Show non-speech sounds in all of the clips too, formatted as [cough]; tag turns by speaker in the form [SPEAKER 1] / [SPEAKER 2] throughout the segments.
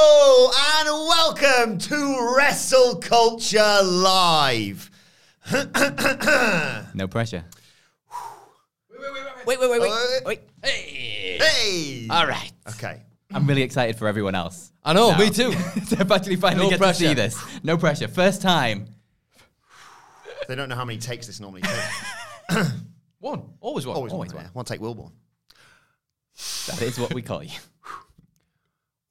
[SPEAKER 1] Hello and welcome to Wrestle Culture Live.
[SPEAKER 2] No pressure.
[SPEAKER 3] Wait, wait, wait, wait.
[SPEAKER 1] Uh,
[SPEAKER 3] wait. Hey.
[SPEAKER 1] Hey!
[SPEAKER 3] All right.
[SPEAKER 1] Okay.
[SPEAKER 2] I'm really excited for everyone else.
[SPEAKER 3] I know,
[SPEAKER 2] Now.
[SPEAKER 3] me
[SPEAKER 2] [laughs]
[SPEAKER 3] too.
[SPEAKER 2] to actually finally
[SPEAKER 3] No
[SPEAKER 2] get
[SPEAKER 3] pressure.
[SPEAKER 2] to see this. No pressure. First time.
[SPEAKER 1] They don't know how many takes this normally [laughs] takes.
[SPEAKER 3] One. Always one.
[SPEAKER 1] Always,
[SPEAKER 2] Always
[SPEAKER 1] one.
[SPEAKER 2] one.
[SPEAKER 1] yeah. One take Wilborn.
[SPEAKER 2] That is what we
[SPEAKER 3] [laughs]
[SPEAKER 2] call you.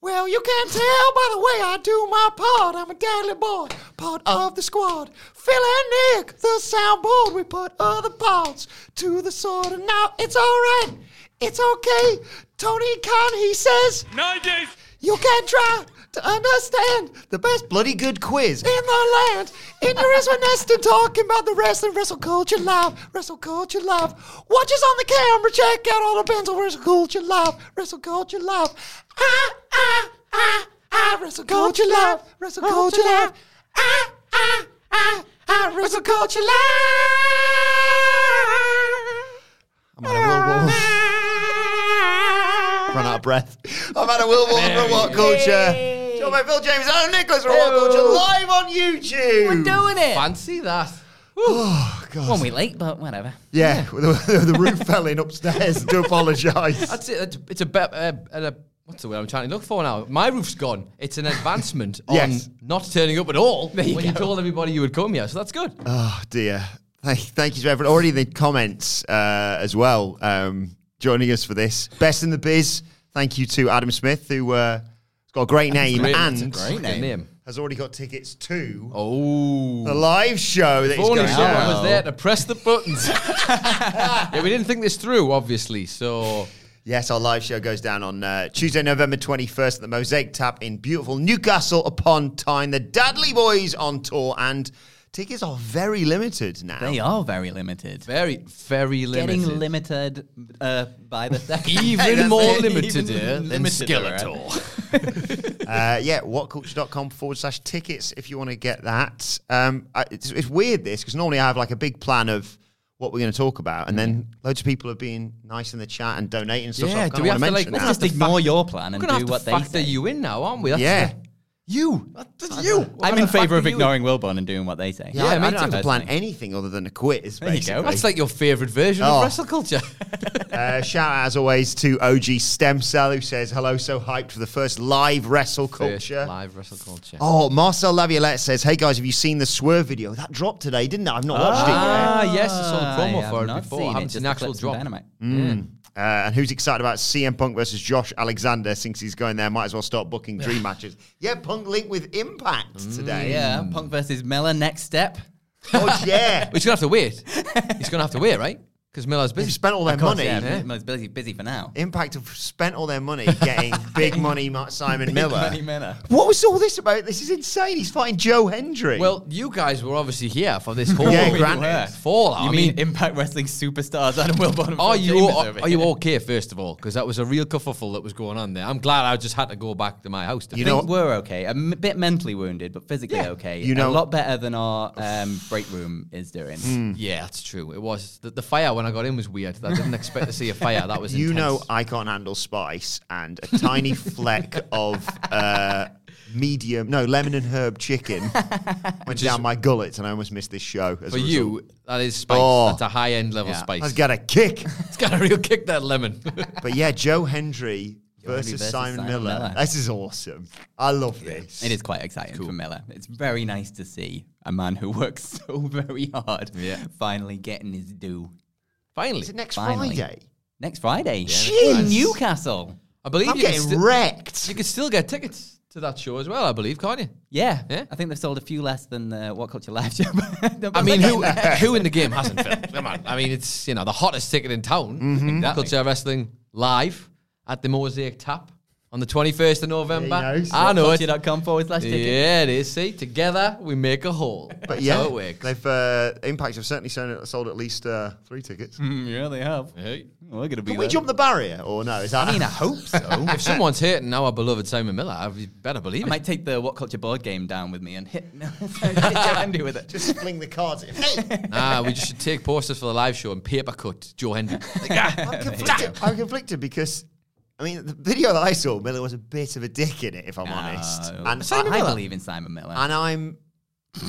[SPEAKER 1] Well, you can tell by the way I do my part. I'm a deadly boy, part of the squad. Phil and Nick, the soundboard. We put other parts to the sword, and now it's all right. It's okay. Tony Khan, he says,
[SPEAKER 4] 90s!
[SPEAKER 1] you can try to understand the best bloody good quiz in the land. In your ears when Neston talking about the wrestling, wrestle culture live, wrestle culture live. Watch us on the camera. Check out all the bands on wrestle culture live, wrestle culture live. Ah ah ah ah, wrestle culture live, wrestle culture live. Ah ah ah ah, wrestle culture live. I'm out of Wilborn. Run out of breath. I'm out of Wilborn from What Culture. Joined by Phil James and Nicholas from What Culture live on YouTube. We're doing it.
[SPEAKER 3] Fancy that.
[SPEAKER 1] Oh, God.
[SPEAKER 2] One week late, but whatever.
[SPEAKER 1] Yeah, The, the roof fell in upstairs. Do apologise.
[SPEAKER 3] That's it. It's- It's a bet. Uh, uh, what's the word I'm trying to look for now? My roof's gone. It's an advancement
[SPEAKER 1] Yes.
[SPEAKER 3] on not turning up at all when you told everybody you would come here. So that's good.
[SPEAKER 1] Oh, dear. Thank, thank you to everyone. Already in the comments uh, as well, um, joining us for this. Best in the biz. Thank you to Adam Smith, who uh, has got a great name
[SPEAKER 2] Great-
[SPEAKER 1] and
[SPEAKER 2] it's a great
[SPEAKER 3] Good
[SPEAKER 2] name.
[SPEAKER 3] name.
[SPEAKER 1] has already got tickets to
[SPEAKER 3] Oh.
[SPEAKER 1] the live show that
[SPEAKER 3] If
[SPEAKER 1] he's
[SPEAKER 3] only
[SPEAKER 1] going
[SPEAKER 3] someone
[SPEAKER 1] to.
[SPEAKER 3] was there to press the buttons. [laughs] yeah, we didn't think this through, obviously. So
[SPEAKER 1] Yes, our live show goes down on uh, Tuesday, November 21st at the Mosaic Tap in beautiful Newcastle upon Tyne. The Dudley Boys on tour, and tickets are very limited now.
[SPEAKER 2] They are very limited.
[SPEAKER 3] very, very limited.
[SPEAKER 2] Getting limited uh,
[SPEAKER 3] [laughs]
[SPEAKER 2] by the second.
[SPEAKER 3] Even more
[SPEAKER 2] Even
[SPEAKER 3] limited than
[SPEAKER 2] limiteder.
[SPEAKER 3] Skeletor.
[SPEAKER 1] Uh, yeah, whatculture.com forward slash tickets if you want to get that. Um, I, it's, it's weird this because normally I have like a big plan of what we're going to talk about, and then loads of people are being nice in the chat and donating and stuff. so
[SPEAKER 3] Mm-hmm. Yeah,
[SPEAKER 1] I kind
[SPEAKER 3] do we
[SPEAKER 1] of
[SPEAKER 3] have to,
[SPEAKER 1] want to
[SPEAKER 3] like,
[SPEAKER 1] mention
[SPEAKER 2] Just
[SPEAKER 1] that.
[SPEAKER 2] ignore your plan and
[SPEAKER 3] We're gonna
[SPEAKER 2] do
[SPEAKER 3] have
[SPEAKER 2] what
[SPEAKER 3] to
[SPEAKER 2] they
[SPEAKER 3] factor
[SPEAKER 2] say.
[SPEAKER 3] you in now, aren't we? That's
[SPEAKER 1] Yeah.
[SPEAKER 3] you. That's you.
[SPEAKER 2] I'm in favour
[SPEAKER 3] Factor you
[SPEAKER 2] of
[SPEAKER 3] in.
[SPEAKER 2] ignoring Wilborn and doing what they say.
[SPEAKER 1] Yeah, I,
[SPEAKER 3] Yeah, me
[SPEAKER 1] I don't have
[SPEAKER 3] too.
[SPEAKER 1] to plan
[SPEAKER 2] Personally.
[SPEAKER 1] anything other than a quiz.
[SPEAKER 2] There you go.
[SPEAKER 1] basically.
[SPEAKER 3] That's like your favourite version
[SPEAKER 1] Oh.
[SPEAKER 3] of wrestle culture. [laughs]
[SPEAKER 1] Uh, shout out as always to OG Stem Cell who says hello. So hyped for the first live wrestle culture.
[SPEAKER 3] Live wrestle culture.
[SPEAKER 1] Oh, Marcel Laviolette says, "Hey guys, have you seen the Swerve video? That dropped today, didn't it? I've not watched it yet."
[SPEAKER 3] Ah, yes, I saw the promo
[SPEAKER 2] I
[SPEAKER 3] for
[SPEAKER 2] have
[SPEAKER 3] it
[SPEAKER 2] not
[SPEAKER 3] before.
[SPEAKER 2] seen
[SPEAKER 3] I
[SPEAKER 2] it,
[SPEAKER 3] haven't
[SPEAKER 2] just
[SPEAKER 3] seen
[SPEAKER 2] the
[SPEAKER 3] the actual
[SPEAKER 2] clips and
[SPEAKER 3] drop. Mm.
[SPEAKER 2] dynamite.
[SPEAKER 1] Uh, and who's excited about CM Punk versus Josh Alexander? Since he's going there, might as well start booking dream matches. Yeah, Punk linked with Impact today.
[SPEAKER 2] Yeah, Punk versus Miller. Next step.
[SPEAKER 1] Oh yeah.
[SPEAKER 3] But He's gonna have to wait. He's gonna have to wait, right? Because Miller's
[SPEAKER 1] They've
[SPEAKER 3] busy.
[SPEAKER 1] spent all their money.
[SPEAKER 2] Yeah, Miller's busy, busy for now.
[SPEAKER 1] Impact have spent all their money getting big money Ma- Simon Miller.
[SPEAKER 2] Money Miller.
[SPEAKER 1] What was all this about? This is insane. He's fighting Joe Hendry.
[SPEAKER 3] Well, you guys were obviously here for this
[SPEAKER 1] [laughs]
[SPEAKER 3] whole
[SPEAKER 1] Yeah, granted.
[SPEAKER 3] fallout.
[SPEAKER 2] You
[SPEAKER 3] I
[SPEAKER 2] mean,
[SPEAKER 3] mean,
[SPEAKER 2] Impact Wrestling superstars Adam Wilborn and
[SPEAKER 3] are
[SPEAKER 2] Phil
[SPEAKER 3] you
[SPEAKER 2] Chambers
[SPEAKER 3] all,
[SPEAKER 2] over
[SPEAKER 3] are you
[SPEAKER 2] here.
[SPEAKER 3] okay? First of all, because that was a real kerfuffle that was going on there. I'm glad I just had to go back to my house. To
[SPEAKER 1] You
[SPEAKER 2] You
[SPEAKER 1] know
[SPEAKER 2] know,
[SPEAKER 1] what?
[SPEAKER 2] we're okay. A m- bit mentally wounded, but physically
[SPEAKER 3] Yeah.
[SPEAKER 2] okay.
[SPEAKER 1] You know- Hmm.
[SPEAKER 2] a lot better than our um, break room is doing.
[SPEAKER 3] yeah, that's true. It was the, the fire went when I got in was weird. I didn't expect to see a fire. That was
[SPEAKER 1] [laughs] you know
[SPEAKER 3] intense.
[SPEAKER 1] I can't handle spice and a tiny fleck of uh, medium, no, lemon and herb
[SPEAKER 2] [laughs]
[SPEAKER 1] chicken went down my gullet and I almost missed this show. As
[SPEAKER 3] For
[SPEAKER 1] a result.
[SPEAKER 3] you, that is spice.
[SPEAKER 1] Oh.
[SPEAKER 3] That's a high end level
[SPEAKER 2] Yeah.
[SPEAKER 3] spice.
[SPEAKER 1] That's got a
[SPEAKER 2] [laughs]
[SPEAKER 1] kick.
[SPEAKER 3] it's got a real kick, that lemon. [laughs]
[SPEAKER 1] but yeah, Joe Hendry versus,
[SPEAKER 2] versus
[SPEAKER 1] Simon,
[SPEAKER 2] Simon
[SPEAKER 1] Miller.
[SPEAKER 2] Miller.
[SPEAKER 1] This is awesome. I love this.
[SPEAKER 2] It is quite exciting for Miller. It's very nice to see a man who [laughs] works so very hard
[SPEAKER 3] Yeah.
[SPEAKER 2] finally getting his due.
[SPEAKER 3] Finally.
[SPEAKER 1] Is it next
[SPEAKER 2] Finally.
[SPEAKER 1] Friday?
[SPEAKER 2] Next Friday
[SPEAKER 1] Jeez.
[SPEAKER 2] in Newcastle.
[SPEAKER 3] I believe
[SPEAKER 1] I'm
[SPEAKER 3] you can
[SPEAKER 1] getting
[SPEAKER 3] sti-
[SPEAKER 1] wrecked.
[SPEAKER 3] You can still get tickets to that show as well, I believe, can't you?
[SPEAKER 2] Yeah.
[SPEAKER 3] Yeah.
[SPEAKER 2] I think they've sold a few less than uh, What Culture Live Show. [laughs]
[SPEAKER 3] I mean, who who in the game hasn't? Phil? Come on, I mean, it's you know the hottest ticket in town.
[SPEAKER 1] Mm-hmm.
[SPEAKER 3] Culture Wrestling live at the Mosaic Tap on the twenty first of November.
[SPEAKER 1] There you go.
[SPEAKER 3] I know it.
[SPEAKER 2] Culture.com forward slash ticket.
[SPEAKER 3] [laughs] Yeah, it is. See, together we make a whole.
[SPEAKER 1] But
[SPEAKER 3] That's
[SPEAKER 1] yeah,
[SPEAKER 3] how it works.
[SPEAKER 1] they've uh, Impact have certainly sold, sold at least uh, three tickets.
[SPEAKER 2] Mm, yeah, they have.
[SPEAKER 3] Hey.
[SPEAKER 2] We're going to be
[SPEAKER 1] Can we
[SPEAKER 2] there.
[SPEAKER 1] jump the barrier or no? Is that
[SPEAKER 2] I mean, uh, I
[SPEAKER 3] [laughs]
[SPEAKER 2] hope so.
[SPEAKER 3] if someone's hurting our beloved Simon Miller, I you better
[SPEAKER 2] I
[SPEAKER 3] believe it.
[SPEAKER 2] might take the What Culture board game down with me and hit, [laughs] hit Andy with
[SPEAKER 1] [laughs]
[SPEAKER 2] it.
[SPEAKER 1] just fling the cards in?
[SPEAKER 2] [laughs]
[SPEAKER 1] Hey,
[SPEAKER 3] Nah, we just should take posters for the live show and paper cut Joe Henry. Like, ah.
[SPEAKER 1] I'm conflicted. I'm conflicted because. I mean, the video that I saw, Miller was a bit of a dick in it, if I'm honest.
[SPEAKER 2] No.
[SPEAKER 1] And
[SPEAKER 2] I,
[SPEAKER 1] I-
[SPEAKER 2] I believe in Simon Miller.
[SPEAKER 1] and I'm,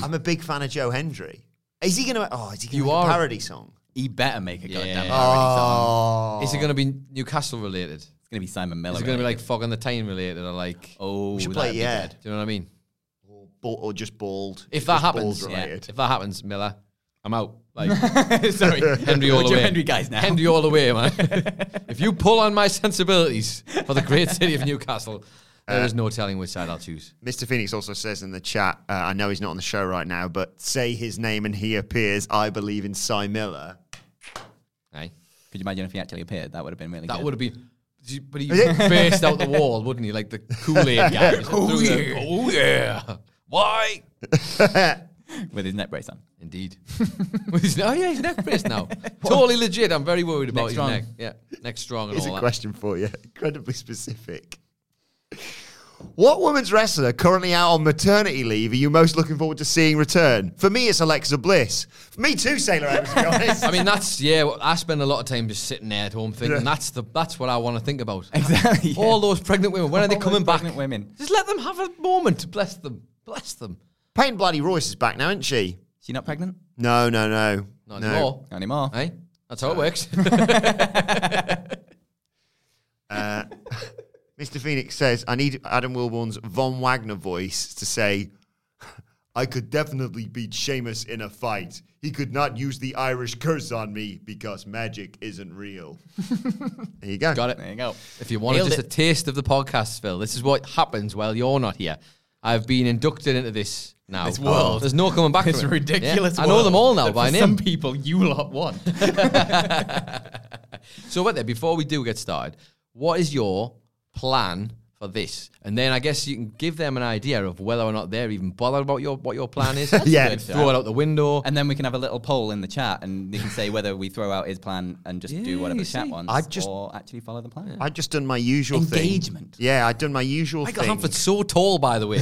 [SPEAKER 1] I'm a big fan of Joe Hendry. Is he going to? Oh, is he going
[SPEAKER 3] You
[SPEAKER 1] to make a
[SPEAKER 3] are-
[SPEAKER 1] parody song?
[SPEAKER 2] he better make a goddamn
[SPEAKER 3] Yeah. Oh.
[SPEAKER 2] parody song.
[SPEAKER 3] Is it going to be Newcastle related?
[SPEAKER 2] It's going to be Simon Miller.
[SPEAKER 3] Is it going to be
[SPEAKER 2] really.
[SPEAKER 3] like Fog on the Time related or like?
[SPEAKER 2] oh,
[SPEAKER 1] should
[SPEAKER 2] that'd
[SPEAKER 1] play,
[SPEAKER 2] be
[SPEAKER 1] yeah.
[SPEAKER 2] good.
[SPEAKER 3] Do you know what I mean?
[SPEAKER 1] Or, or just bald?
[SPEAKER 3] If that
[SPEAKER 1] Just
[SPEAKER 3] happens,
[SPEAKER 1] bald
[SPEAKER 2] yeah.
[SPEAKER 1] related.
[SPEAKER 3] If that happens, Miller, I'm out. Like
[SPEAKER 1] [laughs]
[SPEAKER 2] [laughs] Sorry.
[SPEAKER 3] Henry all
[SPEAKER 2] We're
[SPEAKER 3] the
[SPEAKER 2] Joe
[SPEAKER 3] way.
[SPEAKER 2] Henry guys now.
[SPEAKER 3] Henry all the way,
[SPEAKER 2] [laughs]
[SPEAKER 3] man. if you pull on my sensibilities for the great city of Newcastle,
[SPEAKER 1] Uh,
[SPEAKER 3] there is no telling which side I'll choose.
[SPEAKER 1] Mr. Phoenix also says in the chat, uh, I know he's not on the show right now, but say his name and he appears. I believe in Cy Miller.
[SPEAKER 3] Aye.
[SPEAKER 2] Could you imagine if he actually appeared? That would have been really
[SPEAKER 3] eh? That
[SPEAKER 2] good.
[SPEAKER 3] would have been.
[SPEAKER 1] [laughs]
[SPEAKER 3] But he burst out the wall, wouldn't he? Like the Kool
[SPEAKER 2] [laughs]
[SPEAKER 3] Aid guy. Just
[SPEAKER 2] Oh,
[SPEAKER 3] threw the-
[SPEAKER 2] yeah.
[SPEAKER 3] oh
[SPEAKER 2] [laughs]
[SPEAKER 3] yeah. Why?
[SPEAKER 2] with his neck
[SPEAKER 3] [laughs]
[SPEAKER 2] brace on.
[SPEAKER 3] Indeed. With his- oh yeah, his neck brace
[SPEAKER 2] [laughs]
[SPEAKER 3] now. totally legit. I'm very worried about
[SPEAKER 2] Neck
[SPEAKER 3] his
[SPEAKER 2] strong.
[SPEAKER 3] neck. Yeah, neck strong and
[SPEAKER 1] Here's
[SPEAKER 3] all
[SPEAKER 1] a
[SPEAKER 3] that.
[SPEAKER 1] question for you. [laughs] Incredibly specific. What women's wrestler currently out on maternity leave are you most looking forward to seeing return? For me, it's Alexa Bliss. For me too, Sailor Evans, to be honest. [laughs]
[SPEAKER 3] I [laughs] mean, that's yeah. well, I spend a lot of time just sitting there at home thinking that's the that's what I want to think about.
[SPEAKER 2] Exactly, [laughs] yeah.
[SPEAKER 3] All those pregnant women. When are they
[SPEAKER 2] All those
[SPEAKER 3] coming back?
[SPEAKER 2] pregnant women.
[SPEAKER 3] Just let them have a moment. Bless them. Bless them.
[SPEAKER 1] Payne Bloody Royce is back now, isn't she?
[SPEAKER 2] She not pregnant?
[SPEAKER 1] No, no, no.
[SPEAKER 3] Not
[SPEAKER 1] no.
[SPEAKER 3] anymore.
[SPEAKER 2] Not anymore.
[SPEAKER 3] Eh? That's how it
[SPEAKER 2] [laughs]
[SPEAKER 3] works. [laughs]
[SPEAKER 1] Mr. Phoenix says, I need Adam Wilborn's Von Wagner voice to say, I could definitely beat Seamus in a fight. He could not use the Irish curse on me because magic isn't
[SPEAKER 3] [laughs]
[SPEAKER 1] real. there you go.
[SPEAKER 3] Got it.
[SPEAKER 2] There you go.
[SPEAKER 3] If you wanted
[SPEAKER 2] Nailed
[SPEAKER 3] just
[SPEAKER 2] it.
[SPEAKER 3] a taste of the podcast, Phil, this is what happens while you're not here. I've been inducted into this now.
[SPEAKER 2] This world.
[SPEAKER 3] There's no coming back.
[SPEAKER 2] It's
[SPEAKER 3] from it.
[SPEAKER 2] ridiculous.
[SPEAKER 3] Yeah. I know them all
[SPEAKER 2] world
[SPEAKER 3] now
[SPEAKER 2] that
[SPEAKER 3] by
[SPEAKER 2] for
[SPEAKER 3] name.
[SPEAKER 2] Some people you lot want.
[SPEAKER 3] [laughs] So, wait there, before we do get started, what is your plan for this? And then I guess you can give them an idea of whether or not they're even bothered about your what your plan
[SPEAKER 2] [laughs]
[SPEAKER 3] is.
[SPEAKER 1] Yeah.
[SPEAKER 3] Good. Throw it out the window.
[SPEAKER 2] and then we can have a little poll in the chat, and you can say whether we throw out his plan and just
[SPEAKER 3] Yeah,
[SPEAKER 2] do whatever
[SPEAKER 3] you
[SPEAKER 2] the chat
[SPEAKER 3] see.
[SPEAKER 2] wants,
[SPEAKER 1] I just-
[SPEAKER 2] or actually follow the plan.
[SPEAKER 1] I'd just done my usual
[SPEAKER 2] Engagement.
[SPEAKER 1] thing. Yeah, I'd done my usual
[SPEAKER 3] Michael
[SPEAKER 1] thing. [laughs]
[SPEAKER 3] Humphrey's so tall, by the way.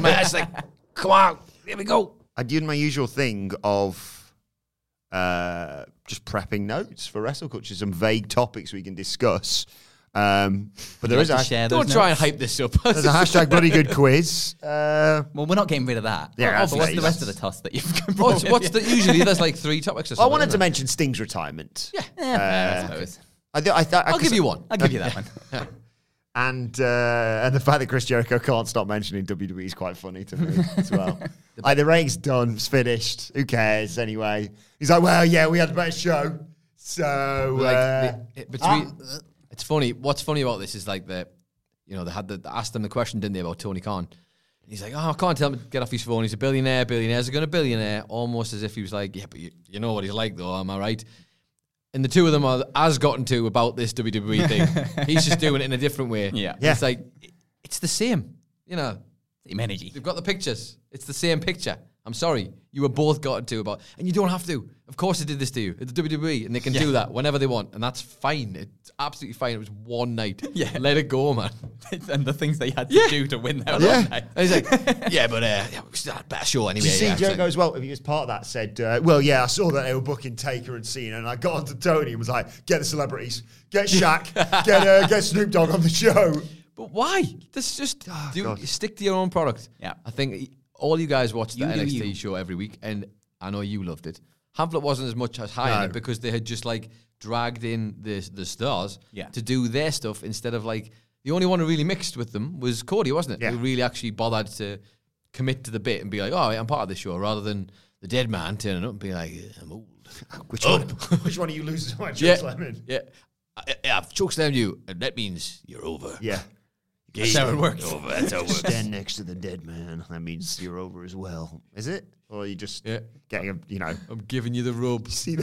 [SPEAKER 3] My eyes like, come on, here we go.
[SPEAKER 1] I'd done my usual thing of uh, just prepping notes for wrestle culture, some vague topics we can discuss. Um, but there
[SPEAKER 2] Like
[SPEAKER 1] is
[SPEAKER 2] to
[SPEAKER 1] a,
[SPEAKER 2] share
[SPEAKER 3] Don't
[SPEAKER 2] those
[SPEAKER 3] try and
[SPEAKER 2] notes?
[SPEAKER 3] hype this up.
[SPEAKER 1] there's a
[SPEAKER 3] [laughs]
[SPEAKER 1] hashtag bloody good quiz. Uh,
[SPEAKER 2] Well, we're not getting rid of that.
[SPEAKER 1] Yeah,
[SPEAKER 2] But
[SPEAKER 1] that's
[SPEAKER 2] what's the
[SPEAKER 1] nice.
[SPEAKER 2] rest of the toss that you've [laughs] come
[SPEAKER 3] what's, Oh, what's the usually there's like three topics or
[SPEAKER 1] I
[SPEAKER 3] something.
[SPEAKER 1] wanted to
[SPEAKER 3] isn't there?
[SPEAKER 1] mention Sting's retirement. Yeah.
[SPEAKER 2] Yeah, I suppose.
[SPEAKER 1] I th- I th- I
[SPEAKER 3] I'll give
[SPEAKER 1] cons-
[SPEAKER 3] you one.
[SPEAKER 2] I'll give you that one.
[SPEAKER 1] And uh, and the fact that Chris Jericho can't stop mentioning WWE is quite funny to me as [laughs] well. Like the rank's done, it's finished. Who cares anyway? He's like, well, yeah, we had the best show, so
[SPEAKER 3] Like,
[SPEAKER 1] uh,
[SPEAKER 3] the- it- between,
[SPEAKER 1] Ah.
[SPEAKER 3] it's funny. What's funny about this is like the, you know, they had the they asked them the question, didn't they, about Tony Khan? And he's like, oh, I can't tell him to get off his phone. He's a billionaire. Billionaires are going to billionaire, almost as if he was like, yeah, but you, you know what he's like, though. Am I right? And the two of them are as gotten to about this WWE
[SPEAKER 1] [laughs]
[SPEAKER 3] thing. he's just doing it in a different way.
[SPEAKER 2] Yeah.
[SPEAKER 1] Yeah.
[SPEAKER 3] It's like it's the same. You know,
[SPEAKER 2] Team energy.
[SPEAKER 3] they've got the pictures. It's the same picture. I'm sorry. You were both gotten to about, and you don't have to. Of course, they did this to you. It's the WWE, and they can do that whenever they want, and that's fine. It's absolutely fine. It was one [laughs] night.
[SPEAKER 2] Yeah.
[SPEAKER 3] Let it go, man.
[SPEAKER 2] and the things they had to do to win that
[SPEAKER 1] Yeah.
[SPEAKER 2] one night.
[SPEAKER 3] [laughs] And he's like, yeah, but uh, yeah, we still had a better show
[SPEAKER 1] Did
[SPEAKER 3] anyway.
[SPEAKER 1] you see
[SPEAKER 3] yeah. It's like,
[SPEAKER 1] Jericho as well? He was part of that. Said, uh, "Well, yeah, I saw that they were booking Taker and Cena, and I got onto Tony and was like, get the celebrities, get [laughs] Shaq, get uh, get Snoop Dogg on the show.'
[SPEAKER 3] But why? This just
[SPEAKER 1] Ah,
[SPEAKER 3] do, stick to your own product.
[SPEAKER 2] Yeah.
[SPEAKER 3] I think all you guys watched the
[SPEAKER 2] You do
[SPEAKER 3] NXT
[SPEAKER 2] you.
[SPEAKER 3] show every week, and I know you loved it. Hamlet wasn't as much as high in
[SPEAKER 1] No.
[SPEAKER 3] it because they had just like dragged in the the stars
[SPEAKER 2] Yeah.
[SPEAKER 3] to do their stuff instead of like the only one who really mixed with them was Cody, wasn't it?
[SPEAKER 1] Yeah.
[SPEAKER 3] Who really actually bothered to commit to the bit and be like, "Oh, I'm part of this show," rather than the dead man turning up and being like, "I'm old."
[SPEAKER 1] [laughs] Which one? Which one of you losers am I just lemon?
[SPEAKER 3] [laughs] yeah. I, I- I've chokeslammed you, and that means you're over.
[SPEAKER 1] Yeah.
[SPEAKER 3] [laughs] Oh, That's how it works.
[SPEAKER 1] Stand next to the dead man. That means you're over as well. Is it? Or are you just
[SPEAKER 3] Yeah.
[SPEAKER 1] getting a, you know,
[SPEAKER 3] I'm giving you the
[SPEAKER 1] [laughs]
[SPEAKER 3] rub.
[SPEAKER 1] see the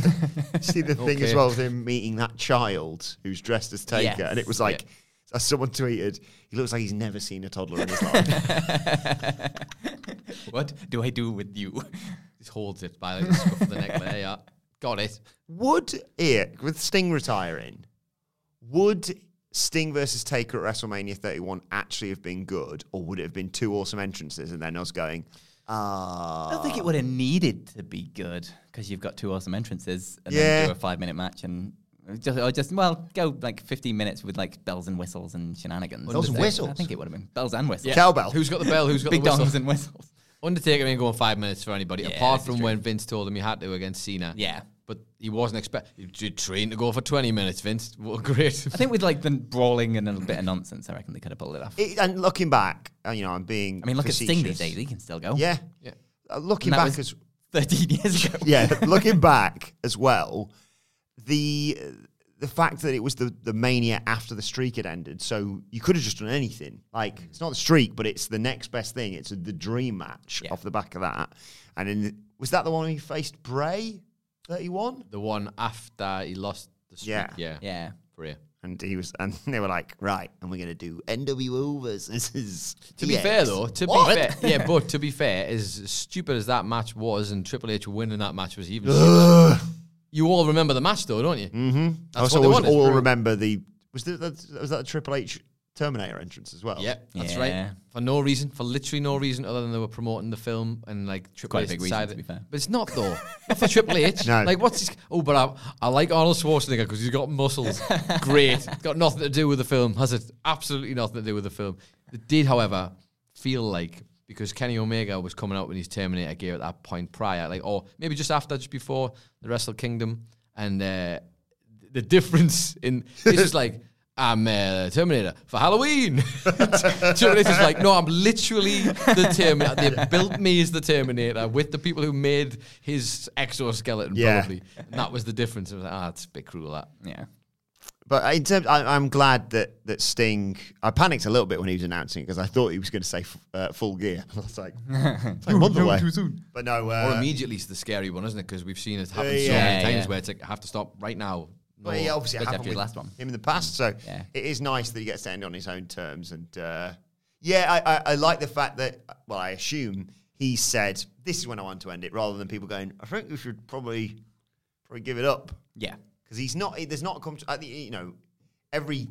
[SPEAKER 1] see
[SPEAKER 3] [laughs]
[SPEAKER 1] the thing as
[SPEAKER 3] Okay.
[SPEAKER 1] well of him meeting that child who's dressed as Taker,
[SPEAKER 2] Yes,
[SPEAKER 1] and it was like as someone tweeted, he looks like he's never seen a toddler in his life. [laughs]
[SPEAKER 2] What do I do with you?
[SPEAKER 3] Just holds it by like, the scruff of the neck. There, yeah. Got it.
[SPEAKER 1] would it with Sting retiring? Would Sting versus Taker at WrestleMania 31 actually have been good, or would it have been two awesome entrances and then us going, ah,
[SPEAKER 2] I don't think it would have needed to be good because you've got two awesome entrances and
[SPEAKER 1] Yeah.
[SPEAKER 2] then do a five minute match and just, or just well go like 15 minutes with like bells and whistles and shenanigans.
[SPEAKER 1] Bells and
[SPEAKER 2] I- I
[SPEAKER 1] whistles?
[SPEAKER 2] think it would have been bells and whistles.
[SPEAKER 1] cowbell?
[SPEAKER 3] Who's got the bell? Who's got
[SPEAKER 2] Big
[SPEAKER 3] the whistle?
[SPEAKER 2] dongs and whistles.
[SPEAKER 3] Undertaker ain't going five minutes for anybody,
[SPEAKER 2] Yeah,
[SPEAKER 3] apart
[SPEAKER 2] this is
[SPEAKER 3] from
[SPEAKER 2] true.
[SPEAKER 3] when Vince told him he had to against Cena.
[SPEAKER 2] Yeah.
[SPEAKER 3] But he wasn't expecting. You train to go for 20 minutes, Vince. What great.
[SPEAKER 2] I think with like the brawling and a little bit of nonsense, I reckon they could have pulled it off.
[SPEAKER 1] It- and looking back, uh, you know, I'm being.
[SPEAKER 2] I mean, look at Sting these
[SPEAKER 1] facetious.
[SPEAKER 2] days; he can still go.
[SPEAKER 1] Yeah.
[SPEAKER 3] Yeah.
[SPEAKER 1] Uh, looking
[SPEAKER 2] And that
[SPEAKER 1] back
[SPEAKER 2] was
[SPEAKER 1] as
[SPEAKER 2] [laughs] 13 years ago.
[SPEAKER 1] yeah, [laughs] looking back as well, the the fact that it was the the mania after the streak had ended, so you could have just done anything. Like
[SPEAKER 2] Mm.
[SPEAKER 1] it's not the streak, but it's the next best thing. It's the dream match
[SPEAKER 2] Yeah.
[SPEAKER 1] off the back of that. And in, was that the one he faced Bray, thirty one,
[SPEAKER 3] [laughs] The one after he lost the streak.
[SPEAKER 1] Yeah.
[SPEAKER 3] Yeah.
[SPEAKER 2] Yeah.
[SPEAKER 3] Career.
[SPEAKER 1] and he was, and [laughs] they were like, right, and we're gonna do NWO versus.
[SPEAKER 3] To be fair, though, to be fair, yeah, but to be fair, as stupid as that match was, and Triple H winning that match was
[SPEAKER 1] [sighs]
[SPEAKER 3] even. [laughs]
[SPEAKER 2] [laughs]
[SPEAKER 3] stupider. you all remember the match, though, don't you? Mm-hmm.
[SPEAKER 1] I
[SPEAKER 3] That's
[SPEAKER 2] Oh,
[SPEAKER 1] also
[SPEAKER 3] what they
[SPEAKER 1] always
[SPEAKER 3] wanted.
[SPEAKER 1] all remember the was that that- was that the Triple H Terminator entrance as well.
[SPEAKER 3] Yep, that's
[SPEAKER 2] Yeah.
[SPEAKER 3] right. For no reason, for literally no reason other than they were promoting the film and like Triple
[SPEAKER 2] quite a
[SPEAKER 3] H
[SPEAKER 2] big reason,
[SPEAKER 3] decided.
[SPEAKER 2] to be fair.
[SPEAKER 3] But it's not
[SPEAKER 2] [laughs]
[SPEAKER 3] though. not for Triple H.
[SPEAKER 1] No.
[SPEAKER 3] Like what's his? Oh, but I, I like Arnold Schwarzenegger because he's got muscles. Great. It's got nothing to do with the film. Has it? Absolutely nothing to do with the film. It did, however, feel like because Kenny Omega was coming out with his Terminator gear at that point prior, like or maybe just after, just before the Wrestle Kingdom, and uh, the difference in this is like I'm uh, Terminator for Halloween. [laughs] Terminator's like, no, I'm literally the Terminator. They built me as the Terminator with the people who made his exoskeleton,
[SPEAKER 1] Yeah.
[SPEAKER 3] probably. And that was the difference. I was like, ah, it's a bit cruel. That
[SPEAKER 2] Yeah.
[SPEAKER 1] But in terms, I, I'm glad that that Sting. I panicked a little bit when he was announcing because I thought he was going to say f- uh, full gear. [laughs] I was like, it's like a month away. But no,
[SPEAKER 3] or
[SPEAKER 1] uh,
[SPEAKER 3] immediately it's the scary one, isn't it? Because we've seen it happen
[SPEAKER 1] Yeah,
[SPEAKER 3] so
[SPEAKER 2] yeah.
[SPEAKER 3] many times
[SPEAKER 2] Yeah.
[SPEAKER 3] where it's like, I have to stop right now. No,
[SPEAKER 1] well, he obviously
[SPEAKER 2] Looked
[SPEAKER 1] happened
[SPEAKER 2] after his
[SPEAKER 1] with
[SPEAKER 2] last one.
[SPEAKER 1] him in the past. So
[SPEAKER 2] Yeah.
[SPEAKER 1] it is nice that he gets to end on his own terms. And uh, yeah, I, I, I like the fact that. Well, I assume he said this is when I want to end it, rather than people going, I think we should probably probably give it up.
[SPEAKER 2] Yeah.
[SPEAKER 1] because he's not. There's not a com- I think, you know, every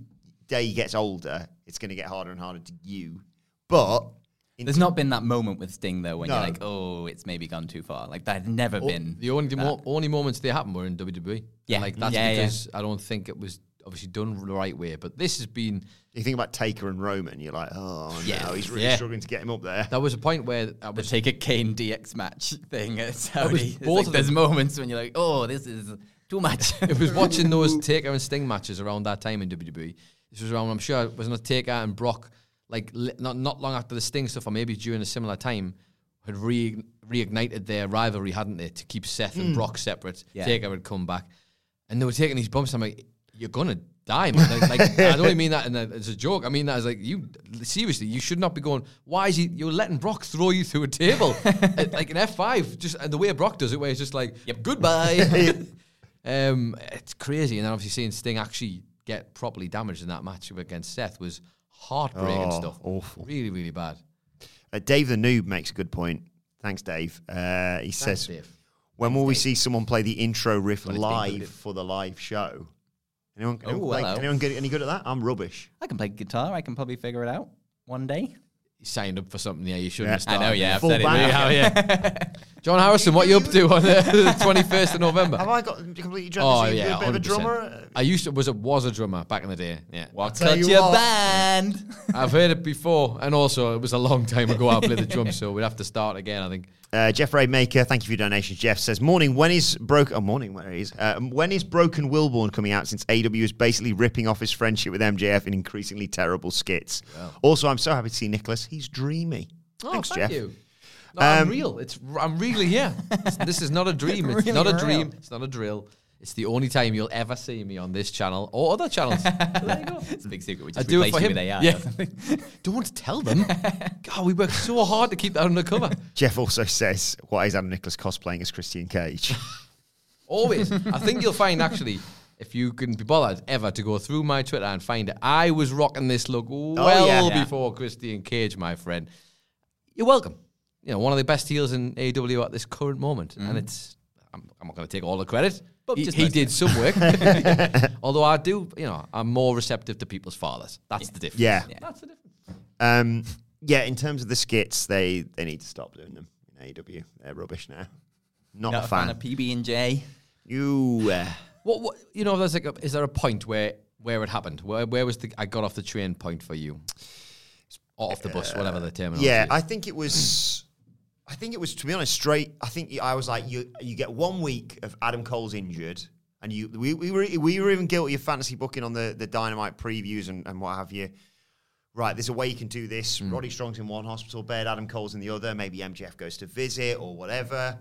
[SPEAKER 1] day he gets older, it's going to get harder and harder to you. But in
[SPEAKER 2] There's not been that moment with Sting though when
[SPEAKER 1] No.
[SPEAKER 2] you're like, oh, it's maybe gone too far. Like that had never been.
[SPEAKER 3] The only mo- only moments they happened were in WWE.
[SPEAKER 2] Yeah.
[SPEAKER 3] And, like that's
[SPEAKER 2] Yeah, yeah.
[SPEAKER 3] because I don't think it was obviously done the right way. But this has been
[SPEAKER 1] you think about Taker and Roman, you're like, oh
[SPEAKER 2] Yeah.
[SPEAKER 1] no, he's really
[SPEAKER 3] Yeah.
[SPEAKER 1] struggling to get him up there.
[SPEAKER 3] That was a point where I
[SPEAKER 2] the
[SPEAKER 3] was
[SPEAKER 2] Taker Kane DX match thing at
[SPEAKER 3] was
[SPEAKER 2] Saudi. It's
[SPEAKER 3] both
[SPEAKER 2] like
[SPEAKER 3] of
[SPEAKER 2] there's
[SPEAKER 3] them.
[SPEAKER 2] moments when you're like, oh, this is too much.
[SPEAKER 3] [laughs] it was watching those Taker and Sting matches around that time in WWE. This was around, I'm sure, it was not Taker and Brock, like li- not not long after the Sting stuff, or maybe during a similar time, had re- reignited their rivalry, hadn't they, to keep Seth and Brock separate.
[SPEAKER 2] Yeah.
[SPEAKER 3] Taker had come back, and they were taking these bumps. I'm like, you're gonna die, man. Like, like, I don't even mean that in a, as a joke. I mean that as like you seriously, you should not be going. Why is he? You're letting Brock throw you through
[SPEAKER 1] [laughs]
[SPEAKER 3] a table, At, like an F five. Just and the way Brock does it, where it's just like,
[SPEAKER 1] [laughs]
[SPEAKER 3] yep, goodbye. Um, it's crazy, and then obviously seeing Sting actually get properly damaged in that match against Seth was heartbreaking
[SPEAKER 1] Oh,
[SPEAKER 3] stuff.
[SPEAKER 1] awful.
[SPEAKER 3] really, really bad.
[SPEAKER 1] Uh, Dave the Noob makes a good point Thanks, Dave. Uh, he says,
[SPEAKER 3] Dave.
[SPEAKER 1] when will we see someone play the intro riff
[SPEAKER 3] it's been
[SPEAKER 1] live
[SPEAKER 3] good.
[SPEAKER 1] for the live show? Anyone, anyone,
[SPEAKER 2] Oh,
[SPEAKER 1] play-
[SPEAKER 2] hello.
[SPEAKER 1] anyone good, any good at that? I'm rubbish.
[SPEAKER 2] I can play guitar. I can probably figure it out one day.
[SPEAKER 3] You signed up for something. Yeah, you shouldn't.
[SPEAKER 1] Yeah.
[SPEAKER 3] Have started.
[SPEAKER 2] I know, yeah. I've
[SPEAKER 1] Full
[SPEAKER 2] said it.
[SPEAKER 1] band.
[SPEAKER 2] yeah, yeah.
[SPEAKER 3] [laughs] John Harrison, what you up to on the [laughs] twenty first of November?
[SPEAKER 1] Have I got completely drunk?
[SPEAKER 3] Oh
[SPEAKER 1] Is he
[SPEAKER 3] yeah,
[SPEAKER 1] a bit of a
[SPEAKER 3] 100%.
[SPEAKER 1] drummer?
[SPEAKER 3] I used to was a was a drummer back in the day. Yeah,
[SPEAKER 2] What's
[SPEAKER 1] tell
[SPEAKER 2] got
[SPEAKER 1] you
[SPEAKER 2] your
[SPEAKER 1] what.
[SPEAKER 3] [laughs]
[SPEAKER 2] band?
[SPEAKER 3] I've heard it before, and also it was a long time ago. I played the drums, so we'd have to start again. I think.
[SPEAKER 1] Uh, Jeff Raymaker, thank you for your donations. Jeff says, "Morning. When is broke? Oh, morning. Where is? Uh, when is Broken Wilborn coming out? Since AW is basically ripping off his friendship with MJF in increasingly terrible skits. Also, I'm so happy to see Nicholas. He's dreamy. [laughs] Thanks, Jeff.
[SPEAKER 3] Oh,
[SPEAKER 1] Um,
[SPEAKER 3] No, I'm real. It's I'm really here. This, this is not a dream. It's
[SPEAKER 2] Really
[SPEAKER 3] not a
[SPEAKER 2] real.
[SPEAKER 3] dream. It's not a drill. It's the only time you'll ever see me on this channel or other
[SPEAKER 2] [laughs]
[SPEAKER 3] channels. there you go.
[SPEAKER 2] It's a big secret. We
[SPEAKER 3] I
[SPEAKER 2] just
[SPEAKER 3] do it
[SPEAKER 2] replaced
[SPEAKER 3] for
[SPEAKER 2] you
[SPEAKER 3] him.
[SPEAKER 2] with AI.
[SPEAKER 3] Yeah. [laughs] Don't tell
[SPEAKER 2] [laughs]
[SPEAKER 3] them. God, we work so hard to keep that undercover.
[SPEAKER 1] Jeff also says, "What is Adam Nicholas cosplaying as Christian Cage?
[SPEAKER 3] Always. I think you'll find actually, if you can be bothered ever to go through my Twitter and find it, I was rocking this look well
[SPEAKER 1] yeah.
[SPEAKER 2] Yeah.
[SPEAKER 3] before Christian Cage, my friend. You're welcome. You know, one of the best heels in AW at this current moment, and it's. I'm, I'm not going to take all the credit.
[SPEAKER 2] But
[SPEAKER 3] he
[SPEAKER 2] just
[SPEAKER 3] he
[SPEAKER 2] most of
[SPEAKER 3] did some work. Although I do, you know, I'm more receptive to people's fathers. That's the difference.
[SPEAKER 1] yeah,
[SPEAKER 3] That's the difference.
[SPEAKER 1] Um, yeah, in terms of the skits, they they need to stop doing them in AW. They're rubbish now. Not,
[SPEAKER 2] Not
[SPEAKER 1] a fan.
[SPEAKER 2] of PB and J.
[SPEAKER 1] you. Uh,
[SPEAKER 3] What, what you know? There's like, a, is there a point where where it happened? Where where was the I got off the train point for you? Or off the bus, whatever the terminology.
[SPEAKER 1] yeah,
[SPEAKER 3] is.
[SPEAKER 1] I think it was. [clears throat] I think it was to be honest, straight. I think I was like, you you get one week of Adam Cole's injured, and you we, we were we were even guilty of fantasy booking on the the dynamite previews and, and what have you. Right, there's a way you can do this. Roddy Strong's in one hospital bed, Adam Cole's in the other. Maybe MJF goes to visit or whatever.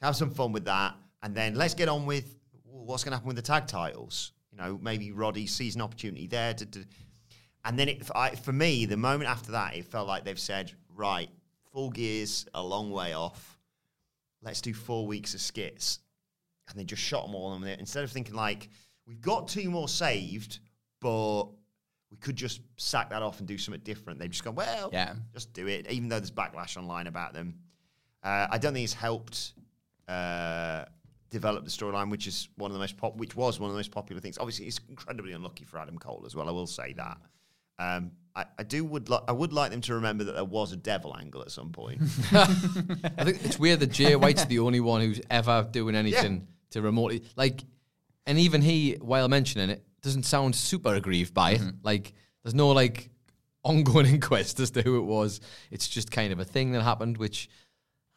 [SPEAKER 1] Have some fun with that, and then let's get on with what's going to happen with the tag titles. You know, maybe Roddy sees an opportunity there to. to and then it, I, for me, the moment after that, it felt like they've said, right, full gears, a long way off. Let's do four weeks of skits. And they just shot them all in there. Instead of thinking, like, we've got two more saved, but we could just sack that off and do something different. They've just gone, well,
[SPEAKER 2] Yeah.
[SPEAKER 1] just do it, even though there's backlash online about them. Uh, I don't think it's helped uh, develop the storyline, which is one of the most pop, which was one of the most popular things. Obviously, it's incredibly unlucky for Adam Cole as well. I will say that. Um, I, I do would li- I would like them to remember that there was a devil angle at some point. [laughs]
[SPEAKER 3] I think it's weird that Jay White's the only one who's ever doing anything to remotely like, and even he, while mentioning it, doesn't sound super aggrieved by
[SPEAKER 1] Mm-hmm.
[SPEAKER 3] it. Like, there's no like ongoing [laughs] inquest as to who it was. It's just kind of a thing that happened, which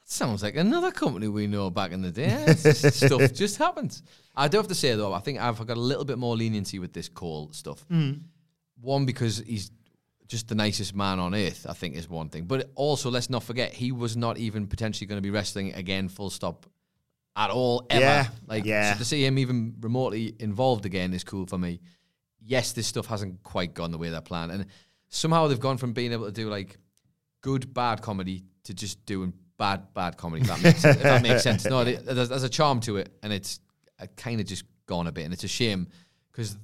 [SPEAKER 3] sounds like another company we know back in the day. It's just stuff
[SPEAKER 1] [laughs]
[SPEAKER 3] just happens. I do have to say though, I think I've got a little bit more leniency with this Cole stuff.
[SPEAKER 1] Mm.
[SPEAKER 3] One because he's just the nicest man on earth, I think, is one thing. But also, let's not forget, he was not even potentially going to be wrestling again, full stop, at all, ever.
[SPEAKER 1] Yeah,
[SPEAKER 3] Like,
[SPEAKER 1] yeah.
[SPEAKER 3] so to see him even remotely involved again is cool for me. Yes, this stuff hasn't quite gone the way they planned. And somehow they've gone from being able to do like good, bad comedy to just doing bad, bad comedy. If that makes, if that makes sense.
[SPEAKER 2] [laughs]
[SPEAKER 3] No, it, there's, there's a charm to it, and it's kind of just gone a bit. And it's a shame because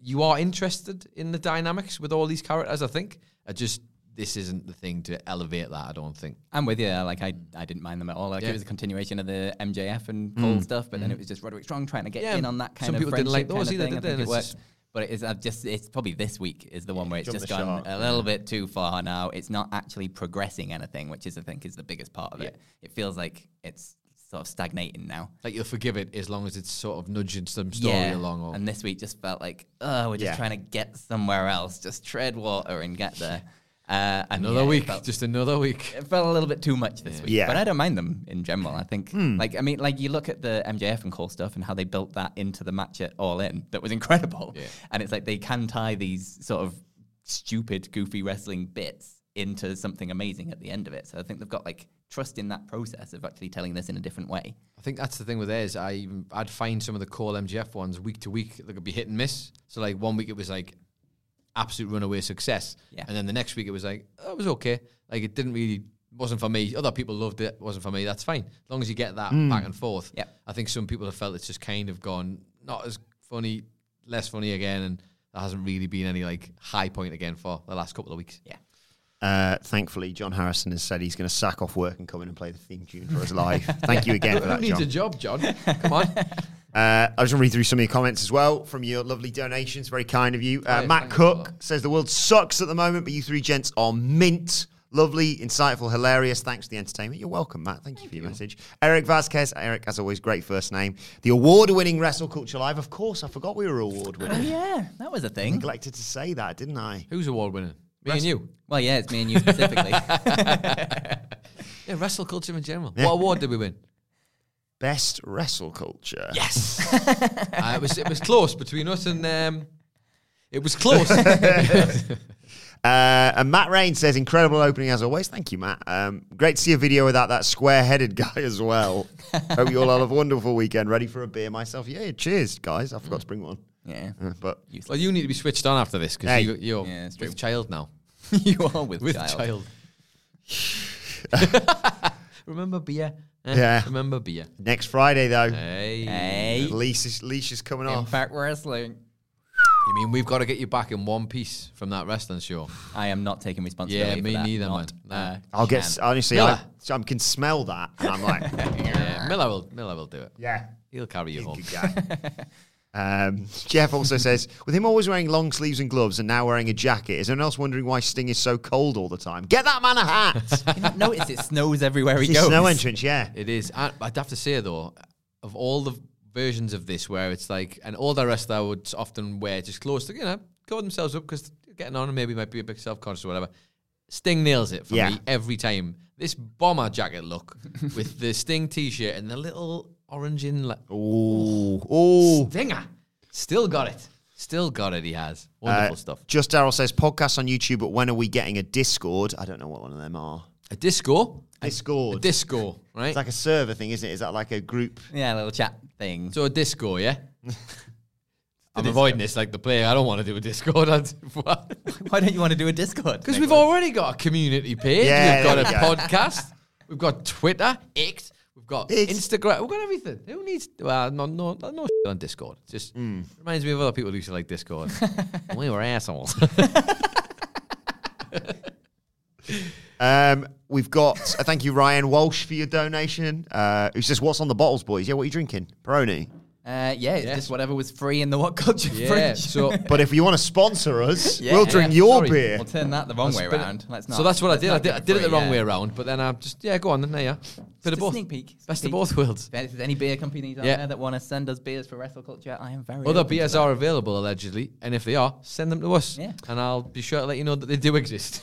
[SPEAKER 3] you are interested in the dynamics with all these characters, I think. I just this isn't the thing to elevate that, I don't think.
[SPEAKER 2] I'm with you. Like I, I didn't mind them at all. Like
[SPEAKER 3] Yeah. Mm.
[SPEAKER 2] it was a continuation of the MJF and Cole stuff, but then it was just Roderick Strong trying to get
[SPEAKER 3] Yeah,
[SPEAKER 2] in on that kind
[SPEAKER 3] some
[SPEAKER 2] of
[SPEAKER 3] people
[SPEAKER 2] friendship
[SPEAKER 3] didn't like
[SPEAKER 2] kind
[SPEAKER 3] those
[SPEAKER 2] of
[SPEAKER 3] either,
[SPEAKER 2] thing. I
[SPEAKER 3] did they?
[SPEAKER 2] think it
[SPEAKER 3] It's
[SPEAKER 2] worked.
[SPEAKER 3] just-
[SPEAKER 2] But it's I've just it's probably this week is the one where it's
[SPEAKER 1] jump
[SPEAKER 2] just
[SPEAKER 1] the
[SPEAKER 2] gone
[SPEAKER 1] shark,
[SPEAKER 2] a little bit too far now. It's not actually progressing anything, which is I think is the biggest part of it. It feels like it's sort of stagnating now.
[SPEAKER 3] Like you'll forgive it as long as it's sort of nudging some story along or
[SPEAKER 2] And this week just felt like, oh, we're just
[SPEAKER 1] Yeah.
[SPEAKER 2] trying to get somewhere else, just tread water and
[SPEAKER 3] [laughs]
[SPEAKER 2] get there. Uh, and
[SPEAKER 3] another
[SPEAKER 2] yeah, it
[SPEAKER 3] week.
[SPEAKER 2] felt-
[SPEAKER 3] Just another week.
[SPEAKER 2] it felt a little bit too much this week.
[SPEAKER 1] Yeah.
[SPEAKER 2] But I don't mind them in general. I think, like, I mean, like, you look at the MJF and Cole stuff and how they built that into the match at All In. That was [laughs] incredible. And it's like they can tie these sort of stupid, goofy wrestling bits into something amazing at the end of it. So I think they've got, like, trust in that process of actually telling this in a different way.
[SPEAKER 3] I think that's the thing with theirs. I even I'd find some of the Cole MGF ones week to week they could be hit and miss. So like one week it was like absolute runaway success,
[SPEAKER 2] Yeah.
[SPEAKER 3] and then the next week it was like oh, it was okay. Like it didn't really wasn't for me. Other people loved it, wasn't for me. That's fine as long as you get that back and forth.
[SPEAKER 2] Yep.
[SPEAKER 3] I think some people have felt it's just kind of gone not as funny, less funny again, and there hasn't really been any like high point again for the last couple of weeks.
[SPEAKER 2] Yeah.
[SPEAKER 1] Uh, thankfully, John Harrison has said he's going to sack off work and come in and play the theme tune for us live. [laughs] Thank you again for
[SPEAKER 3] Who
[SPEAKER 1] that,
[SPEAKER 3] needs a
[SPEAKER 1] John.
[SPEAKER 3] job,
[SPEAKER 2] [laughs]
[SPEAKER 3] John? Come on.
[SPEAKER 1] Uh, I was going to read through some of your comments as well from your lovely donations. Very kind of you. Uh,
[SPEAKER 3] yeah,
[SPEAKER 1] Matt
[SPEAKER 3] thank you a
[SPEAKER 1] Cook says the world sucks at the moment, but you three gents are mint. Lovely, insightful, hilarious. Thanks for the entertainment. You're welcome, Matt. Thank you for your message. Eric Vasquez. Eric, as always, great first name. The award winning Wrestle Culture Live. Of course, I forgot we were award
[SPEAKER 2] Oh,
[SPEAKER 3] [laughs]
[SPEAKER 1] winning.
[SPEAKER 2] yeah, that was a thing.
[SPEAKER 1] Neglected to say that, didn't I?
[SPEAKER 3] Who's award winning? Me and you.
[SPEAKER 2] Well, yeah, it's me and
[SPEAKER 3] [laughs]
[SPEAKER 2] you specifically.
[SPEAKER 3] Yeah, wrestle culture in general. What award did we win?
[SPEAKER 1] Best Wrestle Culture. [laughs]
[SPEAKER 3] Yes. uh, it was it was close between us and um, it
[SPEAKER 1] [laughs]
[SPEAKER 3] was close. Thank
[SPEAKER 1] Uh, and Matt Rain says, incredible opening as always. Thank you, Matt. Um, great to see a video without that square headed [laughs] guy as well. Hope you all have a wonderful weekend. Ready for a beer myself? Yeah, cheers, guys. I forgot to bring one. [laughs]
[SPEAKER 2] yeah.
[SPEAKER 1] Uh, But
[SPEAKER 3] well, you need to be switched on after this because
[SPEAKER 1] Hey.
[SPEAKER 3] you, you're
[SPEAKER 2] Yeah, it's
[SPEAKER 3] with
[SPEAKER 2] true.
[SPEAKER 3] child now.
[SPEAKER 2] you are with,
[SPEAKER 3] With
[SPEAKER 2] child.
[SPEAKER 3] child. [laughs] Remember beer? Eh?
[SPEAKER 1] Yeah.
[SPEAKER 3] Remember beer.
[SPEAKER 1] next Friday, though,
[SPEAKER 3] Hey.
[SPEAKER 2] Hey,
[SPEAKER 1] leash, is, leash is coming off.
[SPEAKER 2] Impact Wrestling.
[SPEAKER 3] You mean we've got to get you back in one piece from that wrestling show?
[SPEAKER 2] I am not taking responsibility.
[SPEAKER 3] Yeah, me
[SPEAKER 2] for that.
[SPEAKER 3] neither,
[SPEAKER 2] Not,
[SPEAKER 3] man.
[SPEAKER 2] Uh,
[SPEAKER 1] I'll get, s-
[SPEAKER 2] chance.
[SPEAKER 1] honestly,
[SPEAKER 3] Miller.
[SPEAKER 1] I, I can smell that. And I'm like,
[SPEAKER 3] [laughs] Yeah, Miller will Miller will do it.
[SPEAKER 1] yeah,
[SPEAKER 3] He'll carry you home.
[SPEAKER 1] good guy. Um, Jeff also says, with him always wearing long sleeves and gloves and now wearing a jacket, is anyone else wondering why Sting is so cold all the time? Get that man a hat.
[SPEAKER 2] You not [laughs] notice it snows everywhere he
[SPEAKER 1] His
[SPEAKER 2] goes.
[SPEAKER 1] snow entrance, yeah.
[SPEAKER 3] It is. I, I'd have to say though, of all the versions of this where it's like an older wrestler would often wear just clothes to you know cover themselves up because getting on and maybe might be a bit self conscious or whatever. Sting nails it for
[SPEAKER 1] Yeah.
[SPEAKER 3] me every time. This bomber jacket
[SPEAKER 1] [laughs]
[SPEAKER 3] look with the Sting t-shirt and the little orange in like
[SPEAKER 1] Ooh. Ooh.
[SPEAKER 3] Stinger. Still got it. Still got it. He has wonderful stuff.
[SPEAKER 1] Uh, Just Daryl says podcast on YouTube, but when are we getting a Discord? I don't know what one of them are.
[SPEAKER 3] A disco.
[SPEAKER 1] Discord.
[SPEAKER 3] A disco. Right.
[SPEAKER 1] it's like a server thing, isn't it? Is that like a group?
[SPEAKER 2] Yeah, little chat thing.
[SPEAKER 3] So a disco, [laughs] yeah? I'm avoiding this like the player. I don't want to do a [laughs] Discord. Because
[SPEAKER 2] Why don't you want to do a Discord?
[SPEAKER 3] we've already got a community page.
[SPEAKER 1] Yeah,
[SPEAKER 3] we've got
[SPEAKER 1] there
[SPEAKER 3] a
[SPEAKER 1] we go.
[SPEAKER 3] podcast. We've got Twitter, X. We've got
[SPEAKER 1] X.
[SPEAKER 3] Instagram. We've got everything. Who needs? Well, no, no, no shit on Discord. It just reminds me of other people who used to like
[SPEAKER 2] [laughs]
[SPEAKER 3] Discord. And we were assholes.
[SPEAKER 1] Um, we've got uh, thank you, Ryan Walsh, for your donation. Uh, who says, What's on the bottles, boys? Yeah, what are you drinking? Peroni.
[SPEAKER 2] Uh, yeah, it's
[SPEAKER 3] Yes.
[SPEAKER 2] just whatever was free in the what culture
[SPEAKER 3] yeah.
[SPEAKER 2] fridge.
[SPEAKER 3] So, [laughs]
[SPEAKER 1] But if you want to sponsor us,
[SPEAKER 2] Yeah, [laughs]
[SPEAKER 1] we'll drink
[SPEAKER 2] yeah,
[SPEAKER 1] your
[SPEAKER 3] sorry.
[SPEAKER 1] beer.
[SPEAKER 2] We'll turn that the wrong way
[SPEAKER 3] But-
[SPEAKER 2] around. Let's not.
[SPEAKER 3] so that's what I
[SPEAKER 2] let's
[SPEAKER 3] did. I
[SPEAKER 2] not
[SPEAKER 3] did,
[SPEAKER 2] give
[SPEAKER 3] I did it
[SPEAKER 2] free,
[SPEAKER 3] the wrong
[SPEAKER 2] yeah.
[SPEAKER 3] way around. But then I just yeah, go on. Then there you are. Bit of
[SPEAKER 2] Just a
[SPEAKER 3] both.
[SPEAKER 2] sneak peek.
[SPEAKER 3] Best
[SPEAKER 2] sneak
[SPEAKER 3] of both
[SPEAKER 2] peek.
[SPEAKER 3] worlds.
[SPEAKER 2] If there's any beer companies out
[SPEAKER 3] Yeah.
[SPEAKER 2] there that want to send us beers for wrestle culture, I am very.
[SPEAKER 3] Other
[SPEAKER 2] open to
[SPEAKER 3] beers
[SPEAKER 2] that.
[SPEAKER 3] are available allegedly, and if they are, send them to us,
[SPEAKER 2] Yeah.
[SPEAKER 3] and I'll be sure to let you know that they do exist.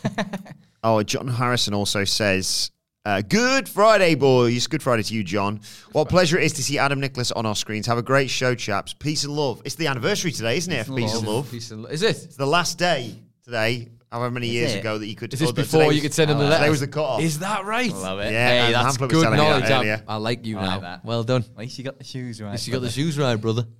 [SPEAKER 1] Oh, John Harrison also says, uh, Good Friday, boys. Good Friday to you, John. what pleasure it is to see Adam Nicholas on our screens. Have a great show, chaps. Peace and love. It's the anniversary today, isn't it?
[SPEAKER 2] and
[SPEAKER 1] Peace and
[SPEAKER 2] love.
[SPEAKER 1] love.
[SPEAKER 3] Peace and lo- Is it?
[SPEAKER 1] It's the last day today, however many years
[SPEAKER 2] it?
[SPEAKER 1] ago that you could.
[SPEAKER 3] Is this
[SPEAKER 1] oh, that
[SPEAKER 3] before
[SPEAKER 1] today
[SPEAKER 3] you
[SPEAKER 1] was-
[SPEAKER 3] could send in the
[SPEAKER 1] today
[SPEAKER 3] letter?
[SPEAKER 1] was the cutoff.
[SPEAKER 3] Is that right?
[SPEAKER 2] Love it.
[SPEAKER 1] Yeah,
[SPEAKER 2] Hey,
[SPEAKER 1] and
[SPEAKER 2] that's-
[SPEAKER 1] Hamlet was
[SPEAKER 3] Good
[SPEAKER 1] telling me that
[SPEAKER 3] knowledge. Ab.
[SPEAKER 1] earlier.
[SPEAKER 3] I like you
[SPEAKER 2] I like
[SPEAKER 3] now.
[SPEAKER 2] that.
[SPEAKER 3] well done.
[SPEAKER 2] at least you got the shoes right.
[SPEAKER 3] You got the
[SPEAKER 2] brother.
[SPEAKER 3] shoes right, brother. [laughs]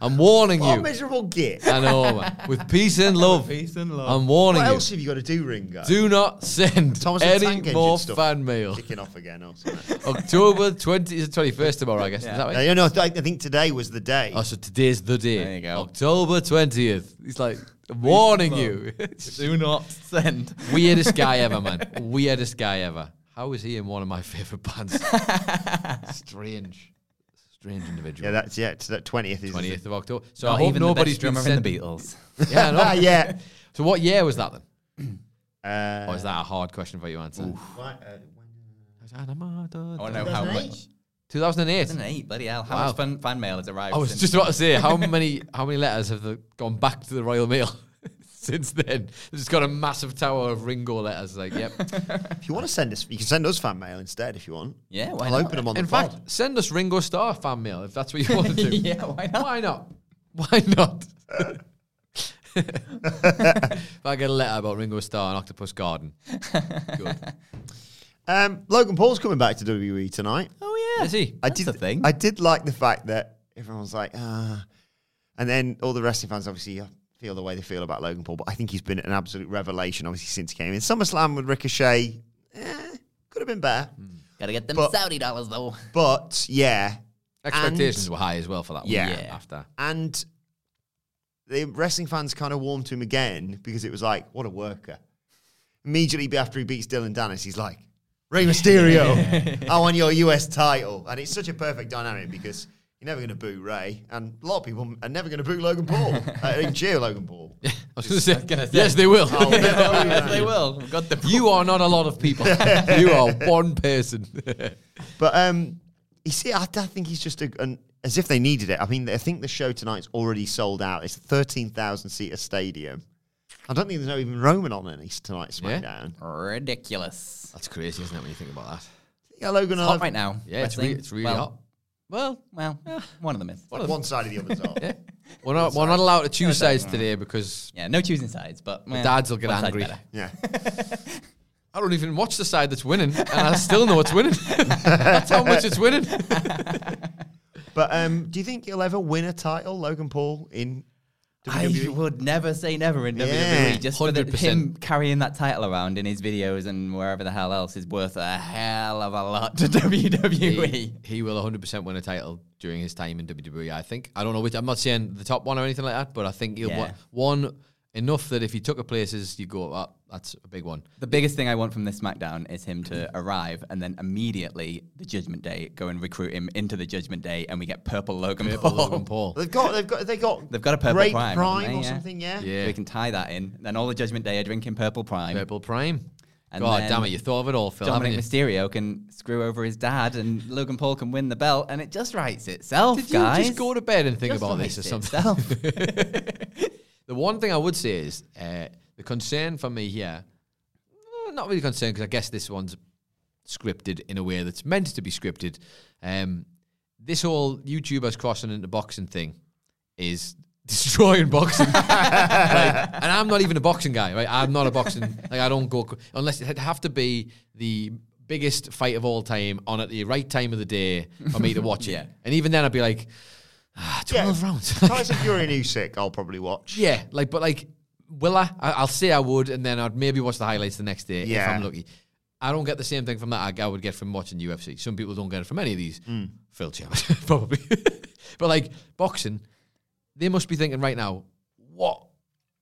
[SPEAKER 3] I'm warning
[SPEAKER 1] What a
[SPEAKER 3] you.
[SPEAKER 1] miserable git.
[SPEAKER 3] I know, man. With peace and love.
[SPEAKER 2] [laughs]
[SPEAKER 3] Um,
[SPEAKER 2] Peace and love.
[SPEAKER 3] I'm warning
[SPEAKER 1] What
[SPEAKER 3] you.
[SPEAKER 1] else have you got to do, Ringo?
[SPEAKER 3] Do not send
[SPEAKER 1] Thomas the Tank
[SPEAKER 3] any
[SPEAKER 1] Engine
[SPEAKER 3] more
[SPEAKER 1] stuff.
[SPEAKER 3] fan mail.
[SPEAKER 1] Kicking off
[SPEAKER 3] [laughs]
[SPEAKER 1] again or something.
[SPEAKER 3] October 20th, is the 21st tomorrow, I guess. Is that right?
[SPEAKER 1] No, you know, I th- I think today was the day.
[SPEAKER 3] Oh, so today's the day.
[SPEAKER 2] There you go.
[SPEAKER 3] October 20th. He's like, warning
[SPEAKER 2] [laughs]
[SPEAKER 3] you.
[SPEAKER 2] Do not send.
[SPEAKER 3] Weirdest guy ever, man. Weirdest guy ever. How is he in one of my favorite
[SPEAKER 2] [laughs]
[SPEAKER 3] bands? Strange. Strange individual.
[SPEAKER 1] yeah, that's yeah. It's that twentieth is.
[SPEAKER 3] 20th of October. So
[SPEAKER 2] Not
[SPEAKER 3] I hope
[SPEAKER 2] even
[SPEAKER 3] nobody's
[SPEAKER 2] the
[SPEAKER 3] been
[SPEAKER 2] best drummer
[SPEAKER 3] sent.
[SPEAKER 2] in the Beatles.
[SPEAKER 3] Yeah,
[SPEAKER 1] Ah,
[SPEAKER 2] [laughs]
[SPEAKER 3] I know. [laughs]
[SPEAKER 1] yeah.
[SPEAKER 3] So what year was that then?
[SPEAKER 1] Uh,
[SPEAKER 3] Or Oh, is that a hard question for you to answer?
[SPEAKER 1] what, uh, when-
[SPEAKER 2] I want to know how much.
[SPEAKER 3] 2008.
[SPEAKER 2] 2008, bloody hell. How
[SPEAKER 3] Wow.
[SPEAKER 2] much fan, fan mail has arrived?
[SPEAKER 3] I was
[SPEAKER 2] since-
[SPEAKER 3] just about to say how many how many letters have the, gone back to the Royal Mail [laughs] since then? It's got a massive tower of Ringo letters. Like, yep.
[SPEAKER 1] if you want to send us, you can send us fan mail instead if you want.
[SPEAKER 2] Yeah, why
[SPEAKER 1] I'll
[SPEAKER 2] not?
[SPEAKER 1] open them on
[SPEAKER 3] In
[SPEAKER 1] the pod.
[SPEAKER 3] fact, send us Ringo Starr fan mail if that's what you want to do.
[SPEAKER 2] [laughs] Yeah, why not?
[SPEAKER 3] Why not? Why
[SPEAKER 2] [laughs]
[SPEAKER 3] not? if I get a letter about Ringo Starr and Octopus Garden, good.
[SPEAKER 1] Um, Logan Paul's coming back to WWE tonight.
[SPEAKER 2] Oh, yeah.
[SPEAKER 3] Is he?
[SPEAKER 1] I
[SPEAKER 2] That's
[SPEAKER 1] did
[SPEAKER 2] a thing.
[SPEAKER 1] I did like the fact that everyone was like, ah. And then all the wrestling fans obviously uh, feel the way they feel about Logan Paul, but I think he's been an absolute revelation, obviously, since he came in. SummerSlam with Ricochet, eh, could have been better.
[SPEAKER 2] Gotta get them
[SPEAKER 1] But-
[SPEAKER 2] Saudi dollars, though.
[SPEAKER 1] But yeah.
[SPEAKER 3] Expectations were high as well for that
[SPEAKER 1] Yeah.
[SPEAKER 3] one.
[SPEAKER 2] Yeah.
[SPEAKER 3] After.
[SPEAKER 1] And the wrestling fans kind of warmed to him again because it was like, what a worker. immediately after he beats Dylan Dennis, he's like, Rey Mysterio, I want your US title. And it's such a perfect dynamic because you're never going to boo Ray, and a lot of people are never going to boo Logan Paul. uh, even cheer Logan Paul.
[SPEAKER 3] I was gonna say, yes, they will.
[SPEAKER 2] Oh,
[SPEAKER 1] I'll never boo
[SPEAKER 2] [laughs] Yes,
[SPEAKER 1] Ray.
[SPEAKER 2] they will. We've got the
[SPEAKER 3] [laughs] you are not a lot of
[SPEAKER 2] [laughs]
[SPEAKER 3] people. you are one person. [laughs]
[SPEAKER 1] But um, you see, I, I think he's just a, an, as if they needed it. I mean, I think the show tonight's already sold out. It's a thirteen thousand seater stadium. I don't think there's no even Roman on any tonight's
[SPEAKER 3] Yeah.
[SPEAKER 1] SmackDown.
[SPEAKER 2] ridiculous.
[SPEAKER 3] That's crazy, isn't it? When you think about that.
[SPEAKER 1] Yeah, Logan.
[SPEAKER 2] Hot right now.
[SPEAKER 3] Yeah, Uh, it's,
[SPEAKER 2] wrestling.
[SPEAKER 3] re- it's really
[SPEAKER 2] well,
[SPEAKER 3] hot. Well,
[SPEAKER 2] Well, one of them is.
[SPEAKER 1] One side of the other's
[SPEAKER 2] [laughs]
[SPEAKER 1] off.
[SPEAKER 3] we're not we're not allowed to choose sides today because
[SPEAKER 2] Yeah, no choosing sides, but well,
[SPEAKER 3] dads will get
[SPEAKER 2] one side's
[SPEAKER 3] angry.
[SPEAKER 2] better.
[SPEAKER 1] Yeah.
[SPEAKER 3] I don't even watch the side that's winning, and I still know it's winning. [laughs] that's how much it's winning.
[SPEAKER 1] But um, do you think he'll ever win a title, Logan Paul? In E?
[SPEAKER 2] I
[SPEAKER 1] WWE?
[SPEAKER 2] would never say never in
[SPEAKER 1] Yeah.
[SPEAKER 2] WWE. Just for the,
[SPEAKER 3] 100%.
[SPEAKER 2] him carrying that title around in his videos and wherever the hell else is worth a hell of a lot to [laughs] E. WWE.
[SPEAKER 3] he, he will 100% win a title during his time in WWE. I think. I don't know which. I'm not saying the top one or anything like that, but I think he'll
[SPEAKER 2] Yeah.
[SPEAKER 3] won one enough that if he took a places, you go up. that's a big one.
[SPEAKER 2] The biggest thing I want from this SmackDown is him to arrive and then immediately the Judgment Day go and recruit him into the Judgment Day and we get purple Logan
[SPEAKER 3] Purple [laughs]
[SPEAKER 2] Paul.
[SPEAKER 3] Logan Paul.
[SPEAKER 1] They've got, they've got, they got.
[SPEAKER 2] They've got a purple
[SPEAKER 1] great
[SPEAKER 2] prime,
[SPEAKER 1] prime,
[SPEAKER 2] haven't they?
[SPEAKER 1] or
[SPEAKER 2] Yeah.
[SPEAKER 1] something. Yeah.
[SPEAKER 3] Yeah.
[SPEAKER 2] We can tie that in. Then all the Judgment Day are drinking purple prime.
[SPEAKER 3] Purple Prime.
[SPEAKER 2] And
[SPEAKER 3] God
[SPEAKER 2] then
[SPEAKER 3] damn it! You thought of it all, Phil.
[SPEAKER 2] Dominic
[SPEAKER 3] haven't you?
[SPEAKER 2] Mysterio can screw over his dad and Logan Paul can win the belt and it just writes itself,
[SPEAKER 3] Did you
[SPEAKER 2] guys.
[SPEAKER 3] just go to bed and think
[SPEAKER 2] Just
[SPEAKER 3] about
[SPEAKER 2] writes
[SPEAKER 3] this or [laughs] something?
[SPEAKER 2] itself.
[SPEAKER 3] The one thing I would say is uh, the concern for me here, uh, not really concerned because I guess this one's scripted in a way that's meant to be scripted. Um, this whole YouTubers crossing into boxing thing is [laughs] destroying boxing. [laughs] Like, and I'm not even a boxing guy, right? I'm not a boxing. Like I don't go unless it'd have to be the biggest fight of all time on at the right time of the day for me to watch
[SPEAKER 2] Yeah.
[SPEAKER 3] it. And even then, I'd be like, ah,
[SPEAKER 1] Yeah.
[SPEAKER 3] twelve rounds.
[SPEAKER 1] [laughs]
[SPEAKER 3] [laughs]
[SPEAKER 1] Tyson Fury and Usyk, I'll probably watch.
[SPEAKER 3] Yeah, like, but like, will I? I? I'll say I would, and then I'd maybe watch the highlights the next day if
[SPEAKER 1] Yeah.
[SPEAKER 3] I'm lucky. I don't get the same thing from that I, I would get from watching UFC. Some people don't get it from any of these. Phil Chambers, [laughs] probably. but like boxing, they must be thinking right now, what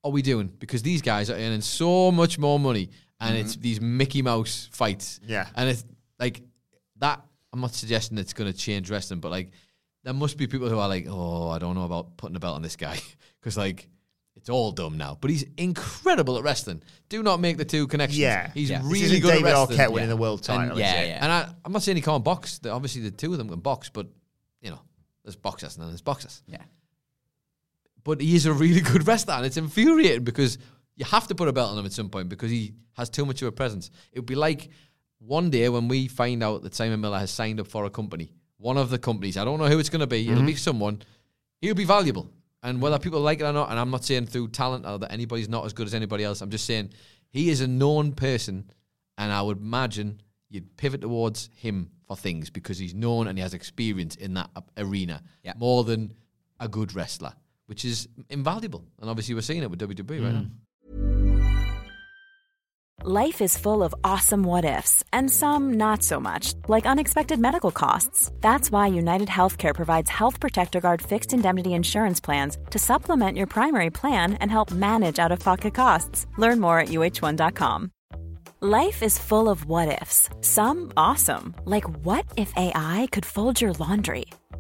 [SPEAKER 3] are we doing? Because these guys are earning so much more money, and it's these Mickey Mouse fights.
[SPEAKER 1] Mm-hmm. Yeah.
[SPEAKER 3] and it's like that. I'm not suggesting it's going to change wrestling, but like there must be people who are like, oh, I don't know about putting a belt on this guy [laughs] because like it's all dumb now. But he's incredible at wrestling. Do not make the two connections.
[SPEAKER 1] Yeah.
[SPEAKER 3] he's
[SPEAKER 2] Yeah. This
[SPEAKER 1] This
[SPEAKER 3] really
[SPEAKER 1] isn't
[SPEAKER 3] good
[SPEAKER 1] David
[SPEAKER 3] at wrestling.
[SPEAKER 1] Arquette winning the world title.
[SPEAKER 3] And,
[SPEAKER 1] is
[SPEAKER 2] yeah,
[SPEAKER 1] it?
[SPEAKER 2] yeah.
[SPEAKER 3] and I, I'm not saying he can't box. The- Obviously, the two of them can box, but you know, there's boxers and then there's boxers.
[SPEAKER 2] yeah.
[SPEAKER 3] But he is a really [laughs] good wrestler, and it's infuriating because you have to put a belt on him at some point because he has too much of a presence. It would be like one day when we find out that Simon Miller has signed up for a company, one of the companies. I don't know who it's going to be. It'll be someone. He'll be valuable, and whether people like it or not. And I'm not saying through talent or that anybody's not as good as anybody else. I'm just saying he is a known person, and I would imagine you'd pivot towards him for things because he's known and he has experience in that a- arena
[SPEAKER 2] Yeah.
[SPEAKER 3] more than a good wrestler, which is invaluable. And obviously, we're seeing it with WWE right
[SPEAKER 2] Mm.
[SPEAKER 3] now.
[SPEAKER 4] Life is full of awesome what ifs and some not so much, like unexpected medical costs. That's why United Healthcare provides Health Protector Guard fixed indemnity insurance plans to supplement your primary plan and help manage out of pocket costs. Learn more at uh1.com. Life is full of what ifs, some awesome, like what if AI could fold your laundry?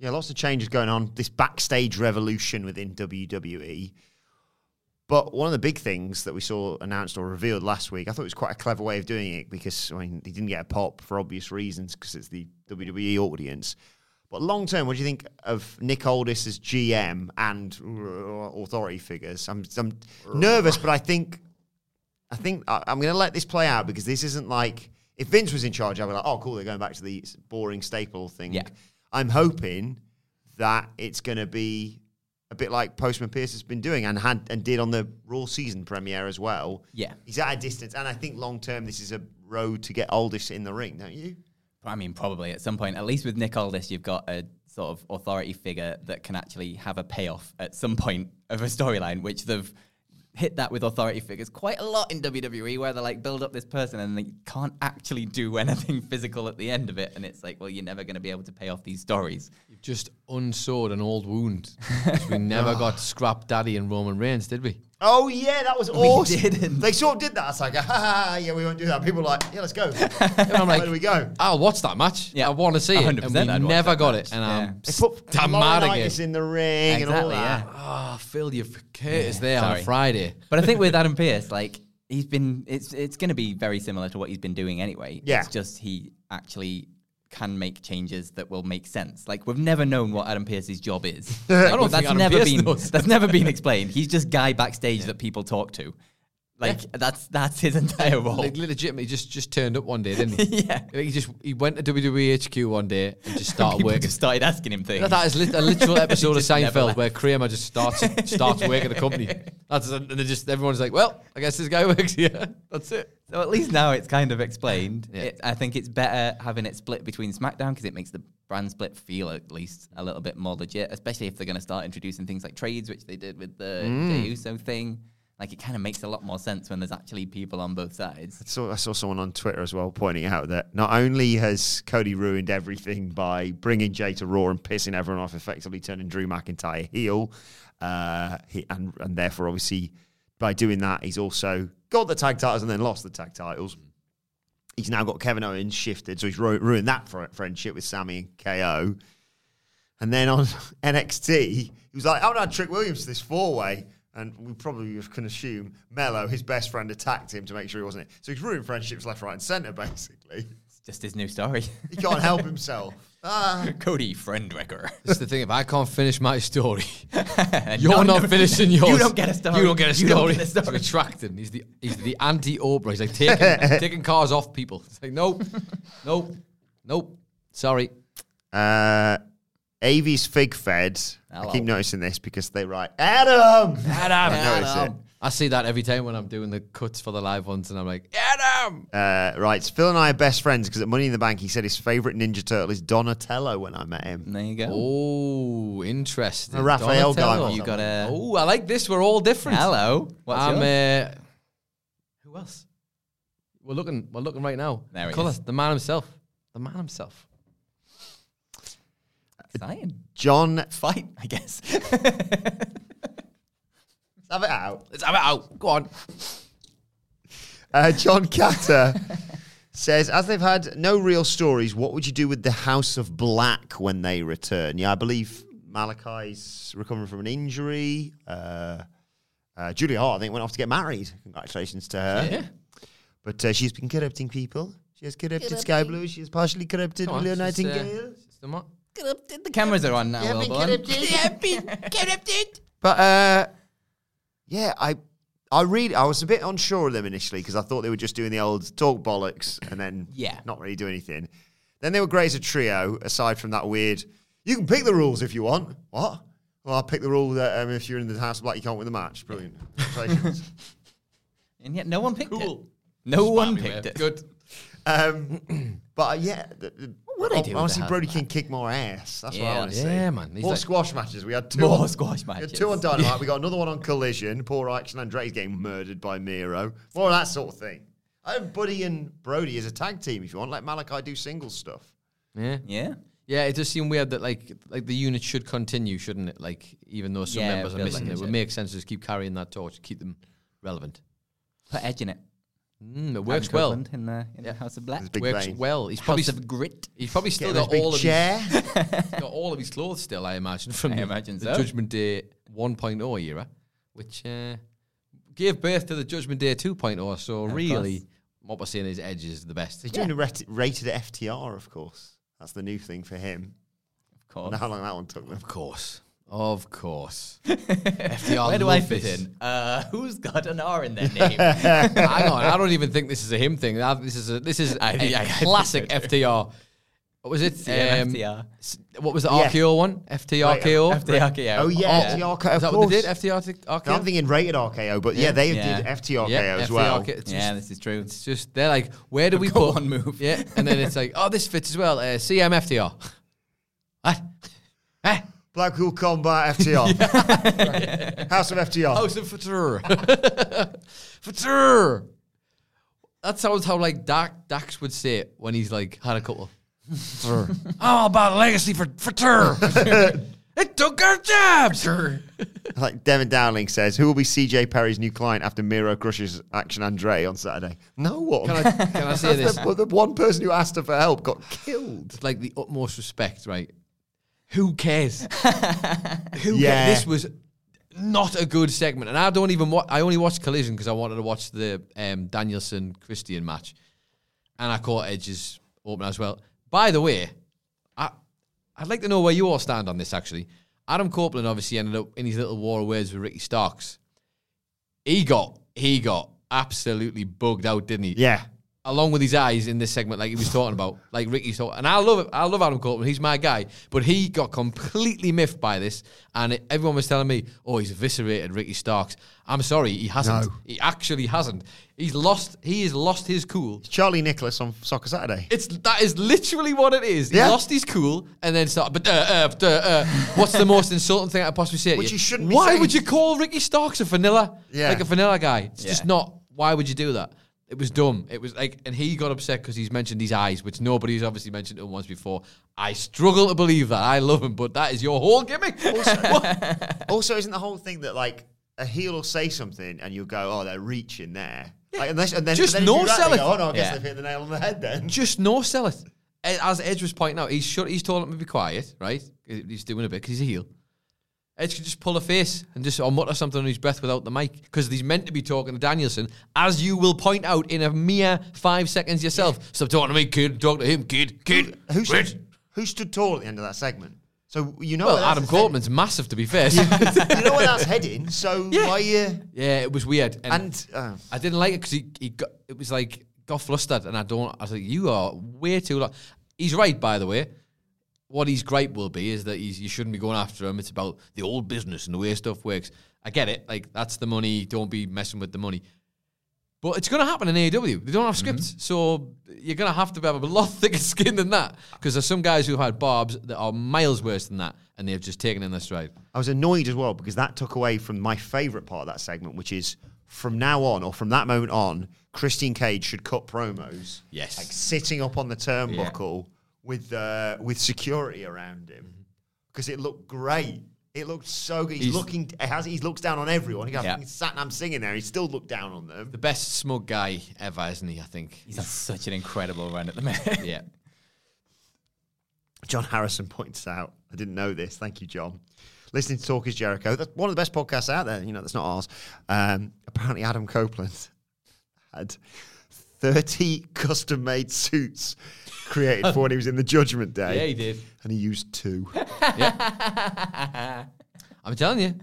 [SPEAKER 1] Yeah, lots of changes going on. This backstage revolution within WWE. E. But one of the big things that we saw announced or revealed last week, I thought it was quite a clever way of doing it because, I mean, he didn't get a pop for obvious reasons because it's the WWE audience. But long term, what do you think of Nick Aldis as GM and uh, authority figures? I'm, I'm nervous, but I think I think I, I'm going to let this play out because this isn't like if Vince was in charge, I'd be like, oh, cool, they're going back to the s- boring staple thing.
[SPEAKER 2] Yeah.
[SPEAKER 1] I'm hoping that it's going to be a bit like Postman Pierce has been doing and had and did on the Raw season premiere as well.
[SPEAKER 2] Yeah.
[SPEAKER 1] he's at a distance, and I think long term, this is a road to get Aldis in the ring, don't you?
[SPEAKER 2] I mean, probably at some point. At least with Nick Aldis, you've got a sort of authority figure that can actually have a payoff at some point of a storyline, which they've hit that with authority figures quite a lot in WWE, where they like build up this person and they can't actually do anything [laughs] physical at the end of it, and it's like, well, you're never going to be able to pay off these stories.
[SPEAKER 3] You've just unsawed an old wound. 'Cause
[SPEAKER 2] [laughs]
[SPEAKER 3] we never got Scrap Daddy and Roman Reigns, did we?
[SPEAKER 1] Oh yeah, that
[SPEAKER 2] [laughs]
[SPEAKER 1] was awesome.
[SPEAKER 2] didn't.
[SPEAKER 1] They sort of did that. It's like, [laughs] ah, ha, ha, yeah, we won't do that. People were like, yeah, let's
[SPEAKER 2] [laughs]
[SPEAKER 1] go.
[SPEAKER 3] And I'm
[SPEAKER 1] Where do we
[SPEAKER 3] like,
[SPEAKER 1] go?
[SPEAKER 3] I'll watch that match.
[SPEAKER 2] Yeah.
[SPEAKER 3] I want to see it. And
[SPEAKER 2] 100%
[SPEAKER 3] we
[SPEAKER 2] I'd watch
[SPEAKER 3] never
[SPEAKER 2] that
[SPEAKER 3] got
[SPEAKER 2] match.
[SPEAKER 3] it. And I'm,
[SPEAKER 1] They put
[SPEAKER 3] I'm mad
[SPEAKER 1] Laurinaitis
[SPEAKER 3] again.
[SPEAKER 1] in the ring and all
[SPEAKER 2] Exactly,
[SPEAKER 1] that.
[SPEAKER 2] yeah.
[SPEAKER 3] Ah, Phil, you've Curtis there on
[SPEAKER 2] sorry.
[SPEAKER 3] a
[SPEAKER 2] [laughs]
[SPEAKER 3] Friday.
[SPEAKER 2] But I think with Adam Pierce, like he's been, it's it's going to be very similar to what he's been doing anyway.
[SPEAKER 1] Yeah.
[SPEAKER 2] it's just he actually can make changes that will make sense. Like we've never known what Adam Pierce's
[SPEAKER 3] [laughs]
[SPEAKER 2] job is. I
[SPEAKER 3] don't
[SPEAKER 2] that's
[SPEAKER 3] think Adam
[SPEAKER 2] never
[SPEAKER 3] Pearce
[SPEAKER 2] been
[SPEAKER 3] knows.
[SPEAKER 2] that's never been explained. He's just guy backstage that people talk to. Like that's that's his entire role.
[SPEAKER 3] Like, legitimately, just just turned up one day, didn't he?
[SPEAKER 2] [laughs] yeah,
[SPEAKER 3] Like, he just he went to WWE HQ one day and just
[SPEAKER 2] [laughs]
[SPEAKER 3] started
[SPEAKER 2] people
[SPEAKER 3] working.
[SPEAKER 2] just started asking him
[SPEAKER 3] You know,
[SPEAKER 2] things.
[SPEAKER 3] that is lit- a
[SPEAKER 2] [laughs]
[SPEAKER 3] literal episode of
[SPEAKER 2] Just never
[SPEAKER 3] Seinfeld
[SPEAKER 2] left.
[SPEAKER 3] where Kramer just starts starts working at the
[SPEAKER 2] [laughs]
[SPEAKER 3] company. That's and they just everyone's like, well, I guess this guy [laughs] works here. That's it.
[SPEAKER 2] So at least now it's kind of explained.
[SPEAKER 3] Yeah.
[SPEAKER 2] It, I think it's better having it split between SmackDown because it makes the brand split feel at least a little bit more legit, especially if they're going to start introducing things like trades, which they did with the
[SPEAKER 3] Mm.
[SPEAKER 2] Jey Uso thing. Like it kind of makes a lot more sense when there's actually people on both sides.
[SPEAKER 1] So I saw someone on Twitter as well pointing out that not only has Cody ruined everything by bringing Jay to Raw and pissing everyone off, effectively turning Drew McIntyre heel, uh, he, and and therefore obviously by doing that he's also got the tag titles and then lost the tag titles. He's now got Kevin Owens shifted, so he's ru- ruined that fr- friendship with Sammy and KO. And then on [laughs] NXT, he was like, I'm going to trick Williams to this four way. And we probably can assume Mello, his best friend, attacked him to make sure he wasn't it. So he's ruined friendships left, right, and centre, basically.
[SPEAKER 2] It's just his
[SPEAKER 3] [laughs]
[SPEAKER 2] new story.
[SPEAKER 1] He can't help himself. Ah.
[SPEAKER 2] Cody friend [laughs] wrecker.
[SPEAKER 3] This is the thing. If I can't finish my
[SPEAKER 2] [laughs]
[SPEAKER 3] story, you're not finishing yours.
[SPEAKER 2] You don't get a story.
[SPEAKER 3] You don't get a story.
[SPEAKER 2] You don't get a story.
[SPEAKER 3] He's retracting. He's the he's the anti Oprah. He's like
[SPEAKER 2] [laughs]
[SPEAKER 3] taking taking cars off people. It's like nope, nope, nope. Sorry.
[SPEAKER 1] Uh, Avi's Fig Fed. I
[SPEAKER 2] Hello.
[SPEAKER 1] keep noticing this because they write, Adam! Adam! I notice it.
[SPEAKER 3] I see that every time when I'm doing the cuts for the live ones, and I'm like, Adam.
[SPEAKER 1] Uh, writes, Phil and I are best friends because at Money in the Bank, he said his favourite Ninja Turtle is Donatello when I met him.
[SPEAKER 2] there you go.
[SPEAKER 3] Oh, interesting.
[SPEAKER 1] A Raphael
[SPEAKER 3] Donatello.
[SPEAKER 1] guy.
[SPEAKER 2] you got a
[SPEAKER 3] Oh, I like this. We're all different.
[SPEAKER 2] hello. What's
[SPEAKER 3] I'm.
[SPEAKER 2] yours?
[SPEAKER 3] Uh, who else? We're looking. We're looking right now.
[SPEAKER 2] There he
[SPEAKER 3] Colour,
[SPEAKER 2] is.
[SPEAKER 3] The man himself. The man himself. uh,
[SPEAKER 2] Exciting.
[SPEAKER 1] John,
[SPEAKER 2] Fight, I guess. [laughs]
[SPEAKER 1] have it out.
[SPEAKER 3] Let's have it out. Go on.
[SPEAKER 1] Uh, John Catter says, as they've had no real stories, what would you do with the House of Black when they return? Yeah, I believe Malachi's recovering from an injury. Uh, uh, Julia Hart, I think, went off to get married. Congratulations to her.
[SPEAKER 3] Yeah.
[SPEAKER 1] But uh, she's been corrupting people. She has corrupted Sky Blue. She has partially corrupted
[SPEAKER 3] Come on,
[SPEAKER 1] Leo
[SPEAKER 3] just, uh,
[SPEAKER 1] Nightingale.
[SPEAKER 3] just a mo-
[SPEAKER 2] the cameras are on now.
[SPEAKER 1] Yeah,
[SPEAKER 2] well
[SPEAKER 1] been
[SPEAKER 2] [laughs] done.
[SPEAKER 1] corrupted. But uh, yeah, I I really I was a bit unsure of them initially because I thought they were just doing the old talk bollocks and then
[SPEAKER 2] Yeah.
[SPEAKER 1] not really do anything. Then they were great as a trio. Aside from that weird, you can pick the rules if you want. What? Well, I'll pick the rule that um, if you're in the House of Black, you can't win the match. Brilliant. Congratulations.
[SPEAKER 2] And yet no one picked it.
[SPEAKER 3] Cool.
[SPEAKER 2] No one
[SPEAKER 3] Bobby
[SPEAKER 2] picked
[SPEAKER 3] Ware.
[SPEAKER 2] it.
[SPEAKER 3] Good.
[SPEAKER 1] um, but uh, yeah, the, the,
[SPEAKER 2] would I do with
[SPEAKER 1] honestly,
[SPEAKER 2] the House
[SPEAKER 1] Brody
[SPEAKER 2] of
[SPEAKER 1] can kick more ass. That's what I
[SPEAKER 2] Yeah.
[SPEAKER 1] want to see.
[SPEAKER 3] Yeah, man. He's
[SPEAKER 1] More
[SPEAKER 3] like-
[SPEAKER 1] squash matches. We had two.
[SPEAKER 2] More
[SPEAKER 1] on-
[SPEAKER 2] squash
[SPEAKER 1] we had
[SPEAKER 2] matches.
[SPEAKER 1] Two on Dynamite.
[SPEAKER 3] [laughs]
[SPEAKER 1] We got another one on Collision. Poor Action Andretti's getting murdered by Miro. More of that sort of thing. I have Buddy and Brody as a tag team if you want. Let Malachi do single stuff.
[SPEAKER 3] Yeah.
[SPEAKER 2] Yeah.
[SPEAKER 3] Yeah, it does seem weird that like like the unit should continue, shouldn't it? Like even though some
[SPEAKER 2] Yeah,
[SPEAKER 3] members are
[SPEAKER 2] build
[SPEAKER 3] missing,
[SPEAKER 2] like
[SPEAKER 3] it
[SPEAKER 2] it.
[SPEAKER 3] would make sense to just keep carrying that torch, keep them relevant.
[SPEAKER 2] Put Edge in it.
[SPEAKER 3] Mm, it
[SPEAKER 2] Adam
[SPEAKER 3] works well.
[SPEAKER 2] Copeland In the, in the House of Black.
[SPEAKER 1] There's a big
[SPEAKER 3] works
[SPEAKER 1] vein.
[SPEAKER 3] well. He's probably
[SPEAKER 2] House of Grit.
[SPEAKER 3] he's probably still
[SPEAKER 1] Get
[SPEAKER 3] got
[SPEAKER 1] big
[SPEAKER 3] all of his, [laughs]
[SPEAKER 1] chair.
[SPEAKER 3] got all of his clothes still, I imagine, from
[SPEAKER 2] I
[SPEAKER 3] the,
[SPEAKER 2] imagine
[SPEAKER 3] the
[SPEAKER 2] so.
[SPEAKER 3] Judgment Day 1.0 era, oh which uh, gave birth to the Judgment Day 2.0, so
[SPEAKER 2] of
[SPEAKER 3] really,
[SPEAKER 2] course.
[SPEAKER 3] what we're seeing is Edge is the best.
[SPEAKER 1] He's doing a rat- rated FTR, of course. That's the new thing for him.
[SPEAKER 2] Of
[SPEAKER 1] I
[SPEAKER 2] course.
[SPEAKER 1] wonder [laughs] how long that one took them.
[SPEAKER 3] Of course. Of
[SPEAKER 2] [laughs]
[SPEAKER 3] course. FDR
[SPEAKER 2] Where do I
[SPEAKER 3] love
[SPEAKER 2] fit
[SPEAKER 3] this.
[SPEAKER 2] in? Uh, [laughs] who's got an R in their
[SPEAKER 3] [laughs]
[SPEAKER 2] name?
[SPEAKER 3] Hang on, I don't even think this is a him thing. I- This is a this is a
[SPEAKER 2] think- [laughs] I think
[SPEAKER 3] classic FTR. What was it?
[SPEAKER 2] [laughs]
[SPEAKER 3] Um,
[SPEAKER 2] FTR.
[SPEAKER 3] s- What was the
[SPEAKER 1] Yeah.
[SPEAKER 3] RKO one? FTR KO.
[SPEAKER 2] FTRKO.
[SPEAKER 1] Oh, yeah, FTR, of
[SPEAKER 3] Is that
[SPEAKER 1] course.
[SPEAKER 3] what they did? FTR t- RKO.
[SPEAKER 1] No, I'm thinking rated RKO, but yeah, they
[SPEAKER 2] Yeah.
[SPEAKER 1] did FTR
[SPEAKER 3] Yeah,
[SPEAKER 1] KO as
[SPEAKER 3] FTR
[SPEAKER 1] well.
[SPEAKER 3] KO. It's just-
[SPEAKER 2] Yeah, this is true.
[SPEAKER 3] It's just they're like, where do we
[SPEAKER 2] Go
[SPEAKER 3] put
[SPEAKER 2] on,
[SPEAKER 3] [laughs]
[SPEAKER 2] move.
[SPEAKER 3] Yeah, and then it's like, oh, this fits as well. Uh, CMFTR. [laughs] what? Eh?
[SPEAKER 1] Blackpool Combat
[SPEAKER 3] [laughs]
[SPEAKER 1] FTR. [laughs] House of FTR.
[SPEAKER 3] House of Futur. [laughs] Futur. That sounds how like Dax, Dax would say it when he's like had a couple. Futur. I'm all about a legacy for Futur. it took our jobs.
[SPEAKER 1] Like Devin Dowling says, who will be CJ Perry's new client after Miro crushes Action Andre on Saturday? No one.
[SPEAKER 3] Can I, can I say this?
[SPEAKER 1] Well, [laughs] the one person who asked her for help got killed.
[SPEAKER 3] It's like the utmost respect, right? Who cares? Who
[SPEAKER 1] Yeah.
[SPEAKER 3] cares? This was not a good segment, and I don't even. Wa- I only watched Collision because I wanted to watch the um, Danielson Christian match, and I caught Edge's open as well. By the way, I I'd like to know where you all stand on this. Actually, Adam Copeland obviously ended up in his little war of words with Ricky Starks. He got he got absolutely bugged out, didn't he?
[SPEAKER 1] Yeah.
[SPEAKER 3] along with his eyes in this segment, like he was talking about, like Ricky's talking. And I love it. I love Adam Copeland. He's my guy. But he got completely miffed by this, and it- everyone was telling me, "Oh, he's eviscerated Ricky Starks." I'm sorry, he hasn't. He actually hasn't. He's lost. He has lost his cool.
[SPEAKER 1] Charlie Nicholas on Soccer Saturday.
[SPEAKER 3] It's that is literally what it is.
[SPEAKER 1] Yeah.
[SPEAKER 3] He lost his cool and then started. But uh, uh, but, uh, uh, what's the most insulting thing I could possibly say? to
[SPEAKER 1] Which you shouldn't be
[SPEAKER 3] Why
[SPEAKER 1] saying.
[SPEAKER 3] would you call Ricky Starks a vanilla?
[SPEAKER 1] Yeah.
[SPEAKER 3] like a vanilla guy. It's just
[SPEAKER 2] Yeah.
[SPEAKER 3] not. Why would you do that? It was dumb. It was like, and he got upset because he's mentioned his eyes, which nobody's obviously mentioned to him once before. I struggle to believe that. I love him, but that is your whole gimmick. What?
[SPEAKER 1] Also, isn't the whole thing that like a heel will say something and you'll go, "Oh, they're reaching there." Like unless and then
[SPEAKER 3] Just
[SPEAKER 1] but then if you
[SPEAKER 3] no
[SPEAKER 1] do that, they
[SPEAKER 3] selling.
[SPEAKER 1] go, Oh no, I guess
[SPEAKER 2] Yeah.
[SPEAKER 1] they've hit the nail on the head then.
[SPEAKER 3] just no sell it. E- As Edge was pointing out, he's shut. He's told him to be quiet, right? He's doing a bit because he's a heel. Edge could just pull a face and just or mutter something on his breath without the mic because he's meant to be talking to Danielson, as you will point out in a mere five seconds yourself. Stop talking to me, kid. Talk to him, kid. Kid.
[SPEAKER 1] Who
[SPEAKER 3] Rich.
[SPEAKER 1] stood, who stood tall at the end of that segment? So you know,
[SPEAKER 3] Well,
[SPEAKER 1] where Oh, that's
[SPEAKER 3] Adam
[SPEAKER 1] heading.
[SPEAKER 3] Coleman's massive, to be fair. [laughs]
[SPEAKER 1] you know where that's heading. So uh,
[SPEAKER 3] Yeah.
[SPEAKER 1] why you
[SPEAKER 3] yeah, it was weird. And,
[SPEAKER 1] and uh,
[SPEAKER 3] I didn't like it because he, he got it was like got flustered, and I don't. I was like, you are way too long. He's right, by the way. What his gripe will be is that he's, you shouldn't be going after him. It's about the old business and the way stuff works. I get it. Like that's the money. Don't be messing with the money. But it's going to happen in AEW. They don't have scripts,
[SPEAKER 1] Mm-hmm.
[SPEAKER 3] so you're going to have to have a lot thicker skin than that. Because there's some guys who have had barbs that are miles worse than that, and they've just taken it in their stride.
[SPEAKER 1] I was annoyed as well because that took away from my favourite part of that segment, which is from now on or from that moment on, Christine Cage should cut promos.
[SPEAKER 3] Yes.
[SPEAKER 1] like sitting up on the turnbuckle with uh, with security around him because it looked great. It looked so good. He's,
[SPEAKER 3] Mm-hmm. He's-
[SPEAKER 1] looking. It has, he looks down on everyone. He got
[SPEAKER 2] Yeah.
[SPEAKER 1] fucking sat and I'm singing there. He still looked down on them.
[SPEAKER 3] The best smug guy ever, isn't he? I think.
[SPEAKER 2] He's on such an incredible run at the minute.
[SPEAKER 3] [laughs]
[SPEAKER 2] [laughs]
[SPEAKER 3] Yeah.
[SPEAKER 1] John Harrison points out. I didn't know this. Thank you, John. Listening to Talk is Jericho. That's one of the best podcasts out there. You know, that's not ours. Um, apparently, Adam Copeland had 30 custom made suits created for when he was in the Judgment Day.
[SPEAKER 3] Yeah, he did.
[SPEAKER 1] And he used two.
[SPEAKER 3] I'm telling you,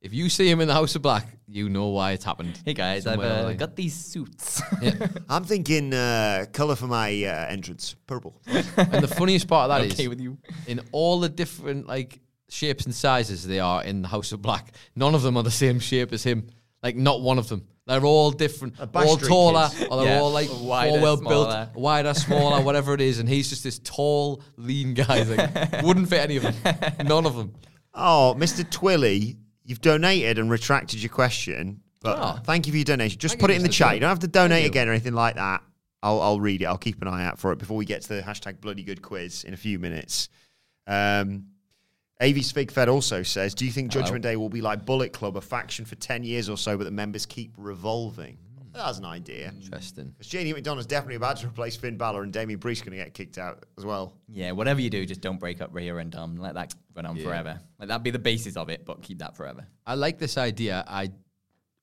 [SPEAKER 3] if you see him in the House of Black, you know why it's happened.
[SPEAKER 2] Hey guys, I've
[SPEAKER 3] Somewhere along the
[SPEAKER 2] [laughs] uh,
[SPEAKER 3] line.
[SPEAKER 2] got these suits. [laughs]
[SPEAKER 1] I'm thinking uh, colour for my uh, entrance purple.
[SPEAKER 3] And the funniest part of that is,
[SPEAKER 2] [laughs] okay with you.
[SPEAKER 3] in all the different like shapes and sizes they are in the House of Black, none of them are the same shape as him. Like not one of them. They're all different,
[SPEAKER 1] Bash
[SPEAKER 3] all
[SPEAKER 1] Street
[SPEAKER 3] taller,
[SPEAKER 1] Kids.
[SPEAKER 3] or they're
[SPEAKER 2] Yeah.
[SPEAKER 3] all like
[SPEAKER 2] [laughs] Wider,
[SPEAKER 3] more well
[SPEAKER 2] smaller.
[SPEAKER 3] built, wider,
[SPEAKER 2] [laughs]
[SPEAKER 3] smaller, whatever it is. And he's just this tall, lean guy. He's
[SPEAKER 2] [laughs]
[SPEAKER 3] Like, wouldn't fit any of them. None of them.
[SPEAKER 1] Oh, Mr. Twilly, you've donated and retracted your question. But thank you for your donation. Just
[SPEAKER 3] Ah. Thank
[SPEAKER 1] put
[SPEAKER 3] you,
[SPEAKER 1] it in the
[SPEAKER 3] Mr.
[SPEAKER 1] chat.
[SPEAKER 3] Twilly.
[SPEAKER 1] You don't have to donate
[SPEAKER 3] you.
[SPEAKER 1] again or anything like that. I'll, I'll read it. I'll keep an eye out for it before we get to the hashtag bloody good quiz in a few minutes. Um, AV's Fig Fed also says Do you think Judgment Day will be like Bullet Club, a faction for 10 years or so, but the members keep revolving? That's an idea.
[SPEAKER 3] Interesting.
[SPEAKER 1] Because Janie McDonough's definitely about to replace Finn Balor, and Damien Priest going to get kicked out as well.
[SPEAKER 2] Yeah, whatever you do, just don't break up Rhea and Dom.
[SPEAKER 3] [laughs]
[SPEAKER 2] Let that run on forever. Let that be the basis of it, but keep that forever.
[SPEAKER 3] I like this idea. I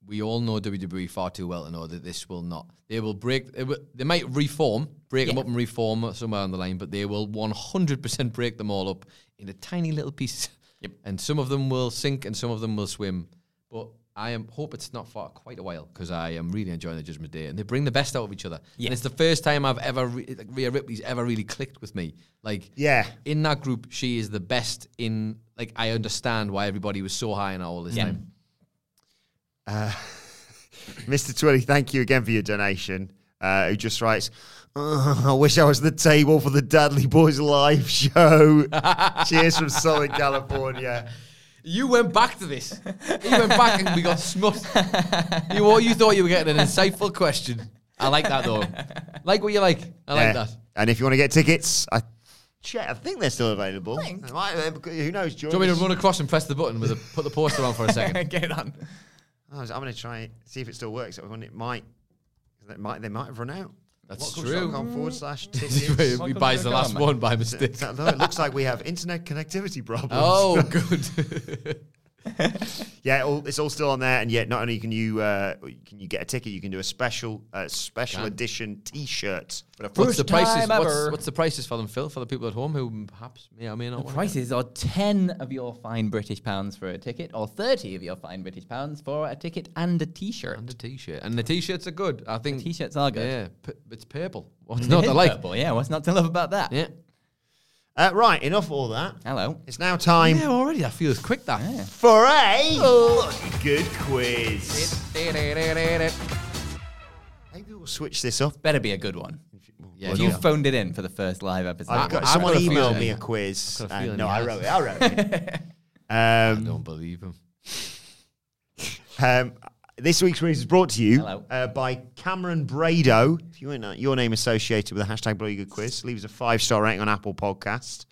[SPEAKER 3] we all know WWE far too well to know that this will not. They will break. It will, they might reform, break them up and reform somewhere on the line, but they will 100% break them all up into tiny little pieces. Yep. And some of them will sink, and some of them will swim. But I am hope it's not for quite a while because I am really enjoying the Judgment Day, and they bring the best out of each other. And it's the first time I've ever re- like Rhea Ripley's ever really clicked with me. Like,
[SPEAKER 1] Yeah.
[SPEAKER 3] in that group, she is the best. In like, I understand why everybody was so high on her all this time.
[SPEAKER 1] Mr. Twilly, thank you again for your donation. Uh, who just writes, "Ugh, I wish I was at the table for the Dudley Boys live show.
[SPEAKER 3] [laughs]
[SPEAKER 1] Cheers from Southern California.
[SPEAKER 3] You went back to this. You went back and we got smushed.
[SPEAKER 2] [laughs]
[SPEAKER 3] You, all you thought you were getting an insightful question. I like that though. Like what you like. I like
[SPEAKER 1] Yeah.
[SPEAKER 3] that.
[SPEAKER 1] And if you want to get tickets, I check. I think they're still available. They might- who knows? Join
[SPEAKER 3] Do you want me
[SPEAKER 1] us.
[SPEAKER 3] to run across and press the button with a put the poster on for
[SPEAKER 2] [laughs]
[SPEAKER 3] a second?
[SPEAKER 2] Get it on.
[SPEAKER 1] I was- I'm going to try and see if it still works. Everyone, It might. 'cause It might. They might have run out.
[SPEAKER 3] That's
[SPEAKER 1] Locals.com
[SPEAKER 3] true.
[SPEAKER 1] Forward slash
[SPEAKER 3] [laughs] This is
[SPEAKER 1] tickets.
[SPEAKER 3] where he buys the last one by
[SPEAKER 2] [laughs]
[SPEAKER 3] mistake.
[SPEAKER 1] So, no, it looks like we have internet connectivity problems. [laughs]
[SPEAKER 3] Oh, good.
[SPEAKER 1] Yeah, all, it's all still on there, and yet not only can you uh, can you get a ticket, you can do a special uh, special edition T-shirt. But
[SPEAKER 3] What's the prices?
[SPEAKER 2] time
[SPEAKER 3] What's,
[SPEAKER 2] ever.
[SPEAKER 3] what's the prices for them, Phil? For the people at home who perhaps may or may not.
[SPEAKER 2] The
[SPEAKER 3] want
[SPEAKER 2] prices are 10 of your fine British pounds for a ticket, or 30 of your fine British pounds for a ticket and a t shirt.
[SPEAKER 3] And a t-shirt, and the t-shirts are good. I think
[SPEAKER 2] T-shirts are good.
[SPEAKER 3] Yeah, p- it's purple. Well,
[SPEAKER 2] [laughs]
[SPEAKER 3] it's not
[SPEAKER 2] It
[SPEAKER 3] I
[SPEAKER 2] is
[SPEAKER 3] like.
[SPEAKER 2] purple, Yeah, what's not to love about that?
[SPEAKER 3] Yeah.
[SPEAKER 1] uh, right, enough of all that.
[SPEAKER 2] Hello.
[SPEAKER 1] It's now time
[SPEAKER 3] Yeah, already that feels quick. That.
[SPEAKER 1] for a bloody good quiz. Maybe we'll switch this up.
[SPEAKER 2] Better be a good one.
[SPEAKER 3] Yeah,
[SPEAKER 2] you phoned it in for the first live episode.
[SPEAKER 1] I've got
[SPEAKER 3] I've
[SPEAKER 1] someone
[SPEAKER 3] got a
[SPEAKER 1] emailed
[SPEAKER 3] feeling-
[SPEAKER 1] me a quiz.
[SPEAKER 3] I've got a
[SPEAKER 1] and-
[SPEAKER 3] feeling
[SPEAKER 1] no,
[SPEAKER 3] he
[SPEAKER 1] I
[SPEAKER 3] has.
[SPEAKER 1] wrote it. I wrote it.
[SPEAKER 3] [laughs] I don't believe him.
[SPEAKER 1] Um, this week's quiz is brought to you
[SPEAKER 2] Hello.
[SPEAKER 1] uh, by Cameron Brado. If you want uh, your name associated with the hashtag Bloody Good Quiz, leave us a five star rating on Apple Podcast.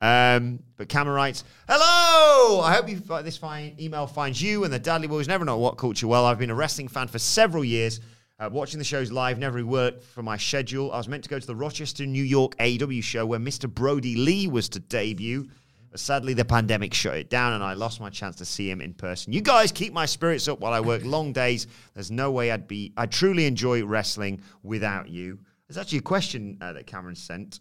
[SPEAKER 1] Um, but Cameron writes, "Hello, I hope you uh, this fine email finds you and the Dudley Boys. Never know what culture well. I've been a wrestling fan for several years." Uh, watching the shows live never worked for my schedule. I was meant to go to the Rochester, New York AW show where Mr. Brody Lee was to debut. But sadly, the pandemic shut it down and I lost my chance to see him in person. You guys keep my spirits up while I work long days. There's no way I'd be, I truly enjoy wrestling without you. There's actually a question uh, that Cameron sent.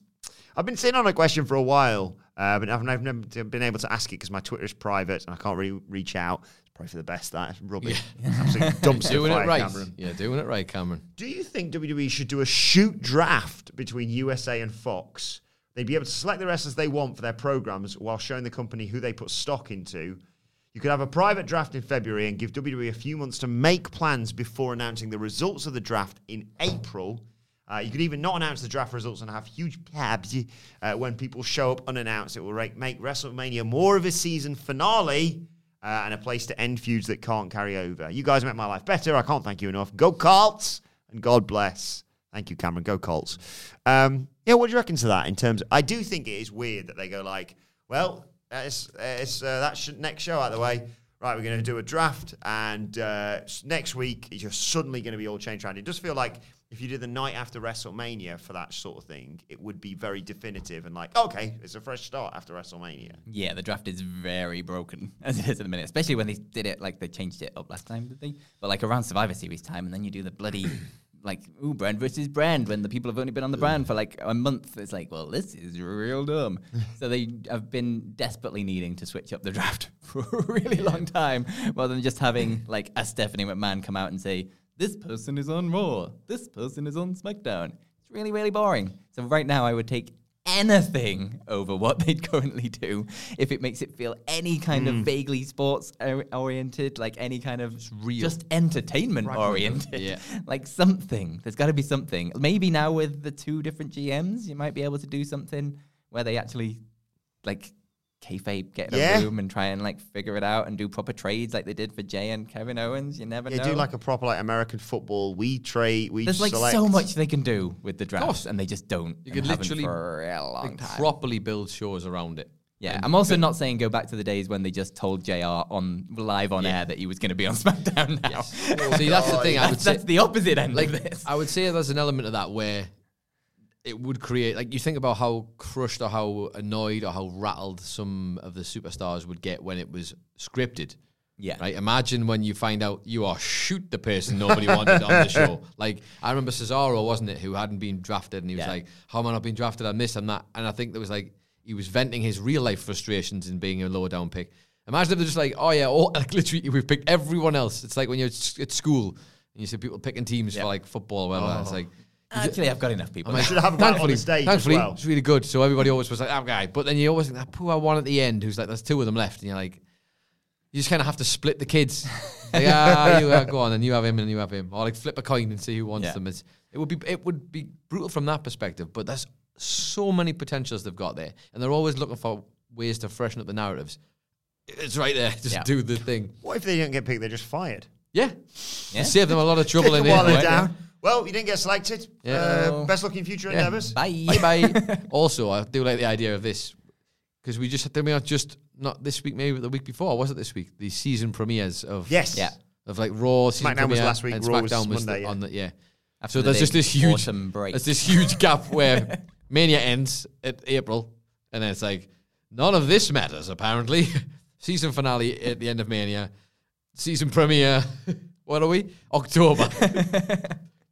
[SPEAKER 1] I've been sitting on a question for a while, uh, but I've, I've never t- been able to ask it because my Twitter is private and I can't really reach out. It's probably for the best. That is rubbish. [laughs]
[SPEAKER 3] [laughs]
[SPEAKER 1] Absolute dumpster
[SPEAKER 3] Doing
[SPEAKER 1] fire,
[SPEAKER 3] it right.
[SPEAKER 1] Cameron.
[SPEAKER 3] Yeah, doing it right, Cameron.
[SPEAKER 1] Do you think WWE should do a shoot draft between USA and Fox? They'd be able to select the wrestlers they want for their programs while showing the company who they put stock into. You could have a private draft in February and give WWE a few months to make plans before announcing the results of the draft in April. Uh, you could even not announce the draft results and have huge cabs uh, when people show up unannounced. It will ra- make WrestleMania more of a season finale uh, and a place to end feuds that can't carry over. You guys make my life better. I can't thank you enough. Go Colts and God bless. Thank you, Cameron. Go Colts. Um, yeah, what do you reckon to that? In terms, I do think it is weird that they go like, well, it's, it's uh, that sh- next show out of the way. Right, we're going to do a draft, and uh, s- next week you're suddenly going to be all changed around. It does feel like if you did the night after WrestleMania for that sort of thing, it would be very definitive and like, okay, it's a fresh start after WrestleMania.
[SPEAKER 2] Yeah, the draft is very broken [laughs] as it is at the minute, especially when they did it like they changed it up last time, did they? But like around Survivor Series time, and then you do the bloody like ooh brand versus brand when the people have only been on the brand for like a month. It's like, well, this is real dumb. so they have been desperately needing to switch up the draft [laughs] for a really long time, rather than just having like a Stephanie McMahon come out and say this person is on Raw, this person is on SmackDown. It's really really boring. So right now, I would take anything over what [laughs] they'd currently do if it makes it feel any kind
[SPEAKER 1] Hmm.
[SPEAKER 2] of vaguely sports or- oriented like any kind of just, entertainment oriented
[SPEAKER 3] Yeah.
[SPEAKER 2] [laughs] like something there's got to be something maybe now with the two different gms you might be able to do something where they actually like kayfabe get in
[SPEAKER 1] Yeah.
[SPEAKER 2] a room and try and like figure it out and do proper trades like they did for jay and kevin owens you never
[SPEAKER 1] Yeah,
[SPEAKER 2] know
[SPEAKER 1] do like a proper like American football. We trade. We
[SPEAKER 2] there's like
[SPEAKER 1] select.
[SPEAKER 2] so much they can do with the drafts
[SPEAKER 3] course.
[SPEAKER 2] and they just don't you
[SPEAKER 3] could literally
[SPEAKER 2] for a long
[SPEAKER 3] Like,
[SPEAKER 2] time
[SPEAKER 3] properly build shows around
[SPEAKER 2] [laughs]
[SPEAKER 3] it.
[SPEAKER 2] Yeah, I'm also not saying go back to the days when they just told JR on live on air that he was going to be on [laughs] SmackDown
[SPEAKER 3] [laughs]
[SPEAKER 2] now.
[SPEAKER 3] See, that's the thing. I would
[SPEAKER 2] Oh, that's,
[SPEAKER 3] say
[SPEAKER 2] that's the opposite end
[SPEAKER 3] like uh,
[SPEAKER 2] of this.
[SPEAKER 3] I would say there's an element of that where it would create like you think about how crushed or how annoyed or how rattled some of the superstars would get when it was scripted
[SPEAKER 2] Yeah.
[SPEAKER 3] Right? Imagine when you find out you are shoot the person nobody wanted on the
[SPEAKER 2] [laughs]
[SPEAKER 3] show. Like, I remember Cesaro, wasn't it, who hadn't been drafted and he was
[SPEAKER 2] Yeah.
[SPEAKER 3] like, How am I not being drafted? I'm this, I'm that. And I think there was like, he was venting his real life frustrations in being a lower down pick. Imagine if they're just like, Oh, yeah, all, [laughs] like, literally, we've picked everyone else. It's like when you're at s- at school and you see people picking teams for like football or whatever.
[SPEAKER 2] Oh.
[SPEAKER 3] It's like,
[SPEAKER 2] Actually, I've got enough people. [laughs]
[SPEAKER 3] I'm like,
[SPEAKER 1] should have him out on the stage as
[SPEAKER 3] thankfully,
[SPEAKER 1] well.
[SPEAKER 3] it's really good. So everybody always was like, that guy. But then you always think that poor one at the end who's like, there's two of them left. And you're like, you just kind of have to split the kids. like, ah, you uh, go on, and you have him, and you have him. Or like flip a coin and see who wants
[SPEAKER 2] Yeah.
[SPEAKER 3] them. It's, it would be it would be brutal from that perspective. But there's so many potentials they've got there, and they're always looking for ways to freshen up the narratives. It's right there. [laughs] Just
[SPEAKER 2] Yeah.
[SPEAKER 3] do the thing.
[SPEAKER 1] What if they don't get picked? They're just fired.
[SPEAKER 3] Yeah.
[SPEAKER 2] Yeah.
[SPEAKER 3] Save them a lot of trouble in the
[SPEAKER 1] While
[SPEAKER 3] end,
[SPEAKER 1] they're
[SPEAKER 3] right?
[SPEAKER 1] down. Well, you didn't get selected. Uh,
[SPEAKER 3] Yeah.
[SPEAKER 1] best luck in future
[SPEAKER 3] Yeah.
[SPEAKER 1] endeavours.
[SPEAKER 2] Bye.
[SPEAKER 3] [laughs]
[SPEAKER 1] [laughs]
[SPEAKER 3] Bye bye. also, I do like the idea of this because we just did we not just not this week, maybe the week before, or was it this week? The season premieres of
[SPEAKER 1] Yes.
[SPEAKER 2] Yeah.
[SPEAKER 3] of like Raw. Season
[SPEAKER 1] SmackDown was
[SPEAKER 3] premiere
[SPEAKER 1] last week,
[SPEAKER 3] and
[SPEAKER 1] Raw was
[SPEAKER 3] SmackDown was
[SPEAKER 1] Monday,
[SPEAKER 3] the-
[SPEAKER 1] yeah.
[SPEAKER 3] on the yeah.
[SPEAKER 2] After
[SPEAKER 3] So
[SPEAKER 2] the
[SPEAKER 3] there's just
[SPEAKER 2] big
[SPEAKER 3] this huge
[SPEAKER 2] autumn break.
[SPEAKER 3] There's this huge
[SPEAKER 2] [laughs]
[SPEAKER 3] gap where Mania ends at April, and then it's like none of this matters apparently. [laughs] season finale at the end of Mania, season premiere. [laughs] what are we?
[SPEAKER 2] [laughs]
[SPEAKER 3] October.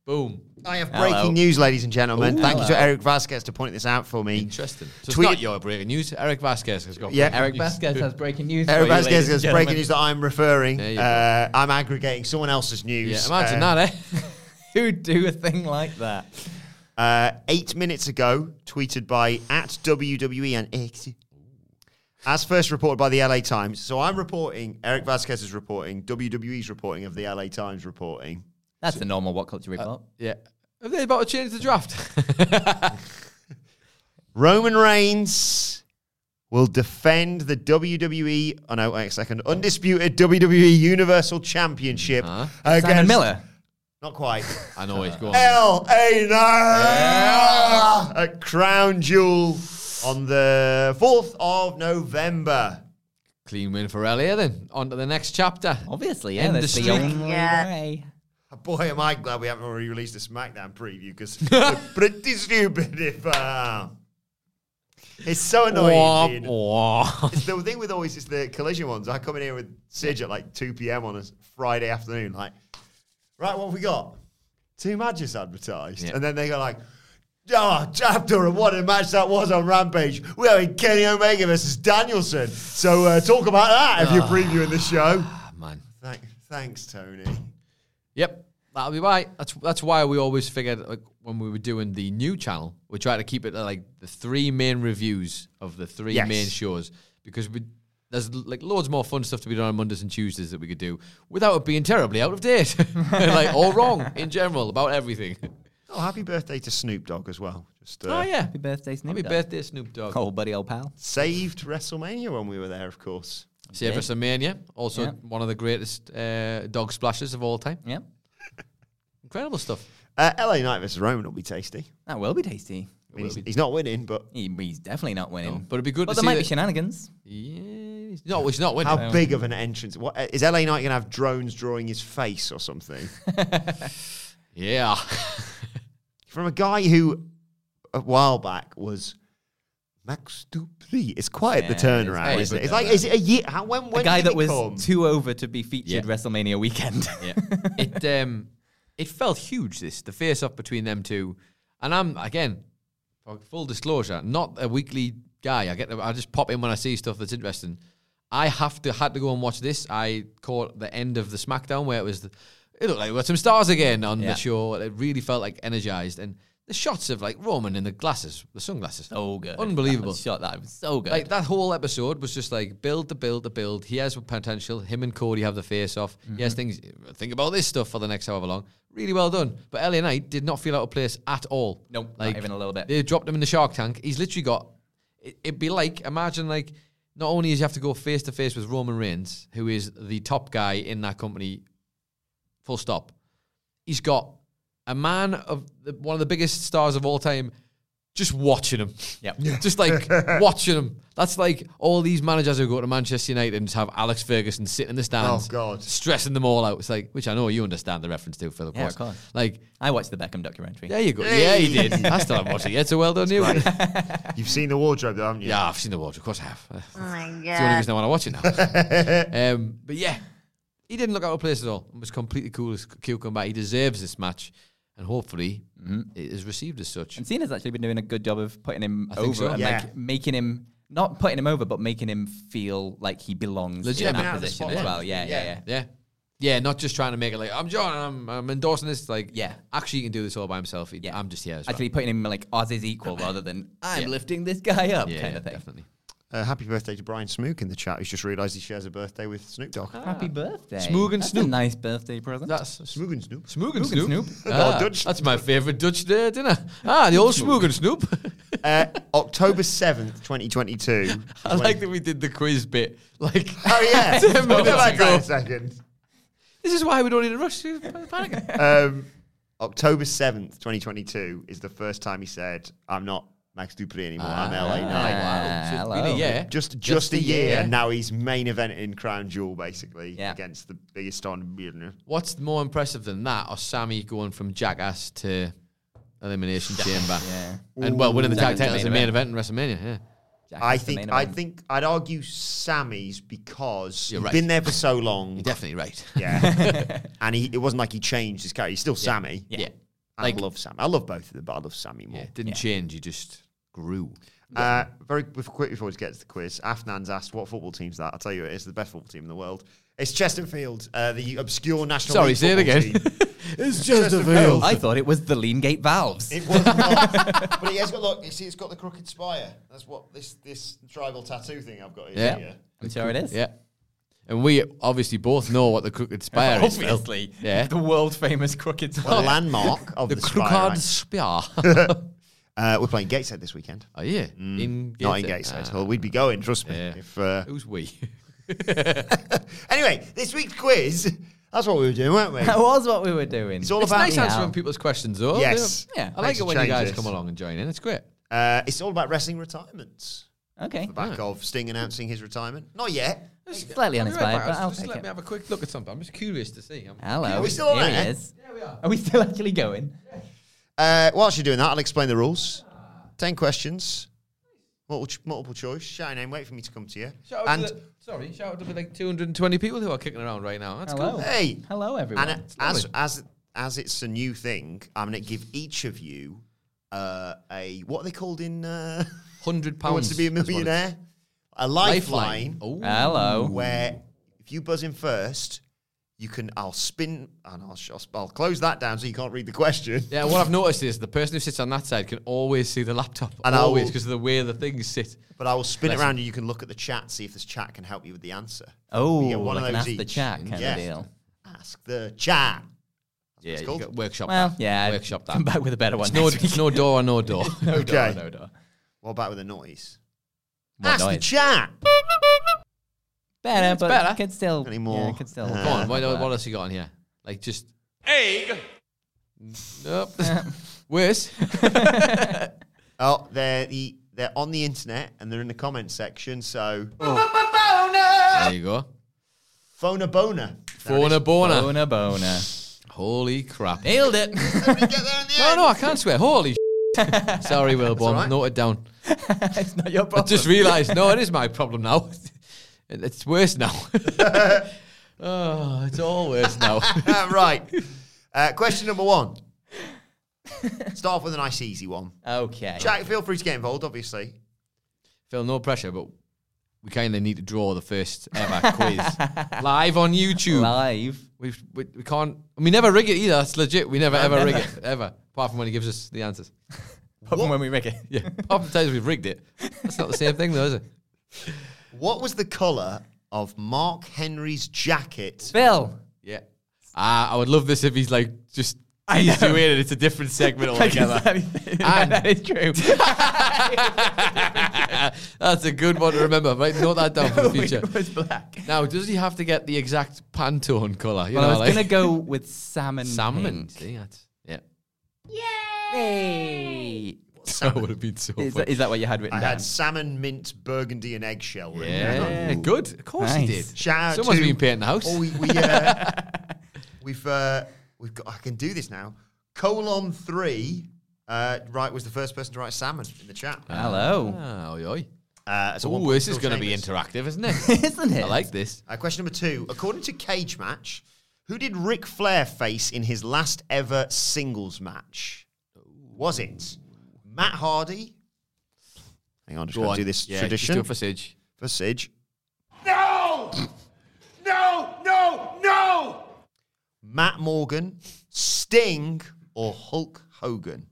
[SPEAKER 3] Boom.
[SPEAKER 1] I have
[SPEAKER 2] Hello.
[SPEAKER 1] breaking news, ladies and gentlemen. Thank you to Eric Vasquez to point this out for me.
[SPEAKER 3] Interesting. So
[SPEAKER 1] Tweet-
[SPEAKER 3] it's not your breaking news. Eric Vasquez has got
[SPEAKER 1] Yeah.
[SPEAKER 3] breaking
[SPEAKER 2] Eric
[SPEAKER 3] news.
[SPEAKER 2] Vasquez has breaking news.
[SPEAKER 1] Eric
[SPEAKER 2] for you,
[SPEAKER 1] Vasquez
[SPEAKER 2] ladies and
[SPEAKER 1] is
[SPEAKER 2] gentlemen.
[SPEAKER 1] breaking news that I'm referring.
[SPEAKER 3] There you go.
[SPEAKER 1] Uh, I'm aggregating someone else's
[SPEAKER 3] Yeah,
[SPEAKER 1] news.
[SPEAKER 3] imagine
[SPEAKER 1] Uh,
[SPEAKER 3] that, eh?
[SPEAKER 2] [laughs] Who do a thing like that?
[SPEAKER 1] Uh, eight minutes ago, tweeted by at WWE and X. As first reported by the LA Times. So I'm reporting, Eric Vasquez is reporting, WWE's reporting of the LA Times reporting.
[SPEAKER 2] That's the normal what culture report.
[SPEAKER 3] uh, Yeah. Are they about to change the draft?
[SPEAKER 1] Roman Reigns will defend the WWE, oh no, wait a second, undisputed WWE Universal Championship against
[SPEAKER 2] Simon Miller.
[SPEAKER 1] Not quite.
[SPEAKER 3] [laughs] I know
[SPEAKER 1] [laughs]
[SPEAKER 3] it's going.
[SPEAKER 1] L.A. Knight at Crown Jewel on the 4th of November.
[SPEAKER 3] Clean win for LA then. On to the next chapter.
[SPEAKER 2] Obviously, yeah.
[SPEAKER 3] End
[SPEAKER 2] That's
[SPEAKER 3] the
[SPEAKER 2] the
[SPEAKER 3] streak.
[SPEAKER 2] only
[SPEAKER 4] Yeah.
[SPEAKER 2] way.
[SPEAKER 1] [laughs] Boy, am I glad we haven't already released a SmackDown preview
[SPEAKER 3] [laughs]
[SPEAKER 1] because it's pretty stupid if. Uh, it's so
[SPEAKER 3] Wah,
[SPEAKER 1] annoying. dude.
[SPEAKER 3] wah.
[SPEAKER 1] It's the thing with always is the collision ones. I come in here with Sige at like 2 p.m. on a Friday afternoon, like, right, what have we got? Two matches advertised.
[SPEAKER 3] Yeah.
[SPEAKER 1] And then they go like, oh, chapter and what a match that was on Rampage. We're having Kenny Omega versus Danielson. So uh, talk about that if you're previewing the show.
[SPEAKER 3] Ah, man.
[SPEAKER 1] Thank, thanks, Tony.
[SPEAKER 3] Yep. That'll be why. That's that's why we always figured like when we were doing the new channel, we tried to keep it at, like the three main reviews of the three
[SPEAKER 1] Yes.
[SPEAKER 3] main shows because we there's like loads more fun stuff to be done on Mondays and Tuesdays that we could do without it being terribly out of date, [laughs] like all wrong in general about everything.
[SPEAKER 1] Oh, happy birthday to Snoop Dogg as well. Just uh,
[SPEAKER 3] Oh yeah,
[SPEAKER 2] Happy birthday, Snoop.
[SPEAKER 3] happy
[SPEAKER 2] Dogg.
[SPEAKER 3] birthday, Snoop Dogg.
[SPEAKER 2] Old buddy, old pal.
[SPEAKER 1] saved WrestleMania when we were there, of course.
[SPEAKER 3] Save
[SPEAKER 2] Okay.
[SPEAKER 3] WrestleMania, also
[SPEAKER 2] Yeah.
[SPEAKER 3] one of the greatest uh, dog splashes of all time.
[SPEAKER 2] Yep.
[SPEAKER 3] Incredible stuff.
[SPEAKER 1] Uh, LA Knight versus Roman will be tasty.
[SPEAKER 2] That will be tasty.
[SPEAKER 1] I mean, he's, he's not winning, but
[SPEAKER 2] He- he's definitely not winning.
[SPEAKER 3] But it'd be good
[SPEAKER 2] But
[SPEAKER 3] to
[SPEAKER 2] there
[SPEAKER 3] see
[SPEAKER 2] might be
[SPEAKER 3] that-
[SPEAKER 2] shenanigans.
[SPEAKER 3] Yeah, he's- no, he's not winning.
[SPEAKER 1] how big of an entrance? What uh, is LA Knight going to have drones drawing his face or
[SPEAKER 2] [laughs]
[SPEAKER 1] something?
[SPEAKER 3] yeah,
[SPEAKER 1] From a guy who a while back was Max Dupri. It's quite the turnaround,
[SPEAKER 2] it's-
[SPEAKER 1] isn't it?
[SPEAKER 2] it's
[SPEAKER 1] It's like is it a year? How when when
[SPEAKER 2] a guy
[SPEAKER 1] did
[SPEAKER 2] that
[SPEAKER 1] he
[SPEAKER 2] was [laughs]
[SPEAKER 1] come?
[SPEAKER 2] too over to be featured
[SPEAKER 3] Yeah.
[SPEAKER 2] WrestleMania weekend. [laughs]
[SPEAKER 3] yeah. It um, it felt huge. This the face off between them two, and I'm again, for full disclosure, not a weekly guy. I get I just pop in when I see stuff that's interesting. I have to had to go and watch this. I caught the end of the SmackDown where it was. The, it looked like we got some stars again on
[SPEAKER 2] Yeah.
[SPEAKER 3] the show. It really felt like energized and. The shots of like Roman in the glasses, the sunglasses.
[SPEAKER 2] so good.
[SPEAKER 3] Unbelievable.
[SPEAKER 2] That shot that was so good.
[SPEAKER 3] Like that whole episode was just like build the build the build. He has potential. Him and Cody have the face off. He
[SPEAKER 2] Mhm.
[SPEAKER 3] has things. Think about this stuff for the next however long. Really well done. But LA Knight did not feel out of place at all.
[SPEAKER 2] Nope, not even a little bit.
[SPEAKER 3] They dropped him in the Shark Tank. He's literally got. It, it'd be like imagine like not only is you have to go face to face with Roman Reigns, who is the top guy in that company, full stop. He's got a man of the, one of the biggest stars of all time just watching him. [laughs]
[SPEAKER 2] Yep.
[SPEAKER 3] just like watching him. That's like all these managers who go to Manchester United and just have Alex Ferguson sitting in the stands.
[SPEAKER 1] Oh, God.
[SPEAKER 3] Stressing them all out. It's like, which I know you understand the reference to, Phil, of
[SPEAKER 2] Yeah,
[SPEAKER 3] course.
[SPEAKER 2] of course.
[SPEAKER 3] Like,
[SPEAKER 2] I watched the Beckham documentary.
[SPEAKER 3] there you go. Yeah, he did. I still haven't watched it yet, so well done you. [laughs]
[SPEAKER 1] You've seen the wardrobe, though, haven't you?
[SPEAKER 3] Yeah, I've seen the watch. Of course I have.
[SPEAKER 4] Oh my
[SPEAKER 2] [laughs]
[SPEAKER 3] It's the only reason I want to watch it now. um, but yeah, He didn't look out of place at all and was completely cool as c- cucumber. He deserves this match, and hopefully it is received as such.
[SPEAKER 2] Mm-hmm. And Cena's actually been doing a good job of putting him
[SPEAKER 3] I
[SPEAKER 2] over
[SPEAKER 3] think so.
[SPEAKER 2] and
[SPEAKER 1] Yeah.
[SPEAKER 2] like making him not putting him over, but making him feel like he belongs
[SPEAKER 3] Legit,
[SPEAKER 2] in
[SPEAKER 3] been
[SPEAKER 2] that
[SPEAKER 3] out of the
[SPEAKER 2] position as
[SPEAKER 3] spotlight.
[SPEAKER 2] well. Yeah, yeah, yeah.
[SPEAKER 3] Yeah. Yeah, not just trying to make it like I'm John, I'm, I'm endorsing this. Like,
[SPEAKER 2] Yeah.
[SPEAKER 3] actually, he can do this all by himself. He-
[SPEAKER 2] Yeah.
[SPEAKER 3] I'm just here. As well.
[SPEAKER 2] Actually, putting him like as
[SPEAKER 3] [clears throat]
[SPEAKER 2] is equal rather than I'm
[SPEAKER 3] Yeah.
[SPEAKER 2] lifting this guy up
[SPEAKER 3] yeah,
[SPEAKER 2] kind
[SPEAKER 3] yeah,
[SPEAKER 2] of thing.
[SPEAKER 3] definitely.
[SPEAKER 1] Uh, happy birthday to Brian Smook in the chat, who's just realised he shares a birthday with Snoop Dogg.
[SPEAKER 2] Happy birthday,
[SPEAKER 3] Ah. Smoog and
[SPEAKER 2] That's
[SPEAKER 3] Snoop.
[SPEAKER 2] A nice birthday present.
[SPEAKER 3] That's
[SPEAKER 1] Smook and Snoop.
[SPEAKER 3] Smoog and Snoop. Ah,
[SPEAKER 1] Oh, Dutch.
[SPEAKER 2] Ah.
[SPEAKER 3] That's my favourite Dutch uh, dinner. Ah, the old Smoog and Snoop. [laughs]
[SPEAKER 1] Uh, October 7th, 2022.
[SPEAKER 3] I like that we did the quiz bit. Like,
[SPEAKER 1] Oh,
[SPEAKER 3] [laughs]
[SPEAKER 1] yeah.
[SPEAKER 3] Ten
[SPEAKER 1] We'll go
[SPEAKER 3] minutes
[SPEAKER 1] back
[SPEAKER 3] ago.
[SPEAKER 1] to it in a second.
[SPEAKER 3] this is why we don't need to rush to panic.
[SPEAKER 1] Um, October 7th, 2022 is the first time he said, I'm not Max Dupree anymore. I'm LA Knight.
[SPEAKER 2] Ah,
[SPEAKER 3] Really,
[SPEAKER 2] hello.
[SPEAKER 3] yeah.
[SPEAKER 1] Just, just, a
[SPEAKER 3] a
[SPEAKER 1] year,
[SPEAKER 3] year.
[SPEAKER 1] and now he's main eventing Crown Jewel, basically,
[SPEAKER 2] Yeah.
[SPEAKER 1] against the biggest on. you know.
[SPEAKER 3] What's more impressive than that, or Sammy going from jackass to elimination chamber?
[SPEAKER 2] Yeah.
[SPEAKER 3] And well, winning the tag
[SPEAKER 2] Ooh.
[SPEAKER 3] titles
[SPEAKER 2] Main
[SPEAKER 3] in main event in WrestleMania. Yeah.
[SPEAKER 2] Jack
[SPEAKER 1] I
[SPEAKER 2] is the
[SPEAKER 1] think
[SPEAKER 2] main
[SPEAKER 1] I
[SPEAKER 2] event.
[SPEAKER 1] think I'd argue Sammy's because
[SPEAKER 3] You're
[SPEAKER 1] he's
[SPEAKER 3] right.
[SPEAKER 1] been there for so long.
[SPEAKER 3] You're definitely right.
[SPEAKER 1] Yeah. and he, it wasn't like he changed his character. He's still Sammy.
[SPEAKER 2] Yeah.
[SPEAKER 1] I love Sammy. I love both of them, but I love Sammy more.
[SPEAKER 3] Yeah, didn't change. You just grew.
[SPEAKER 1] Uh, very bef- quick before we get to the quiz, Afnan's asked what football team's that. I'll tell you, it is the best football team in the world. It's Cheston Field, uh, the obscure national.
[SPEAKER 3] Sorry,
[SPEAKER 1] League
[SPEAKER 3] say it
[SPEAKER 1] football
[SPEAKER 3] again. [laughs]
[SPEAKER 1] team.
[SPEAKER 3] it's
[SPEAKER 1] Chesterfield.
[SPEAKER 2] I thought it was the lean gate valves.
[SPEAKER 1] It was not, but it has got look. You see, it's got the crooked spire. That's what this this tribal tattoo thing I've got is
[SPEAKER 3] Yeah.
[SPEAKER 1] here.
[SPEAKER 2] I'm sure it is.
[SPEAKER 3] Yeah. And we obviously both know what the crooked spire is. Phil.
[SPEAKER 2] Obviously,
[SPEAKER 3] Yeah.
[SPEAKER 2] the world famous crooked
[SPEAKER 1] The
[SPEAKER 2] spire.
[SPEAKER 3] [laughs]
[SPEAKER 1] landmark of the,
[SPEAKER 3] The
[SPEAKER 1] spire,
[SPEAKER 3] crooked
[SPEAKER 1] right?
[SPEAKER 3] spire.
[SPEAKER 1] Uh, we're playing Gateshead this weekend.
[SPEAKER 3] Oh yeah, in
[SPEAKER 1] Not in
[SPEAKER 3] Gateshead.
[SPEAKER 1] Gateshead.
[SPEAKER 3] Ah,
[SPEAKER 1] well, we'd be going. Trust me.
[SPEAKER 3] Yeah.
[SPEAKER 1] If uh,
[SPEAKER 3] who's we?
[SPEAKER 1] anyway, this week's quiz. That's what we were doing, weren't
[SPEAKER 3] [laughs]
[SPEAKER 1] we?
[SPEAKER 2] That was what we were doing.
[SPEAKER 1] It's all
[SPEAKER 3] it's
[SPEAKER 1] about
[SPEAKER 3] nice
[SPEAKER 2] now.
[SPEAKER 3] answering people's questions, though.
[SPEAKER 1] Yes.
[SPEAKER 3] Yeah,
[SPEAKER 2] Yeah.
[SPEAKER 3] I like
[SPEAKER 1] Thanks
[SPEAKER 3] it
[SPEAKER 1] for
[SPEAKER 3] when you guys
[SPEAKER 1] changes.
[SPEAKER 3] come along and join in. It's great.
[SPEAKER 1] Uh, it's all about wrestling retirements.
[SPEAKER 2] okay.
[SPEAKER 1] The back of Sting announcing his retirement. Not yet.
[SPEAKER 2] Slightly uninspired, but I'll
[SPEAKER 3] just
[SPEAKER 2] take
[SPEAKER 3] let me
[SPEAKER 2] it.
[SPEAKER 3] have a quick look at something. I'm just curious to see. I'm
[SPEAKER 2] Hello.
[SPEAKER 1] Are we still on
[SPEAKER 2] Here
[SPEAKER 1] it,
[SPEAKER 2] he
[SPEAKER 1] eh?
[SPEAKER 2] is. Are we still actually going?
[SPEAKER 1] Uh, whilst you're doing that, I'll explain the rules. Ten questions, multiple, ch- multiple choice. Shout your name. Wait for me to come to you.
[SPEAKER 3] Shout out
[SPEAKER 1] and
[SPEAKER 3] to the, sorry, shout out to the like 220 people who are kicking around right now.
[SPEAKER 1] Oh,
[SPEAKER 3] That's
[SPEAKER 2] Hello.
[SPEAKER 3] cool.
[SPEAKER 1] hey,
[SPEAKER 2] Hello, everyone.
[SPEAKER 1] and uh, as as as it's a new thing, I'm going to give each of you uh, a what are they called in uh, [laughs]
[SPEAKER 3] Hundred
[SPEAKER 1] Who
[SPEAKER 3] pounds.
[SPEAKER 1] Wants to be a
[SPEAKER 3] That's what it-
[SPEAKER 1] Millionaire? A lifeline.
[SPEAKER 3] Oh,
[SPEAKER 2] Hello.
[SPEAKER 1] where if you buzz in first, you can. I'll spin and I'll, sh- I'll, sp- I'll close that down so you can't read the question.
[SPEAKER 3] yeah. What I've noticed is the person who sits on that side can always see the laptop,
[SPEAKER 1] And I'll-
[SPEAKER 3] always because of the way the things sit.
[SPEAKER 1] But I will spin it around and you can look at the chat, see if this chat can help you with the answer.
[SPEAKER 2] Oh,
[SPEAKER 1] You get one
[SPEAKER 2] like
[SPEAKER 1] of
[SPEAKER 2] an
[SPEAKER 1] those
[SPEAKER 2] ask the
[SPEAKER 1] each.
[SPEAKER 2] chat kind
[SPEAKER 1] Yeah.
[SPEAKER 2] of deal.
[SPEAKER 1] Ask the chat.
[SPEAKER 3] Yeah,
[SPEAKER 1] called.
[SPEAKER 3] you got workshop.
[SPEAKER 2] Well,
[SPEAKER 3] that.
[SPEAKER 2] yeah. I'd
[SPEAKER 3] workshop that.
[SPEAKER 2] Come back with a better one.
[SPEAKER 3] It's no,
[SPEAKER 2] next week.
[SPEAKER 3] it's no door or
[SPEAKER 1] [laughs]
[SPEAKER 3] no door. [laughs]
[SPEAKER 2] No door,
[SPEAKER 1] Okay.
[SPEAKER 2] Oh, no door.
[SPEAKER 1] What about with the noise?
[SPEAKER 2] What
[SPEAKER 1] Ask the
[SPEAKER 2] noise?
[SPEAKER 1] chat.
[SPEAKER 2] Better, but
[SPEAKER 3] better.
[SPEAKER 2] could still.
[SPEAKER 1] Any more?
[SPEAKER 2] Yeah, could still.
[SPEAKER 3] Go on, what, what else you got on here? Like just egg. Nope. [laughs] Worse.
[SPEAKER 1] Oh, they're the they're on the internet and they're in the comment section. So
[SPEAKER 3] There you [laughs] go.
[SPEAKER 1] phone a
[SPEAKER 2] [laughs]
[SPEAKER 1] boner.
[SPEAKER 3] Bona bona.
[SPEAKER 2] Bona bona.
[SPEAKER 3] Holy crap. Nailed it.
[SPEAKER 1] Get there in the
[SPEAKER 3] [laughs] No,
[SPEAKER 1] end.
[SPEAKER 2] [laughs]
[SPEAKER 3] no, I can't swear. Holy [laughs] Sorry, Will Bomb.
[SPEAKER 1] right.
[SPEAKER 3] Note it down.
[SPEAKER 2] it's not your
[SPEAKER 3] I
[SPEAKER 2] problem.
[SPEAKER 3] just realised, no, it is my problem now. [laughs] It- it's worse now. oh, it's all worse now. [laughs]
[SPEAKER 1] Uh, right. Uh, question number one. Start off with a nice, easy one.
[SPEAKER 2] Okay.
[SPEAKER 1] Jack, feel free to get involved, obviously.
[SPEAKER 3] Phil, no pressure, but we kind of need to draw the first ever [laughs] quiz live on YouTube.
[SPEAKER 2] Live.
[SPEAKER 3] We, we, we can't. We never rig it either. It's legit. We never ever rig it ever, apart from when he gives us the answers.
[SPEAKER 2] Apart from when we make it.
[SPEAKER 3] Yeah, apart from times we've rigged it. That's not the same thing, though, is it?
[SPEAKER 1] What was the colour of Mark Henry's jacket?
[SPEAKER 2] Phil.
[SPEAKER 3] Yeah. Ah, I would love this if he's like just. I he's doing it. It's a different
[SPEAKER 2] [laughs]
[SPEAKER 3] segment altogether. And-
[SPEAKER 2] that is true.
[SPEAKER 3] [laughs] That's a good one to remember. Right, note that down
[SPEAKER 2] [laughs]
[SPEAKER 3] for the
[SPEAKER 2] Oh
[SPEAKER 1] [laughs]
[SPEAKER 3] future.
[SPEAKER 2] it was black.
[SPEAKER 3] Now, does he have to get the exact Pantone color? You
[SPEAKER 2] Well, I
[SPEAKER 3] know,
[SPEAKER 2] was
[SPEAKER 3] like
[SPEAKER 2] gonna go with salmon.
[SPEAKER 3] salmon.
[SPEAKER 2] pink.
[SPEAKER 3] See, that's yeah.
[SPEAKER 2] Hey.
[SPEAKER 3] [laughs] That would have been so.
[SPEAKER 2] Is
[SPEAKER 3] fun.
[SPEAKER 2] that, is that what you had written
[SPEAKER 1] I
[SPEAKER 2] down?
[SPEAKER 1] had salmon, mint, burgundy, and eggshell. written down.
[SPEAKER 3] [laughs] yeah, good. Of course he
[SPEAKER 2] Nice.
[SPEAKER 3] did.
[SPEAKER 1] Shout out
[SPEAKER 3] Someone's
[SPEAKER 1] to-
[SPEAKER 3] been painting the house.
[SPEAKER 1] Oh, we, we uh, we've uh, we've got. I can do this now. Colon three. Uh, right was the first person to write salmon in the chat.
[SPEAKER 2] Hello.
[SPEAKER 3] Ah, Oh, oi, oi.
[SPEAKER 1] Uh, so
[SPEAKER 3] Ooh, this is going to be
[SPEAKER 1] interesting.
[SPEAKER 3] interactive,
[SPEAKER 2] [laughs]
[SPEAKER 3] isn't it?
[SPEAKER 2] Isn't it?
[SPEAKER 3] I like this.
[SPEAKER 1] Uh, question number two. According to Cage Match, who did Ric Flair face in his last ever singles match? Was it Matt Hardy? Hang on, I'm just going to do this
[SPEAKER 3] Yeah, just
[SPEAKER 1] tradition
[SPEAKER 3] do it for Sige.
[SPEAKER 1] for Sige.
[SPEAKER 5] No! No, no, no!
[SPEAKER 1] Matt Morgan, Sting, or Hulk Hogan?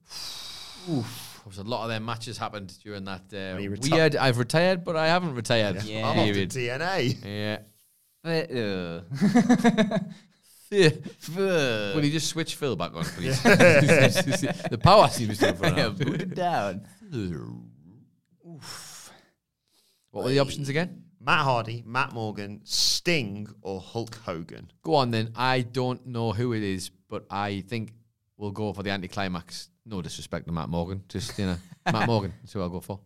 [SPEAKER 3] There was a lot of their matches happened during that uh,
[SPEAKER 1] you reti-
[SPEAKER 3] weird. I've retired, but I haven't retired.
[SPEAKER 2] Yeah.
[SPEAKER 1] I'm off to
[SPEAKER 3] Period.
[SPEAKER 1] TNA.
[SPEAKER 3] Yeah.
[SPEAKER 2] Uh, [laughs]
[SPEAKER 3] yeah. [laughs]
[SPEAKER 2] uh,
[SPEAKER 3] Will you just switch Phil back on, please? [laughs] the power seems to have run out.
[SPEAKER 2] put
[SPEAKER 3] [laughs]
[SPEAKER 2] it down.
[SPEAKER 3] What were the options again?
[SPEAKER 1] Matt Hardy, Matt Morgan, Sting, or Hulk Hogan?
[SPEAKER 3] Go on then. I don't know who it is, but I think we'll go for the anticlimax. No disrespect to Matt Morgan. Just,
[SPEAKER 1] [laughs]
[SPEAKER 3] you know, Matt Morgan. That's who I'll go for.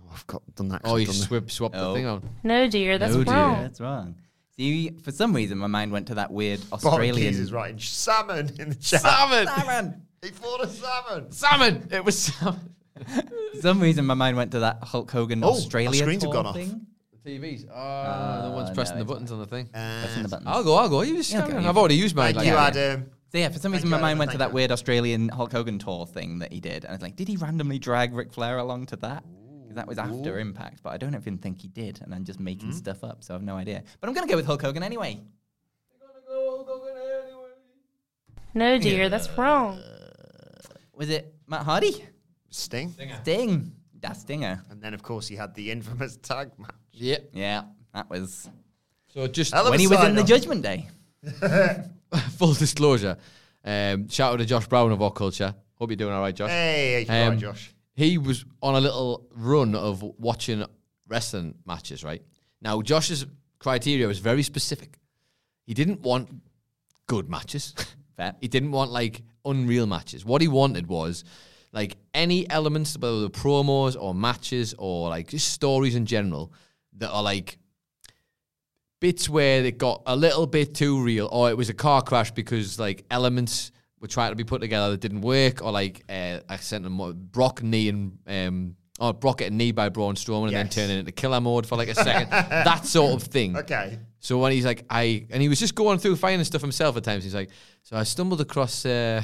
[SPEAKER 1] Oh, I've got done that. 'cause
[SPEAKER 3] Oh,
[SPEAKER 1] I've
[SPEAKER 3] you
[SPEAKER 1] done the-
[SPEAKER 3] swip, swap the
[SPEAKER 2] Oh.
[SPEAKER 3] thing on.
[SPEAKER 6] No, dear, that's
[SPEAKER 3] Oh,
[SPEAKER 2] No, dear,
[SPEAKER 6] wrong.
[SPEAKER 2] That's wrong. See, for some reason, my mind went to that weird
[SPEAKER 1] Bob
[SPEAKER 2] Australian.
[SPEAKER 1] Keys is
[SPEAKER 2] [laughs]
[SPEAKER 1] writing [laughs] salmon in the chat.
[SPEAKER 3] Salmon!
[SPEAKER 2] Aaron!
[SPEAKER 1] He fought a salmon.
[SPEAKER 3] Salmon! It was
[SPEAKER 1] [laughs]
[SPEAKER 3] salmon.
[SPEAKER 2] For some reason, my mind went to that Hulk Hogan
[SPEAKER 1] Oh, our
[SPEAKER 2] Australia
[SPEAKER 1] screens have
[SPEAKER 2] tour
[SPEAKER 1] gone off.
[SPEAKER 2] thing.
[SPEAKER 3] The TVs.
[SPEAKER 1] Ah,
[SPEAKER 3] no one's
[SPEAKER 2] no,
[SPEAKER 3] pressing Ah, the
[SPEAKER 2] it's
[SPEAKER 3] buttons on the thing.
[SPEAKER 1] Um,
[SPEAKER 2] Pressing the buttons.
[SPEAKER 3] I'll go, I'll go. You just
[SPEAKER 2] Yeah,
[SPEAKER 3] carry
[SPEAKER 2] okay.
[SPEAKER 3] on. I've already used mine.
[SPEAKER 1] Thank
[SPEAKER 3] like-
[SPEAKER 1] you,
[SPEAKER 3] Yeah.
[SPEAKER 1] Adam.
[SPEAKER 2] So yeah, for some reason
[SPEAKER 1] you,
[SPEAKER 2] my mind
[SPEAKER 1] Adam,
[SPEAKER 2] went to
[SPEAKER 1] thank
[SPEAKER 2] that
[SPEAKER 1] you.
[SPEAKER 2] weird Australian Hulk Hogan tour thing that he did, and it's like, did he randomly drag Ric Flair along to that? 'Cause that was after Impact, but I don't even think he did, and I'm just making
[SPEAKER 1] Mm-hmm.
[SPEAKER 2] stuff up, so I have no idea. But I'm gonna go with Hulk Hogan anyway.
[SPEAKER 6] No, dear, that's wrong.
[SPEAKER 2] Was it Matt Hardy?
[SPEAKER 1] Sting.
[SPEAKER 2] Sting. That's Stinger.
[SPEAKER 1] And then, of course, he had the infamous tag match.
[SPEAKER 3] Yeah.
[SPEAKER 2] Yeah, that was
[SPEAKER 3] So just
[SPEAKER 1] Hell of
[SPEAKER 2] when
[SPEAKER 1] a
[SPEAKER 2] he was in the
[SPEAKER 1] sign-off.
[SPEAKER 2] Judgment Day.
[SPEAKER 3] [laughs] full disclosure, um, shout out to Josh Brown of Our Culture. Hope you're doing all right, Josh.
[SPEAKER 1] Hey, hey,
[SPEAKER 3] Um,
[SPEAKER 1] right, Josh.
[SPEAKER 3] He was on a little run of watching wrestling matches, right? Now, Josh's criteria was very specific. He didn't want good matches. [laughs]
[SPEAKER 2] Fair.
[SPEAKER 3] he didn't want like unreal matches. What he wanted was like any elements, whether the promos or matches or like just stories in general, that are like bits where they got a little bit too real, or it was a car crash because like elements were trying to be put together that didn't work, or like uh, I sent him what, Brock knee and um, oh Brock getting knee by Braun Strowman and then
[SPEAKER 1] Yes.
[SPEAKER 3] turning into killer mode for like a second, [laughs] that sort of thing.
[SPEAKER 1] Okay.
[SPEAKER 3] So when he's like, I and he was just going through finding stuff himself at times. He's like, so I stumbled across
[SPEAKER 1] [laughs]
[SPEAKER 3] uh,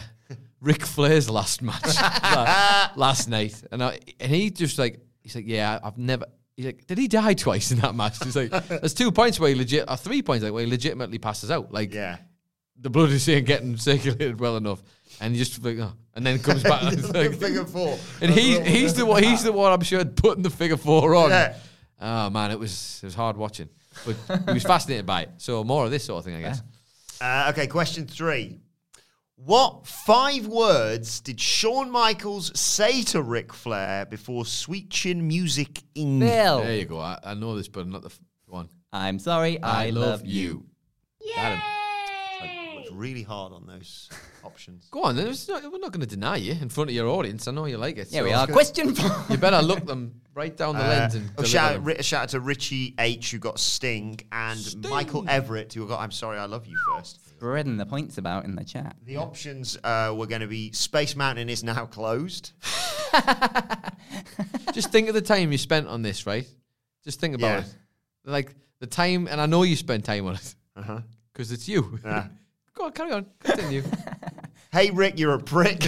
[SPEAKER 3] Rick Flair's last match la- last night, and I and he just like he's like, yeah, I've never. He's like, did he die twice in that match? He's like,
[SPEAKER 1] [laughs]
[SPEAKER 3] there's two points where he legit, or three points like where he legitimately passes out. Like
[SPEAKER 1] Yeah.
[SPEAKER 3] the blood is ain't getting [laughs] circulated well enough, and you just like, oh, and then
[SPEAKER 1] [laughs]
[SPEAKER 3] comes back. and it's [laughs] like-
[SPEAKER 1] Figure four.
[SPEAKER 3] and he's he's the one he's the one I'm sure putting the figure four on.
[SPEAKER 1] Yeah.
[SPEAKER 3] Oh man, it was it was hard watching, but he was fascinated by it. So more of this sort of thing, I guess.
[SPEAKER 1] Uh, okay, question three. What five words did Shawn Michaels say to Ric Flair before Sweet Chin Music in?
[SPEAKER 2] Bill.
[SPEAKER 3] There you go. I, I know this, but not the f- one.
[SPEAKER 2] I'm sorry, I, love you.
[SPEAKER 3] Adam.
[SPEAKER 1] It's really hard on those options.
[SPEAKER 3] Go on, then. It's not- we're not going to deny you in front of your audience. I know you like it.
[SPEAKER 2] Yeah,
[SPEAKER 3] so
[SPEAKER 2] we are. Uh, Question four.
[SPEAKER 3] You better look them right down the lens and.
[SPEAKER 1] Oh,
[SPEAKER 3] deliver
[SPEAKER 1] shout,
[SPEAKER 3] them.
[SPEAKER 1] out, ri- shout out to Richie H, who got Sting, and Michael Everett, who got I'm Sorry I Love You first.
[SPEAKER 2] Spreading the points about in the chat. [laughs]
[SPEAKER 1] The options uh, were going to be Space Mountain is now closed.
[SPEAKER 3] Just think of the time you spent on this, right? Just think about
[SPEAKER 1] Yeah.
[SPEAKER 3] it. Like the time, and I know you spent time on it. Uh
[SPEAKER 2] Uh-huh.
[SPEAKER 3] huh. Because it's you. [laughs] Go on, carry on.
[SPEAKER 2] [laughs]
[SPEAKER 3] Continue.
[SPEAKER 1] Hey, Rick, you're a
[SPEAKER 3] [laughs]
[SPEAKER 1] prick.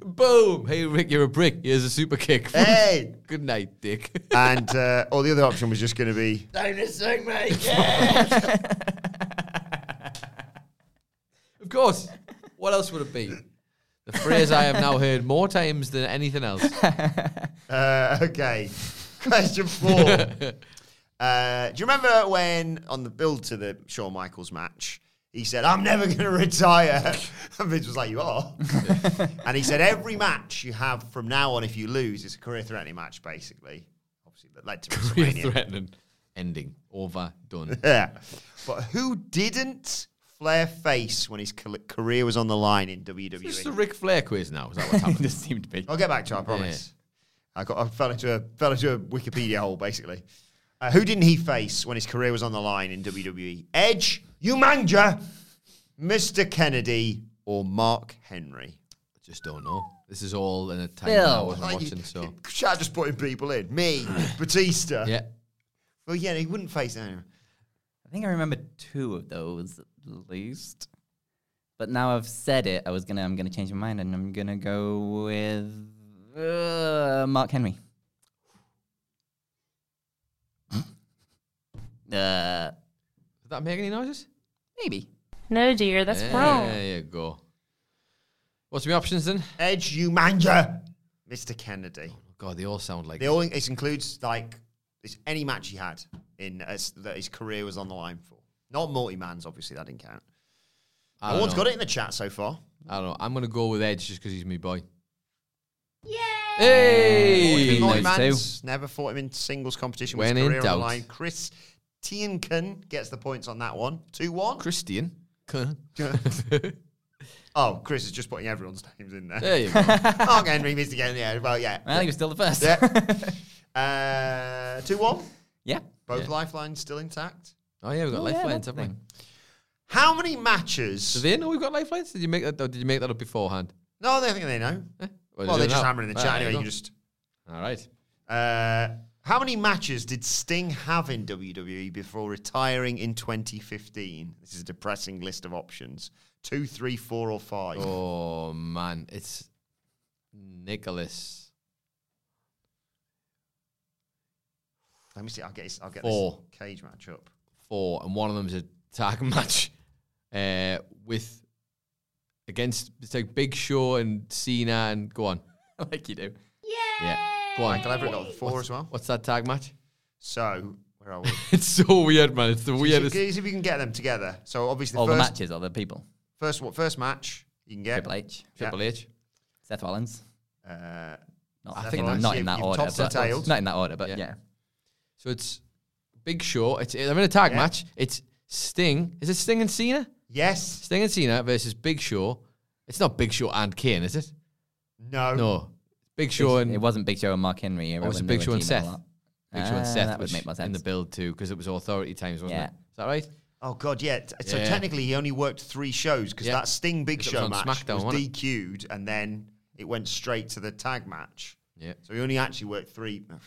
[SPEAKER 3] Boom! Hey, Rick, you're a brick. Here's a super kick.
[SPEAKER 1] hey!
[SPEAKER 3] [laughs] Good night, Dick.
[SPEAKER 1] And, uh, or the other option was just going to be
[SPEAKER 3] [laughs] of course. What else would it be? The phrase I have now heard more times than anything else.
[SPEAKER 1] Uh, [laughs] okay. Question
[SPEAKER 3] [laughs]
[SPEAKER 1] four. uh, do you remember when on the build to the Shawn Michaels match, he said, I'm never going to retire. [laughs] And Vince was like, You
[SPEAKER 3] [laughs]
[SPEAKER 1] are. and he said, Every match you have from now on, if you lose, it's a career threatening match, basically. Obviously, that
[SPEAKER 3] [laughs]
[SPEAKER 1] led to
[SPEAKER 3] We're
[SPEAKER 1] WrestleMania.
[SPEAKER 3] threatening. Ending. Over. Done.
[SPEAKER 1] Yeah. But who didn't Flair face when his cal- career was on the line in E? WWE?
[SPEAKER 3] This is a Ric Flair quiz now. Is that what's
[SPEAKER 2] [laughs]
[SPEAKER 3] happening?
[SPEAKER 2] Just seemed to be.
[SPEAKER 1] I'll get back to it, I promise. I got I fell into a fell into a Wikipedia hole basically. Uh, who didn't he face when his career was on the line in WWE? Edge, Umanga, Mr. Kennedy, or Mark Henry?
[SPEAKER 3] Just don't know. This is all in a time
[SPEAKER 2] Bill.
[SPEAKER 3] that I wasn't
[SPEAKER 1] Like,
[SPEAKER 3] watching.
[SPEAKER 1] you- [laughs]
[SPEAKER 3] So
[SPEAKER 1] Shah just putting people in.
[SPEAKER 3] [coughs]
[SPEAKER 1] Me, Batista.
[SPEAKER 3] yeah,
[SPEAKER 1] Well, yeah, he wouldn't face anyone.
[SPEAKER 2] I think I remember two of those at least. But now I've said it, I was gonna I'm gonna change my mind and I'm gonna go with uh, Mark Henry. [laughs] uh,
[SPEAKER 3] did that make any noises?
[SPEAKER 2] maybe.
[SPEAKER 6] No, dear, that's
[SPEAKER 3] Yeah,
[SPEAKER 6] wrong.
[SPEAKER 3] There you go. What's my options then?
[SPEAKER 1] Edge, you manga, Mr. Kennedy.
[SPEAKER 3] God, they all sound like
[SPEAKER 1] They all it includes like it's any match he had in as, that his career was on the line for. Not multi man's, obviously that didn't count.
[SPEAKER 3] I
[SPEAKER 1] No
[SPEAKER 3] don't
[SPEAKER 1] one's
[SPEAKER 3] know.
[SPEAKER 1] got it in the chat so far.
[SPEAKER 3] I don't know. I'm gonna go with Edge just because he's my boy. Yeah. Hey.
[SPEAKER 1] Multi
[SPEAKER 2] those
[SPEAKER 1] man's never fought him in singles competition. with
[SPEAKER 3] When
[SPEAKER 1] his
[SPEAKER 3] in
[SPEAKER 1] career on
[SPEAKER 3] doubt.
[SPEAKER 1] the line, Chris Tienken gets the points on that one. Two one. [laughs]
[SPEAKER 3] Christian. [laughs]
[SPEAKER 1] Oh, Chris is just putting everyone's names in there.
[SPEAKER 3] There you
[SPEAKER 1] [laughs]
[SPEAKER 3] go.
[SPEAKER 1] Mark Henry, Mr. Kennedy. yeah, Well, yeah.
[SPEAKER 2] Well, he was still the first.
[SPEAKER 1] Yeah. Uh, two one.
[SPEAKER 2] [laughs] yeah.
[SPEAKER 1] Both lifelines still intact.
[SPEAKER 3] Oh yeah, we've got lifelines, haven't we?
[SPEAKER 1] How many matches?
[SPEAKER 3] Do they know we've got lifelines? Did you make that? Or did you make that up beforehand? Eh?
[SPEAKER 1] no, I don't think they know.
[SPEAKER 3] Or
[SPEAKER 1] well,
[SPEAKER 3] did
[SPEAKER 1] they're
[SPEAKER 3] you
[SPEAKER 1] just
[SPEAKER 3] know?
[SPEAKER 1] hammering in the
[SPEAKER 3] Ah,
[SPEAKER 1] chat
[SPEAKER 3] there
[SPEAKER 1] anyway. You
[SPEAKER 3] go.
[SPEAKER 1] can just
[SPEAKER 3] All right.
[SPEAKER 1] Uh, how many matches did Sting have in WWE before retiring in 2015? This is a depressing list of options. Two, three, four, or five.
[SPEAKER 3] Oh man, it's Nicholas.
[SPEAKER 1] Let me see. I'll get. His, I'll get
[SPEAKER 3] Four.
[SPEAKER 1] this cage match up.
[SPEAKER 3] four, and one of them's a tag [laughs] match uh, with against it's like Big Show and Cena and go on. [laughs]
[SPEAKER 2] like you do.
[SPEAKER 3] Yeah, go on.
[SPEAKER 1] Can I have it got the four as well?
[SPEAKER 3] What's that tag match? [laughs]
[SPEAKER 1] So where are we?
[SPEAKER 3] It's so weird, man. It's
[SPEAKER 1] See
[SPEAKER 3] the
[SPEAKER 1] if you-
[SPEAKER 3] weirdest.
[SPEAKER 1] see if you can get them together. So obviously,
[SPEAKER 2] All
[SPEAKER 1] first,
[SPEAKER 2] Oh, the matches, all the people.
[SPEAKER 1] first what first match you can get.
[SPEAKER 2] Triple H,
[SPEAKER 3] Triple H.
[SPEAKER 2] Seth Rollins.
[SPEAKER 1] Uh,
[SPEAKER 2] Not,
[SPEAKER 1] Seth
[SPEAKER 2] I think
[SPEAKER 1] Rollins,
[SPEAKER 2] not
[SPEAKER 1] you've-
[SPEAKER 2] in that
[SPEAKER 1] you've
[SPEAKER 2] order.
[SPEAKER 1] topped
[SPEAKER 2] But,
[SPEAKER 1] and tailed.
[SPEAKER 2] not in that order, but yeah.
[SPEAKER 3] So it's Big Show. It's I'm in a tag
[SPEAKER 1] Yeah.
[SPEAKER 3] match. It's Sting. Is it Sting and Cena?
[SPEAKER 1] yes.
[SPEAKER 3] Sting and Cena versus Big Show. It's not Big Show and Kane, is it?
[SPEAKER 1] No.
[SPEAKER 3] No, Big Show and
[SPEAKER 2] it wasn't Big Show and Mark Henry.
[SPEAKER 3] Or was it
[SPEAKER 2] when
[SPEAKER 3] Big
[SPEAKER 2] they
[SPEAKER 3] Show
[SPEAKER 2] were
[SPEAKER 3] and
[SPEAKER 2] teaming a
[SPEAKER 3] Seth?
[SPEAKER 2] lot.
[SPEAKER 3] Big Show and
[SPEAKER 2] Ah,
[SPEAKER 3] Seth
[SPEAKER 2] that would
[SPEAKER 3] was
[SPEAKER 2] make more
[SPEAKER 3] in the
[SPEAKER 2] sense.
[SPEAKER 3] build too because it was authority times, wasn't
[SPEAKER 2] Yeah.
[SPEAKER 3] it? Is that right?
[SPEAKER 1] Oh god, yeah. T- So
[SPEAKER 3] Yeah.
[SPEAKER 1] technically, he only worked three shows because
[SPEAKER 3] Yeah.
[SPEAKER 1] that Sting Big
[SPEAKER 3] Because it
[SPEAKER 1] Show
[SPEAKER 3] was on
[SPEAKER 1] match
[SPEAKER 3] SmackDown,
[SPEAKER 1] was
[SPEAKER 3] wasn't it?
[SPEAKER 1] DQ'd, and then it went straight to the tag match.
[SPEAKER 3] Yeah.
[SPEAKER 1] So he only actually worked three.
[SPEAKER 3] And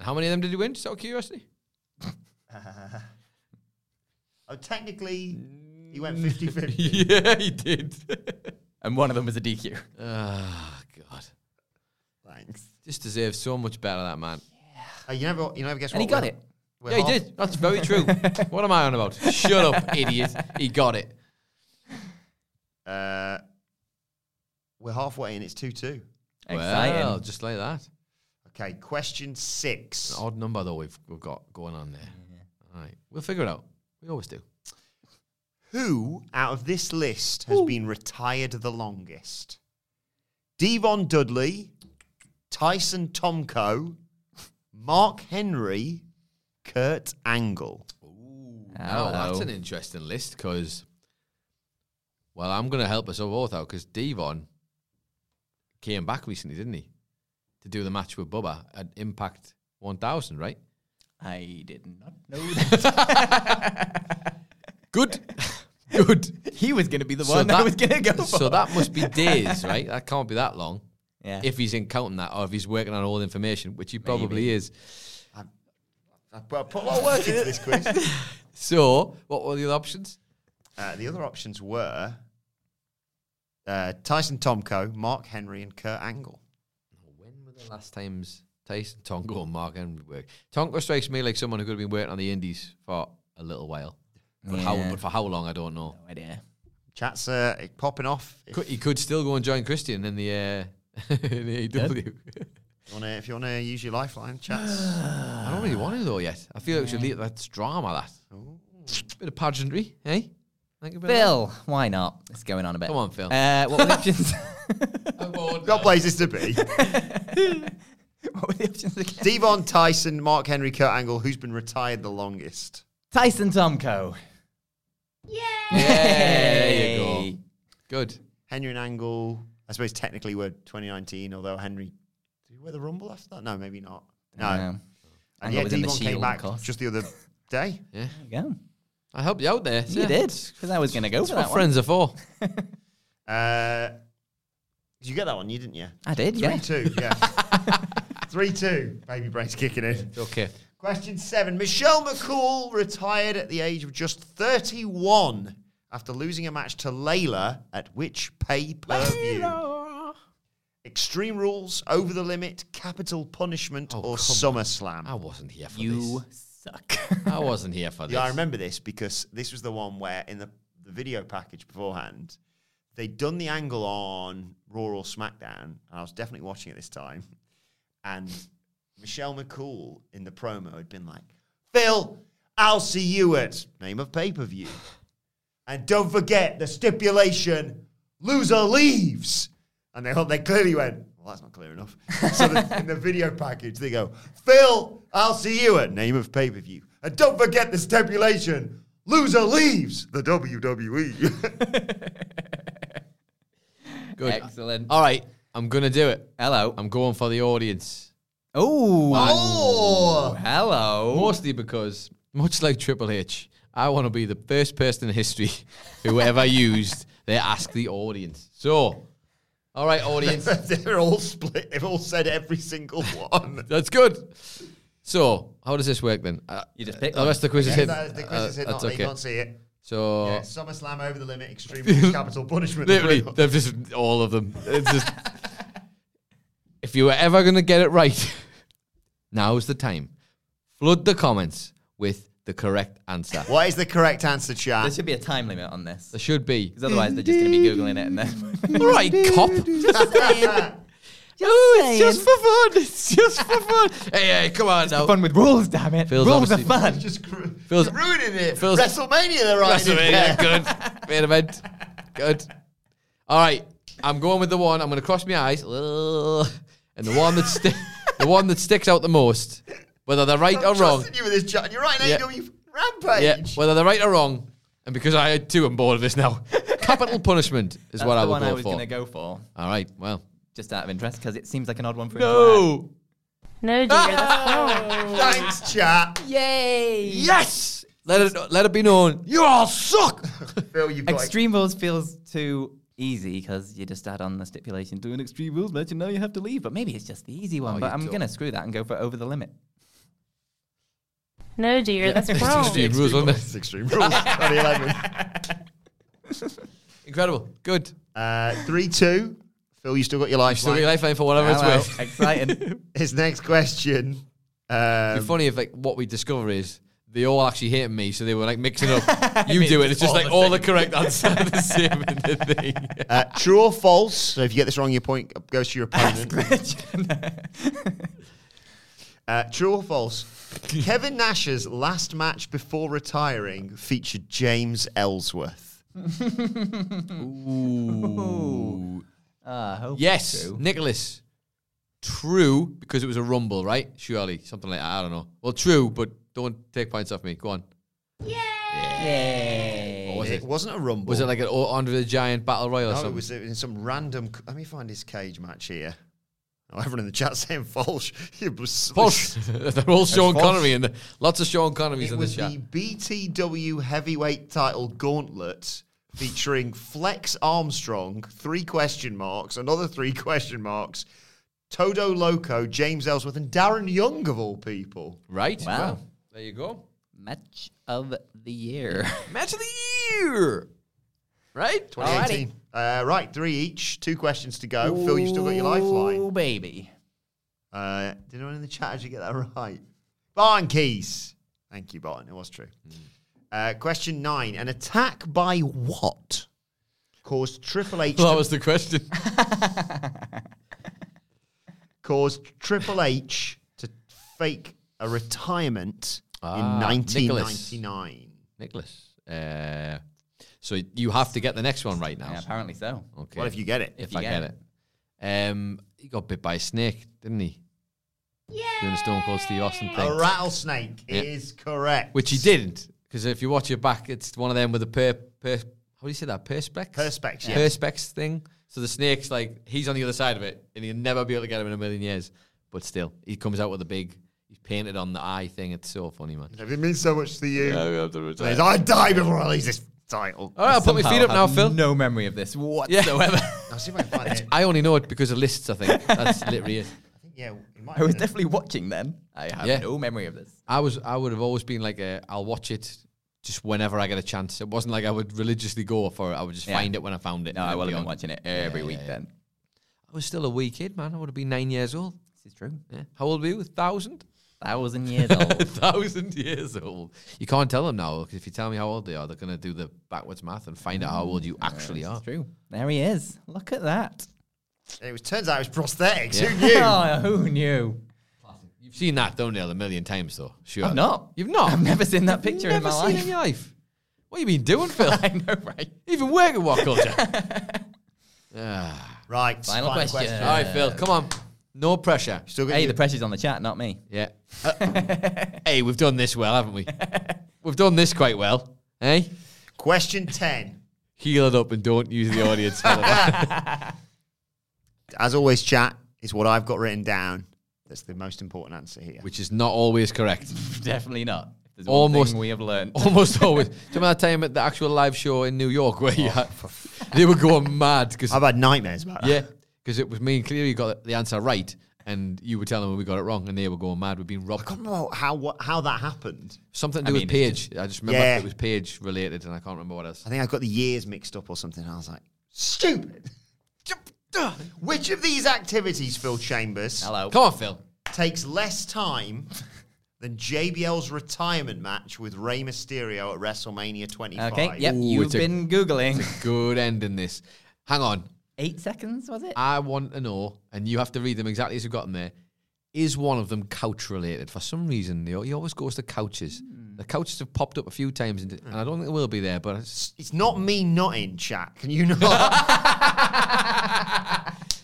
[SPEAKER 3] how many of them did he win? Just out of
[SPEAKER 2] [laughs]
[SPEAKER 3] curiosity.
[SPEAKER 1] Oh, technically, he went 50-50.
[SPEAKER 3] Mm. [laughs] yeah, he did. [laughs]
[SPEAKER 2] And one of them was a DQ.
[SPEAKER 3] Ah, God.
[SPEAKER 1] Thanks.
[SPEAKER 3] Just deserves so much better, that man.
[SPEAKER 1] Oh, you never, you never guess what.
[SPEAKER 2] And he got
[SPEAKER 1] we're-
[SPEAKER 2] it.
[SPEAKER 1] we're
[SPEAKER 3] yeah, he
[SPEAKER 1] half-
[SPEAKER 3] did. That's
[SPEAKER 2] [laughs]
[SPEAKER 3] very true. what am I on about? Shut up, [laughs] idiot. He got it.
[SPEAKER 1] Uh, we're halfway, and it's two-two.
[SPEAKER 2] Exciting.
[SPEAKER 3] Well, just like that.
[SPEAKER 1] Okay, question six.
[SPEAKER 3] An odd number, though, we've, we've got going on there. All right. We'll figure it out. We always do.
[SPEAKER 1] Who out of this list has been retired the longest? Devon Dudley, Tyson Tomko, Mark Henry, Kurt Angle.
[SPEAKER 3] Oh, that's
[SPEAKER 2] Hello.
[SPEAKER 3] an interesting list because, well, I'm going to help us all both out because Devon came back recently, didn't he, to do the match with Bubba at Impact 1000, right?
[SPEAKER 2] I did not
[SPEAKER 3] [laughs]
[SPEAKER 2] know that.
[SPEAKER 3] Good, [laughs] good.
[SPEAKER 2] he was going to be the one that I was going to go for.
[SPEAKER 3] So that must
[SPEAKER 2] [laughs]
[SPEAKER 3] be days, right? That can't be that long
[SPEAKER 2] yeah.
[SPEAKER 3] if he's in counting that or if he's working on all the information, which he probably is.
[SPEAKER 1] I put I put a lot of work into this quiz.
[SPEAKER 3] So, what were the other options?
[SPEAKER 1] [laughs] Uh, the other options were uh, Tyson Tomko, Mark Henry, and Kurt Angle.
[SPEAKER 3] When were the last times Tyson, Tonko, and Mark Henry worked? Tonko strikes me like someone who could have been working on the Indies for a little while. For how,
[SPEAKER 2] Yeah.
[SPEAKER 3] but for how long, I don't know.
[SPEAKER 2] no idea.
[SPEAKER 1] Chat's uh, popping off. If
[SPEAKER 3] Could, he could still go and join Christian in the, uh, [laughs] in the AEW.
[SPEAKER 1] you wanna- if you want to use your lifeline, [sighs] Chat's.
[SPEAKER 3] I don't really want to though yet. I feel like we should leave that's drama. That bit of pageantry, eh? Think about
[SPEAKER 2] Bill, why not? It's going on a bit.
[SPEAKER 3] Come on, Phil.
[SPEAKER 2] Uh, what were the options? [laughs]
[SPEAKER 1] Got places to be. [laughs]
[SPEAKER 2] what were the options again?
[SPEAKER 1] Devon Tyson, Mark Henry, Kurt Angle. Who's been retired the longest?
[SPEAKER 2] Tyson Tomko.
[SPEAKER 3] Yeah, there you go.
[SPEAKER 2] Hey.
[SPEAKER 3] Good.
[SPEAKER 1] Henry and Angle. I suppose technically we're 2019, although Henry did he wear the Rumble after that? No, maybe not. No,
[SPEAKER 2] Um,
[SPEAKER 1] and
[SPEAKER 2] Angle
[SPEAKER 1] yeah,
[SPEAKER 2] was in the
[SPEAKER 1] Devon came
[SPEAKER 2] Shield,
[SPEAKER 1] back
[SPEAKER 2] of course.
[SPEAKER 1] just the
[SPEAKER 2] [laughs]
[SPEAKER 1] other day.
[SPEAKER 2] there you go.
[SPEAKER 3] I helped you out there.
[SPEAKER 2] You
[SPEAKER 3] yeah.
[SPEAKER 2] did, because I was going to go
[SPEAKER 3] That's
[SPEAKER 2] for
[SPEAKER 3] what
[SPEAKER 2] that one.
[SPEAKER 3] friends are for.
[SPEAKER 1] Uh, You get that one, you didn't you?
[SPEAKER 2] I did,
[SPEAKER 1] Three
[SPEAKER 2] yeah.
[SPEAKER 1] two,
[SPEAKER 2] [laughs]
[SPEAKER 1] yeah. Three two. Baby brain's kicking in.
[SPEAKER 3] Okay.
[SPEAKER 1] Question seven. Michelle McCool retired at the age of just 31 after losing a match to Layla at which pay per view? Extreme rules, over the limit, capital punishment, or SummerSlam?
[SPEAKER 3] I wasn't here for
[SPEAKER 2] You
[SPEAKER 3] this.
[SPEAKER 2] suck. [laughs]
[SPEAKER 3] I wasn't here for this.
[SPEAKER 1] Yeah, I remember this because this was the one where in the, the video package beforehand, they'd done the angle on Raw or SmackDown, and I was definitely watching it this time. And Michelle McCool in the promo had been like, Phil, I'll see you at name of pay per view. And don't forget the stipulation loser leaves. And they, they clearly went, well, that's not clear enough. So
[SPEAKER 3] [laughs]
[SPEAKER 1] the, in the video package, they go, Phil, I'll see you at name of pay per view. And don't forget the stipulation loser leaves the E." [laughs]
[SPEAKER 3] [laughs]
[SPEAKER 1] WWE.
[SPEAKER 3] Good.
[SPEAKER 2] Excellent.
[SPEAKER 3] All right, I'm gonna do it.
[SPEAKER 2] Hello.
[SPEAKER 3] I'm going for the audience.
[SPEAKER 2] Oh.
[SPEAKER 1] oh!
[SPEAKER 2] Hello.
[SPEAKER 3] Mostly because, much like Triple H, I want to be the first person in history [laughs] who ever used their Ask the Audience. So, all right, audience,
[SPEAKER 1] They're all split. They've all said every single [laughs] one.
[SPEAKER 3] [laughs] that's good. So, how does this work then? Uh,
[SPEAKER 2] You just pick
[SPEAKER 3] the
[SPEAKER 2] one.
[SPEAKER 3] rest of the quiz is hidden.
[SPEAKER 1] That is the quiz is
[SPEAKER 3] Uh,
[SPEAKER 1] hidden,
[SPEAKER 3] that's
[SPEAKER 1] not- They
[SPEAKER 3] okay.
[SPEAKER 1] can't see it.
[SPEAKER 3] So,
[SPEAKER 1] Yeah, SummerSlam over the limit, extreme rules, capital punishment. [laughs]
[SPEAKER 3] Oh. [laughs] literally, they've just all of them. It's just, if you were ever gonna get it right, [laughs] now's the time. Flood the comments with the correct answer.
[SPEAKER 1] What is the correct answer, chat?
[SPEAKER 2] There should be a time limit on this.
[SPEAKER 3] There should be.
[SPEAKER 2] Because otherwise they're just going to be Googling it and then.
[SPEAKER 3] [laughs] All right, cop.
[SPEAKER 1] [laughs]
[SPEAKER 3] oh, it's just for fun. It's just for fun. hey, hey, come on now.
[SPEAKER 2] fun with rules, damn it.
[SPEAKER 3] Phil's
[SPEAKER 2] rules are
[SPEAKER 3] obviously-
[SPEAKER 2] fun.
[SPEAKER 1] just cr-
[SPEAKER 3] Feels-
[SPEAKER 1] you're ruining it.
[SPEAKER 3] feels-
[SPEAKER 1] WrestleMania, they're right.
[SPEAKER 3] That's amazing. Good. [laughs] Main event. Good. All right. I'm going with the one. I'm going to cross my eyes. [laughs] And the one that sti- the one that sticks out the most, whether they're right or
[SPEAKER 1] I'm
[SPEAKER 3] wrong.
[SPEAKER 1] trusting you with this, John. You're right.
[SPEAKER 3] Yeah.
[SPEAKER 1] Yeah. AEW rampage.
[SPEAKER 3] Yeah, whether they're right or wrong. And because I too am bored of this now, [laughs] capital punishment is
[SPEAKER 2] That's
[SPEAKER 3] what
[SPEAKER 2] the
[SPEAKER 3] I will
[SPEAKER 2] one
[SPEAKER 3] go
[SPEAKER 2] I was
[SPEAKER 3] for.
[SPEAKER 2] going to go for,
[SPEAKER 3] All right. Well.
[SPEAKER 2] just out of interest, because it seems like an odd one for him.
[SPEAKER 3] No.
[SPEAKER 6] No, dear, that's wrong.
[SPEAKER 1] Thanks, chat.
[SPEAKER 2] Yay!
[SPEAKER 3] Yes. Let it let it be known. You all
[SPEAKER 2] [laughs]
[SPEAKER 3] suck.
[SPEAKER 1] Phil, you've got
[SPEAKER 2] Extreme rules feels too easy because you just add on the stipulation do an extreme rules match and now you have to leave. But maybe it's just the easy one.
[SPEAKER 3] Oh,
[SPEAKER 2] but
[SPEAKER 3] you
[SPEAKER 2] I'm
[SPEAKER 3] don't.
[SPEAKER 2] going to screw that and go for over the limit.
[SPEAKER 6] No, dear, that's
[SPEAKER 3] [laughs]
[SPEAKER 2] Oh,
[SPEAKER 3] Extreme
[SPEAKER 6] wrong.
[SPEAKER 3] rules, wasn't it?
[SPEAKER 1] It's extreme rules. 2011.
[SPEAKER 3] [laughs] Incredible. Good.
[SPEAKER 1] Uh, three two. Phil, you still got your life.
[SPEAKER 3] Still your lifeline for whatever it's
[SPEAKER 2] Hello.
[SPEAKER 3] worth. [laughs]
[SPEAKER 2] [laughs] Exciting.
[SPEAKER 1] His next question. Um,
[SPEAKER 3] It'd be funny if like what we discover is they all actually hating me, so they were like
[SPEAKER 1] [laughs]
[SPEAKER 3] mixing up. You do it. It's just like all the correct answer the same in the thing.
[SPEAKER 1] [laughs] uh, true or false? So if you get this wrong, your point goes to your opponent. Uh, true or false? Kevin Nash's last match before retiring featured James Ellsworth.
[SPEAKER 2] Ah, hope
[SPEAKER 3] Yes,
[SPEAKER 2] so.
[SPEAKER 3] Nicholas. True, because it was a rumble, right? Surely something like that. I don't know. Well, true, but don't take points off me. Go on. Yeah. What was
[SPEAKER 1] It
[SPEAKER 3] it?
[SPEAKER 1] wasn't a rumble.
[SPEAKER 3] Was it like an O- Andre the Giant battle royal or
[SPEAKER 1] No,
[SPEAKER 3] something?
[SPEAKER 1] Oh, it was in some random. c- Let me find his cage match here. Oh, everyone in the chat [laughs] saying false. It was,
[SPEAKER 3] False. [laughs] They're all Sean
[SPEAKER 1] false.
[SPEAKER 3] Connery and lots of Sean Connerys
[SPEAKER 1] It
[SPEAKER 3] in the
[SPEAKER 1] was
[SPEAKER 3] chat.
[SPEAKER 1] the BTW heavyweight title gauntlet featuring Flex Armstrong, three question marks, another three [laughs] question marks, Todo Loco, James Ellsworth, and Darren Young of all people.
[SPEAKER 3] Right.
[SPEAKER 2] Wow.
[SPEAKER 3] Well, there you go.
[SPEAKER 2] Match of the year. [laughs]
[SPEAKER 3] Match of the year. Right?
[SPEAKER 1] 2018. Uh, right, three each, two questions to go. Phil, you've still got your
[SPEAKER 2] Oh,
[SPEAKER 1] lifeline.
[SPEAKER 2] baby.
[SPEAKER 1] Uh, did anyone in the chat actually get that [laughs] right? Barn Keys. Thank you, Barton. It was true.
[SPEAKER 3] Hmm.
[SPEAKER 1] Uh, question nine. An attack by what caused Triple
[SPEAKER 3] [laughs]
[SPEAKER 1] H
[SPEAKER 3] Well,
[SPEAKER 1] to
[SPEAKER 3] that was the question.
[SPEAKER 1] caused Triple H to fake a retirement
[SPEAKER 3] Ah,
[SPEAKER 1] in 1999.
[SPEAKER 3] Nicholas. Uh, so you have to get the next one right now.
[SPEAKER 2] Yeah, apparently so.
[SPEAKER 3] okay.
[SPEAKER 1] What if you get it?
[SPEAKER 3] If
[SPEAKER 2] you
[SPEAKER 3] I
[SPEAKER 2] get
[SPEAKER 3] get it. Um, he got bit by a snake, didn't he? Yeah. Doing the Stone Cold Steve Austin thing.
[SPEAKER 1] A rattlesnake
[SPEAKER 3] Yeah.
[SPEAKER 1] is correct.
[SPEAKER 3] Which he didn't. Because if you watch your back, it's one of them with a per, per how do you say that? Perspex?
[SPEAKER 1] Perspex, yeah.
[SPEAKER 3] Perspex thing. So the snake's like, he's on the other side of it, and he'll never be able to get him in a million years. But still, he comes out with a big, he's painted on the eye thing. It's so funny, man.
[SPEAKER 1] If it means so much to you, I die before I leave this title.
[SPEAKER 3] All right, I'll put my
[SPEAKER 2] Somehow
[SPEAKER 3] feet up
[SPEAKER 2] have
[SPEAKER 3] now, Phil.
[SPEAKER 2] No memory of this whatsoever.
[SPEAKER 3] [laughs]
[SPEAKER 1] I'll see if I can find it.
[SPEAKER 3] I only know it because of lists. I think that's literally it.
[SPEAKER 1] Yeah, it might
[SPEAKER 2] I was
[SPEAKER 1] have been-
[SPEAKER 2] definitely watching then. I have
[SPEAKER 3] Yeah.
[SPEAKER 2] no memory of this.
[SPEAKER 3] I was I would have always been like i I'll watch it just whenever I get a chance. It wasn't like I would religiously go for it. I would just
[SPEAKER 2] Yeah.
[SPEAKER 3] find it when I found it.
[SPEAKER 2] No,
[SPEAKER 3] and
[SPEAKER 2] I
[SPEAKER 3] it'd
[SPEAKER 2] will
[SPEAKER 3] be
[SPEAKER 2] have been
[SPEAKER 3] on.
[SPEAKER 2] watching it every week then.
[SPEAKER 3] I was still a wee kid, man. I would have been nine years old.
[SPEAKER 2] This is true.
[SPEAKER 3] Yeah. How old were you? A thousand? [laughs]
[SPEAKER 2] Thousand years old.
[SPEAKER 3] thousand years old. You can't tell them now because if you tell me how old they are, they're gonna do the backwards math and find out how old you actually are.
[SPEAKER 2] true. There he is. Look at that.
[SPEAKER 1] It was, turns out it was prosthetics.
[SPEAKER 3] Yeah.
[SPEAKER 1] Who knew?
[SPEAKER 2] [laughs]
[SPEAKER 3] [laughs]
[SPEAKER 2] Oh, who knew?
[SPEAKER 3] You've seen that, don't you, a million times though? Sure.
[SPEAKER 2] I've not.
[SPEAKER 3] You've not.
[SPEAKER 2] I've never seen that picture in
[SPEAKER 3] Never
[SPEAKER 2] my
[SPEAKER 3] seen
[SPEAKER 2] life.
[SPEAKER 3] it in your life. What have you been doing, Phil?
[SPEAKER 2] [laughs] I know, right?
[SPEAKER 3] Even work at what
[SPEAKER 2] [laughs]
[SPEAKER 3] culture? ah.
[SPEAKER 1] Right, final,
[SPEAKER 2] question.
[SPEAKER 1] question.
[SPEAKER 3] All right, Phil, come on. No pressure.
[SPEAKER 1] Still got
[SPEAKER 2] Hey,
[SPEAKER 1] you.
[SPEAKER 2] the pressure's on the chat, not me.
[SPEAKER 3] Yeah. Uh, [laughs] hey, we've done this well, haven't
[SPEAKER 2] [laughs]
[SPEAKER 3] we? we've done this quite well. Hey?
[SPEAKER 1] question 10.
[SPEAKER 3] Heal it up and don't use the audience.
[SPEAKER 2] [laughs]
[SPEAKER 3] Phil.
[SPEAKER 1] As always, chat is what I've got written down. That's the most important answer here.
[SPEAKER 3] Which is not always correct.
[SPEAKER 2] Definitely not. If There's one
[SPEAKER 3] Almost-
[SPEAKER 2] thing we have learned.
[SPEAKER 3] Almost always. Do you remember that time at the actual live show in New York where
[SPEAKER 2] Oh,
[SPEAKER 3] you had, they were going mad because
[SPEAKER 1] I've had nightmares about that.
[SPEAKER 3] yeah, because it was me and clearly got the answer right, and you were telling me we got it wrong, and they were going mad. We've been robbed.
[SPEAKER 1] I can't remember how, what, how that happened.
[SPEAKER 3] Something to do
[SPEAKER 2] I
[SPEAKER 3] with
[SPEAKER 2] mean,
[SPEAKER 3] Page. I just remember
[SPEAKER 1] Yeah.
[SPEAKER 3] it was Page related, and I can't remember what else.
[SPEAKER 1] I think I got the years mixed up or something. I was like, stupid. Which of these activities, Phil Chambers,
[SPEAKER 2] Hello.
[SPEAKER 3] Come on, Phil.
[SPEAKER 1] takes less time than JBL's retirement match with Rey Mysterio at WrestleMania 25?
[SPEAKER 2] Okay. Yep.
[SPEAKER 3] Ooh,
[SPEAKER 2] You've
[SPEAKER 3] it's a-
[SPEAKER 2] been googling.
[SPEAKER 3] Good end in this. Hang on.
[SPEAKER 2] Eight seconds was it?
[SPEAKER 3] I want to know, and you have to read them exactly as you've got them there. Is one of them couch related? For some reason, they al- he always goes to couches.
[SPEAKER 1] Hmm.
[SPEAKER 3] The couches have popped up a few times, and, and I don't think they will be there. But it's,
[SPEAKER 1] It's not me not in chat. Can you not? [laughs]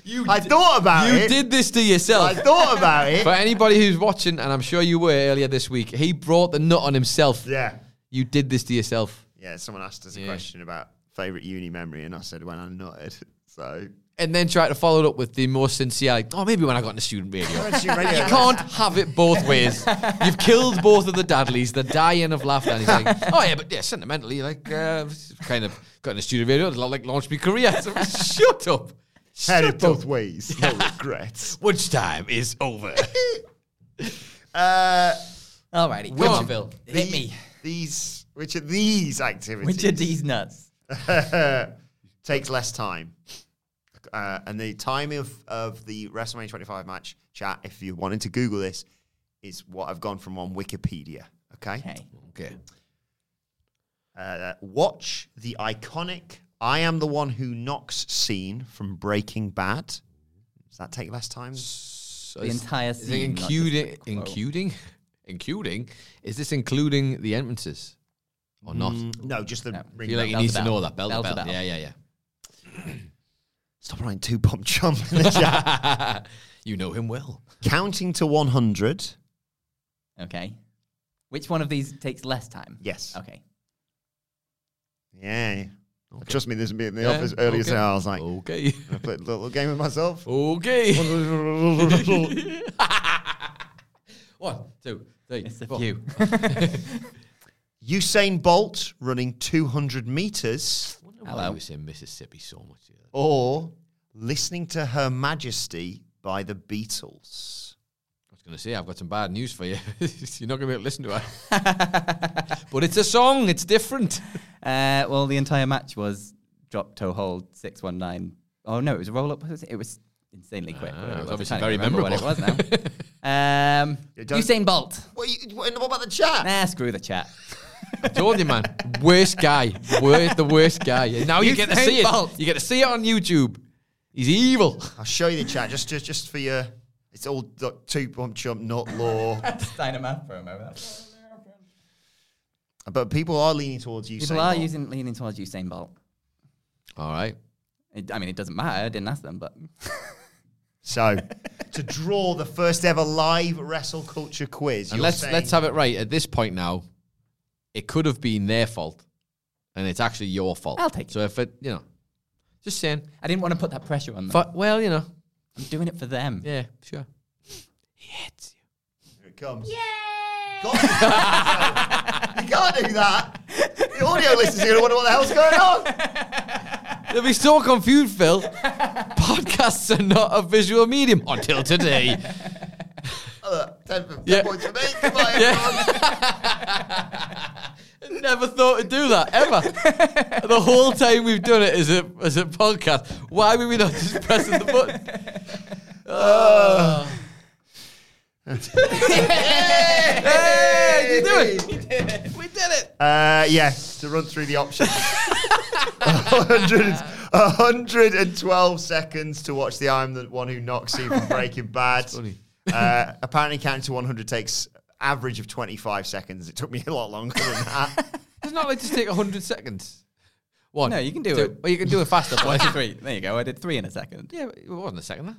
[SPEAKER 3] you,
[SPEAKER 1] I thought about
[SPEAKER 3] you
[SPEAKER 1] it.
[SPEAKER 3] did this to yourself.
[SPEAKER 1] I thought about it.
[SPEAKER 3] [laughs] For anybody who's watching, and I'm sure you were earlier this week, he brought the nut on himself.
[SPEAKER 1] yeah.
[SPEAKER 3] You did this to yourself.
[SPEAKER 1] Yeah. Someone asked us a
[SPEAKER 3] Yeah.
[SPEAKER 1] question about favorite uni memory, and I said when I nutted. [laughs] So.
[SPEAKER 3] And then tried to follow it up with the most sincere, like, oh, maybe when I got into student radio. You can't have it both ways. You've killed both of the Dadleys. They're dying of laughter. And he's like, oh, yeah, but yeah, sentimentally, like, uh, kind of got into student radio. It like launched my career. So, shut up.
[SPEAKER 1] Head
[SPEAKER 3] Shut
[SPEAKER 1] it
[SPEAKER 3] up.
[SPEAKER 1] both
[SPEAKER 3] [laughs]
[SPEAKER 1] ways. No regrets.
[SPEAKER 3] Which time is over.
[SPEAKER 1] [laughs] Uh,
[SPEAKER 2] Alrighty. Come
[SPEAKER 3] Which-
[SPEAKER 2] on, Phil. Hit
[SPEAKER 1] the-
[SPEAKER 2] me.
[SPEAKER 1] These, which of these activities?
[SPEAKER 2] Which of these nuts?
[SPEAKER 1] [laughs] takes less time. Uh, and the timing of, of the WrestleMania 25 match chat, if you wanted to Google this, is what I've gone from on Wikipedia. Okay.
[SPEAKER 2] Okay.
[SPEAKER 3] okay.
[SPEAKER 1] Uh, watch the iconic I Am the One Who Knocks scene from Breaking Bad. Does that take less time?
[SPEAKER 3] So
[SPEAKER 2] The
[SPEAKER 3] is-
[SPEAKER 2] entire
[SPEAKER 3] Is it
[SPEAKER 2] scene, not
[SPEAKER 3] including,
[SPEAKER 2] just the quote.
[SPEAKER 3] including, including? Is this including the entrances or not?
[SPEAKER 1] No, just the
[SPEAKER 3] I
[SPEAKER 1] ring.
[SPEAKER 3] feel like he
[SPEAKER 1] bell.
[SPEAKER 2] Bell
[SPEAKER 3] needs
[SPEAKER 2] to
[SPEAKER 3] to
[SPEAKER 2] bell.
[SPEAKER 3] know that. Bell, to
[SPEAKER 2] Bell to
[SPEAKER 3] bell.
[SPEAKER 2] bell.
[SPEAKER 3] Yeah, yeah, yeah.
[SPEAKER 1] Stop writing two pump jump in the chat.
[SPEAKER 3] [laughs] you know him well.
[SPEAKER 1] Counting to 100.
[SPEAKER 2] Okay. Which one of these takes less time?
[SPEAKER 1] Yes.
[SPEAKER 2] Okay.
[SPEAKER 1] Yeah. Trust me, this would be in the
[SPEAKER 3] Yeah,
[SPEAKER 1] office earlier
[SPEAKER 3] okay. Oh.
[SPEAKER 1] today. I was like,
[SPEAKER 3] Okay.
[SPEAKER 1] I played a little game with myself.
[SPEAKER 2] [laughs]
[SPEAKER 3] Okay. One, two, three,
[SPEAKER 2] It's a
[SPEAKER 3] four.
[SPEAKER 2] few.
[SPEAKER 1] Usain Bolt running 200 meters
[SPEAKER 3] Hello. was in Mississippi so much. yeah.
[SPEAKER 1] or listening to Her Majesty by the Beatles.
[SPEAKER 3] I was going to say, I've got some bad news for you. [laughs] You're not going to be able to listen to it.
[SPEAKER 2] [laughs]
[SPEAKER 3] but it's a song. It's different.
[SPEAKER 2] [laughs] Uh, well, the entire match was drop toe hold six one nine. Oh no, it was a roll up. Was it? it was insanely quick. whatever
[SPEAKER 3] it was
[SPEAKER 2] I
[SPEAKER 3] obviously
[SPEAKER 2] can't
[SPEAKER 3] very
[SPEAKER 2] even remember What
[SPEAKER 3] memorable.
[SPEAKER 2] it was now. um,
[SPEAKER 1] You don't-
[SPEAKER 2] Usain Bolt.
[SPEAKER 1] What, you, what, what about the chat?
[SPEAKER 2] Nah, screw the [laughs] chat.
[SPEAKER 3] [laughs] I told you, man. Worst guy. Worst, the worst guy. And Now you get to
[SPEAKER 2] Usain
[SPEAKER 3] see
[SPEAKER 2] Bolt.
[SPEAKER 3] it. You get to see it on YouTube. He's evil.
[SPEAKER 1] I'll show you the chat just just, just for your. It's all like, two bump jump, not [laughs] law.
[SPEAKER 2] Dynamat promo.
[SPEAKER 1] but people are leaning towards Usain
[SPEAKER 2] People are
[SPEAKER 1] Bolt.
[SPEAKER 2] using leaning towards Usain Bolt.
[SPEAKER 3] All right.
[SPEAKER 2] It, I mean, it doesn't matter. I didn't ask them, but
[SPEAKER 3] [laughs]
[SPEAKER 1] So, to draw the first ever live wrestle culture quiz,
[SPEAKER 3] And
[SPEAKER 1] you're
[SPEAKER 3] let's
[SPEAKER 1] saying-
[SPEAKER 3] let's have it right. At this point now, it could have been their fault, and it's actually your fault.
[SPEAKER 2] I'll take it.
[SPEAKER 3] So if it, you know, just saying.
[SPEAKER 2] I didn't want to put that pressure on them.
[SPEAKER 3] But well, you know,
[SPEAKER 2] I'm doing it for them.
[SPEAKER 3] yeah, sure.
[SPEAKER 1] Here it comes. Yay! You can't do that. You can't do that. The audio listeners are going to wonder what the hell's going on.
[SPEAKER 3] [laughs] They'll be so confused, Phil. Podcasts are not a visual medium until today.
[SPEAKER 1] Uh, 10, 10
[SPEAKER 3] Yeah.
[SPEAKER 1] points for me. Goodbye,
[SPEAKER 3] [laughs] Yeah.
[SPEAKER 1] everyone.
[SPEAKER 3] Never thought to do that ever. the whole time we've done it as a as a podcast. Why were we not just pressing the button?
[SPEAKER 1] Hey, you do it. We did it. Uh, yeah, to run through the options. 100, 112 seconds to watch the I'm the One Who Knocks You from Breaking Bad. Uh, apparently, counting to 100 takes average of 25 seconds. It took me a lot longer than that.
[SPEAKER 3] It's not like just take hundred seconds. One.
[SPEAKER 2] No, you can do
[SPEAKER 3] two.
[SPEAKER 2] it.
[SPEAKER 3] Or you can do it faster.
[SPEAKER 2] One,
[SPEAKER 3] but-
[SPEAKER 2] two, three. There you go. I did three in a second.
[SPEAKER 3] yeah, but it wasn't a second. huh?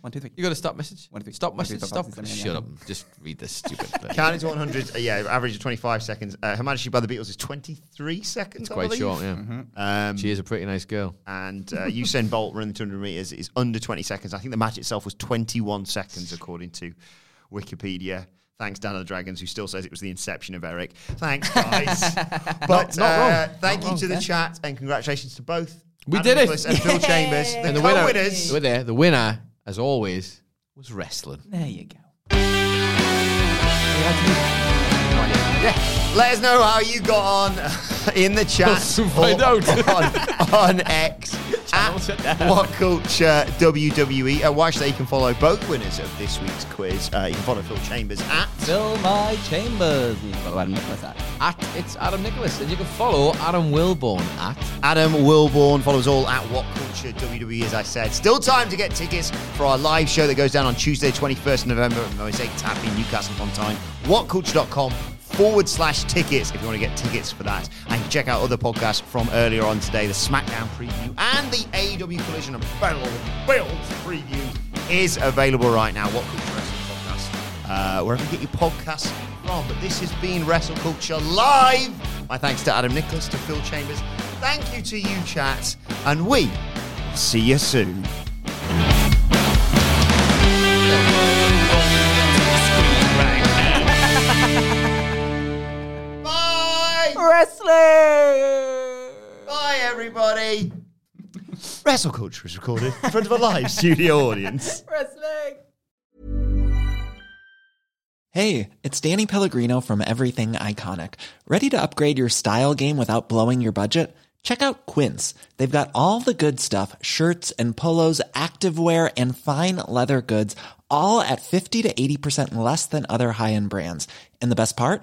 [SPEAKER 2] One, two, three.
[SPEAKER 3] You got to stop message.
[SPEAKER 2] One, two, three.
[SPEAKER 3] Stop
[SPEAKER 2] One, two,
[SPEAKER 3] message.
[SPEAKER 2] three,
[SPEAKER 3] Stop.
[SPEAKER 2] five, six, seven,
[SPEAKER 3] Shut
[SPEAKER 2] eight,
[SPEAKER 3] up.
[SPEAKER 2] nine.
[SPEAKER 3] Just read this
[SPEAKER 2] [laughs]
[SPEAKER 3] stupid thing.
[SPEAKER 1] counting to 100, uh, yeah, average of 25 seconds. Uh, Her Majesty by the Beatles is 23 seconds. I
[SPEAKER 3] Quite
[SPEAKER 1] believe.
[SPEAKER 3] short. Yeah.
[SPEAKER 2] Mm-hmm.
[SPEAKER 1] Um,
[SPEAKER 3] She is a pretty nice girl.
[SPEAKER 1] and uh,
[SPEAKER 3] [laughs]
[SPEAKER 1] Usain Bolt running 200 meters is under 20 seconds. I think the match itself was 21 seconds, according to Wikipedia. Thanks, Dan of the Dragons, who still says it was the inception of Eric. Thanks,
[SPEAKER 3] [laughs]
[SPEAKER 1] guys. but uh, thank you to the chat and congratulations to both.
[SPEAKER 3] We
[SPEAKER 1] Adam
[SPEAKER 3] did it.
[SPEAKER 1] Nicholas And Phil Chambers, the,
[SPEAKER 3] And
[SPEAKER 1] the
[SPEAKER 3] the winner,
[SPEAKER 1] winners.
[SPEAKER 3] the winner, the winner, as always, was wrestling.
[SPEAKER 2] There you go.
[SPEAKER 1] [laughs] Let us know how you got on [laughs] in the chat
[SPEAKER 3] We'll find
[SPEAKER 1] or
[SPEAKER 3] out.
[SPEAKER 1] [laughs] on, on
[SPEAKER 3] [laughs]
[SPEAKER 1] X at What Culture WWE. Uh, why should they? You can follow both winners of this week's quiz. Uh, you can follow Phil Chambers at
[SPEAKER 2] Fill my chambers. You follow Adam Nicholas at.
[SPEAKER 3] At it's Adam Nicholas, and you can follow Adam Wilborn at.
[SPEAKER 1] Adam Wilborn. Follow us all at What Culture WWE, as I said. Still time to get tickets for our live show that goes down on Tuesday, 21st November at Mosaic Tap in Newcastle upon Tyne. WhatCulture.com forward slash tickets if you want to get tickets for that. And check out other podcasts from earlier on today the SmackDown preview and the AEW Collision and Battle of the Bells preview is available right now. What Culture Wrestling Podcast uh, wherever you get your podcasts from. But this has been Wrestle Culture Live. My thanks to Adam Nicholas, to Phil Chambers. Thank you to you, chat. And we see you soon. [laughs] Bye!
[SPEAKER 2] Wrestling!
[SPEAKER 1] Bye, everybody! Wrestle Culture is recorded in front of a live studio audience.
[SPEAKER 2] Wrestling!
[SPEAKER 7] Hey, it's Danny Pellegrino from Everything Iconic. Ready to upgrade your style game without blowing your budget? Check out Quince. They've got all the good stuff shirts and polos, activewear, and fine leather goods, all at 50 to 80% less than other high end brands. And the best part?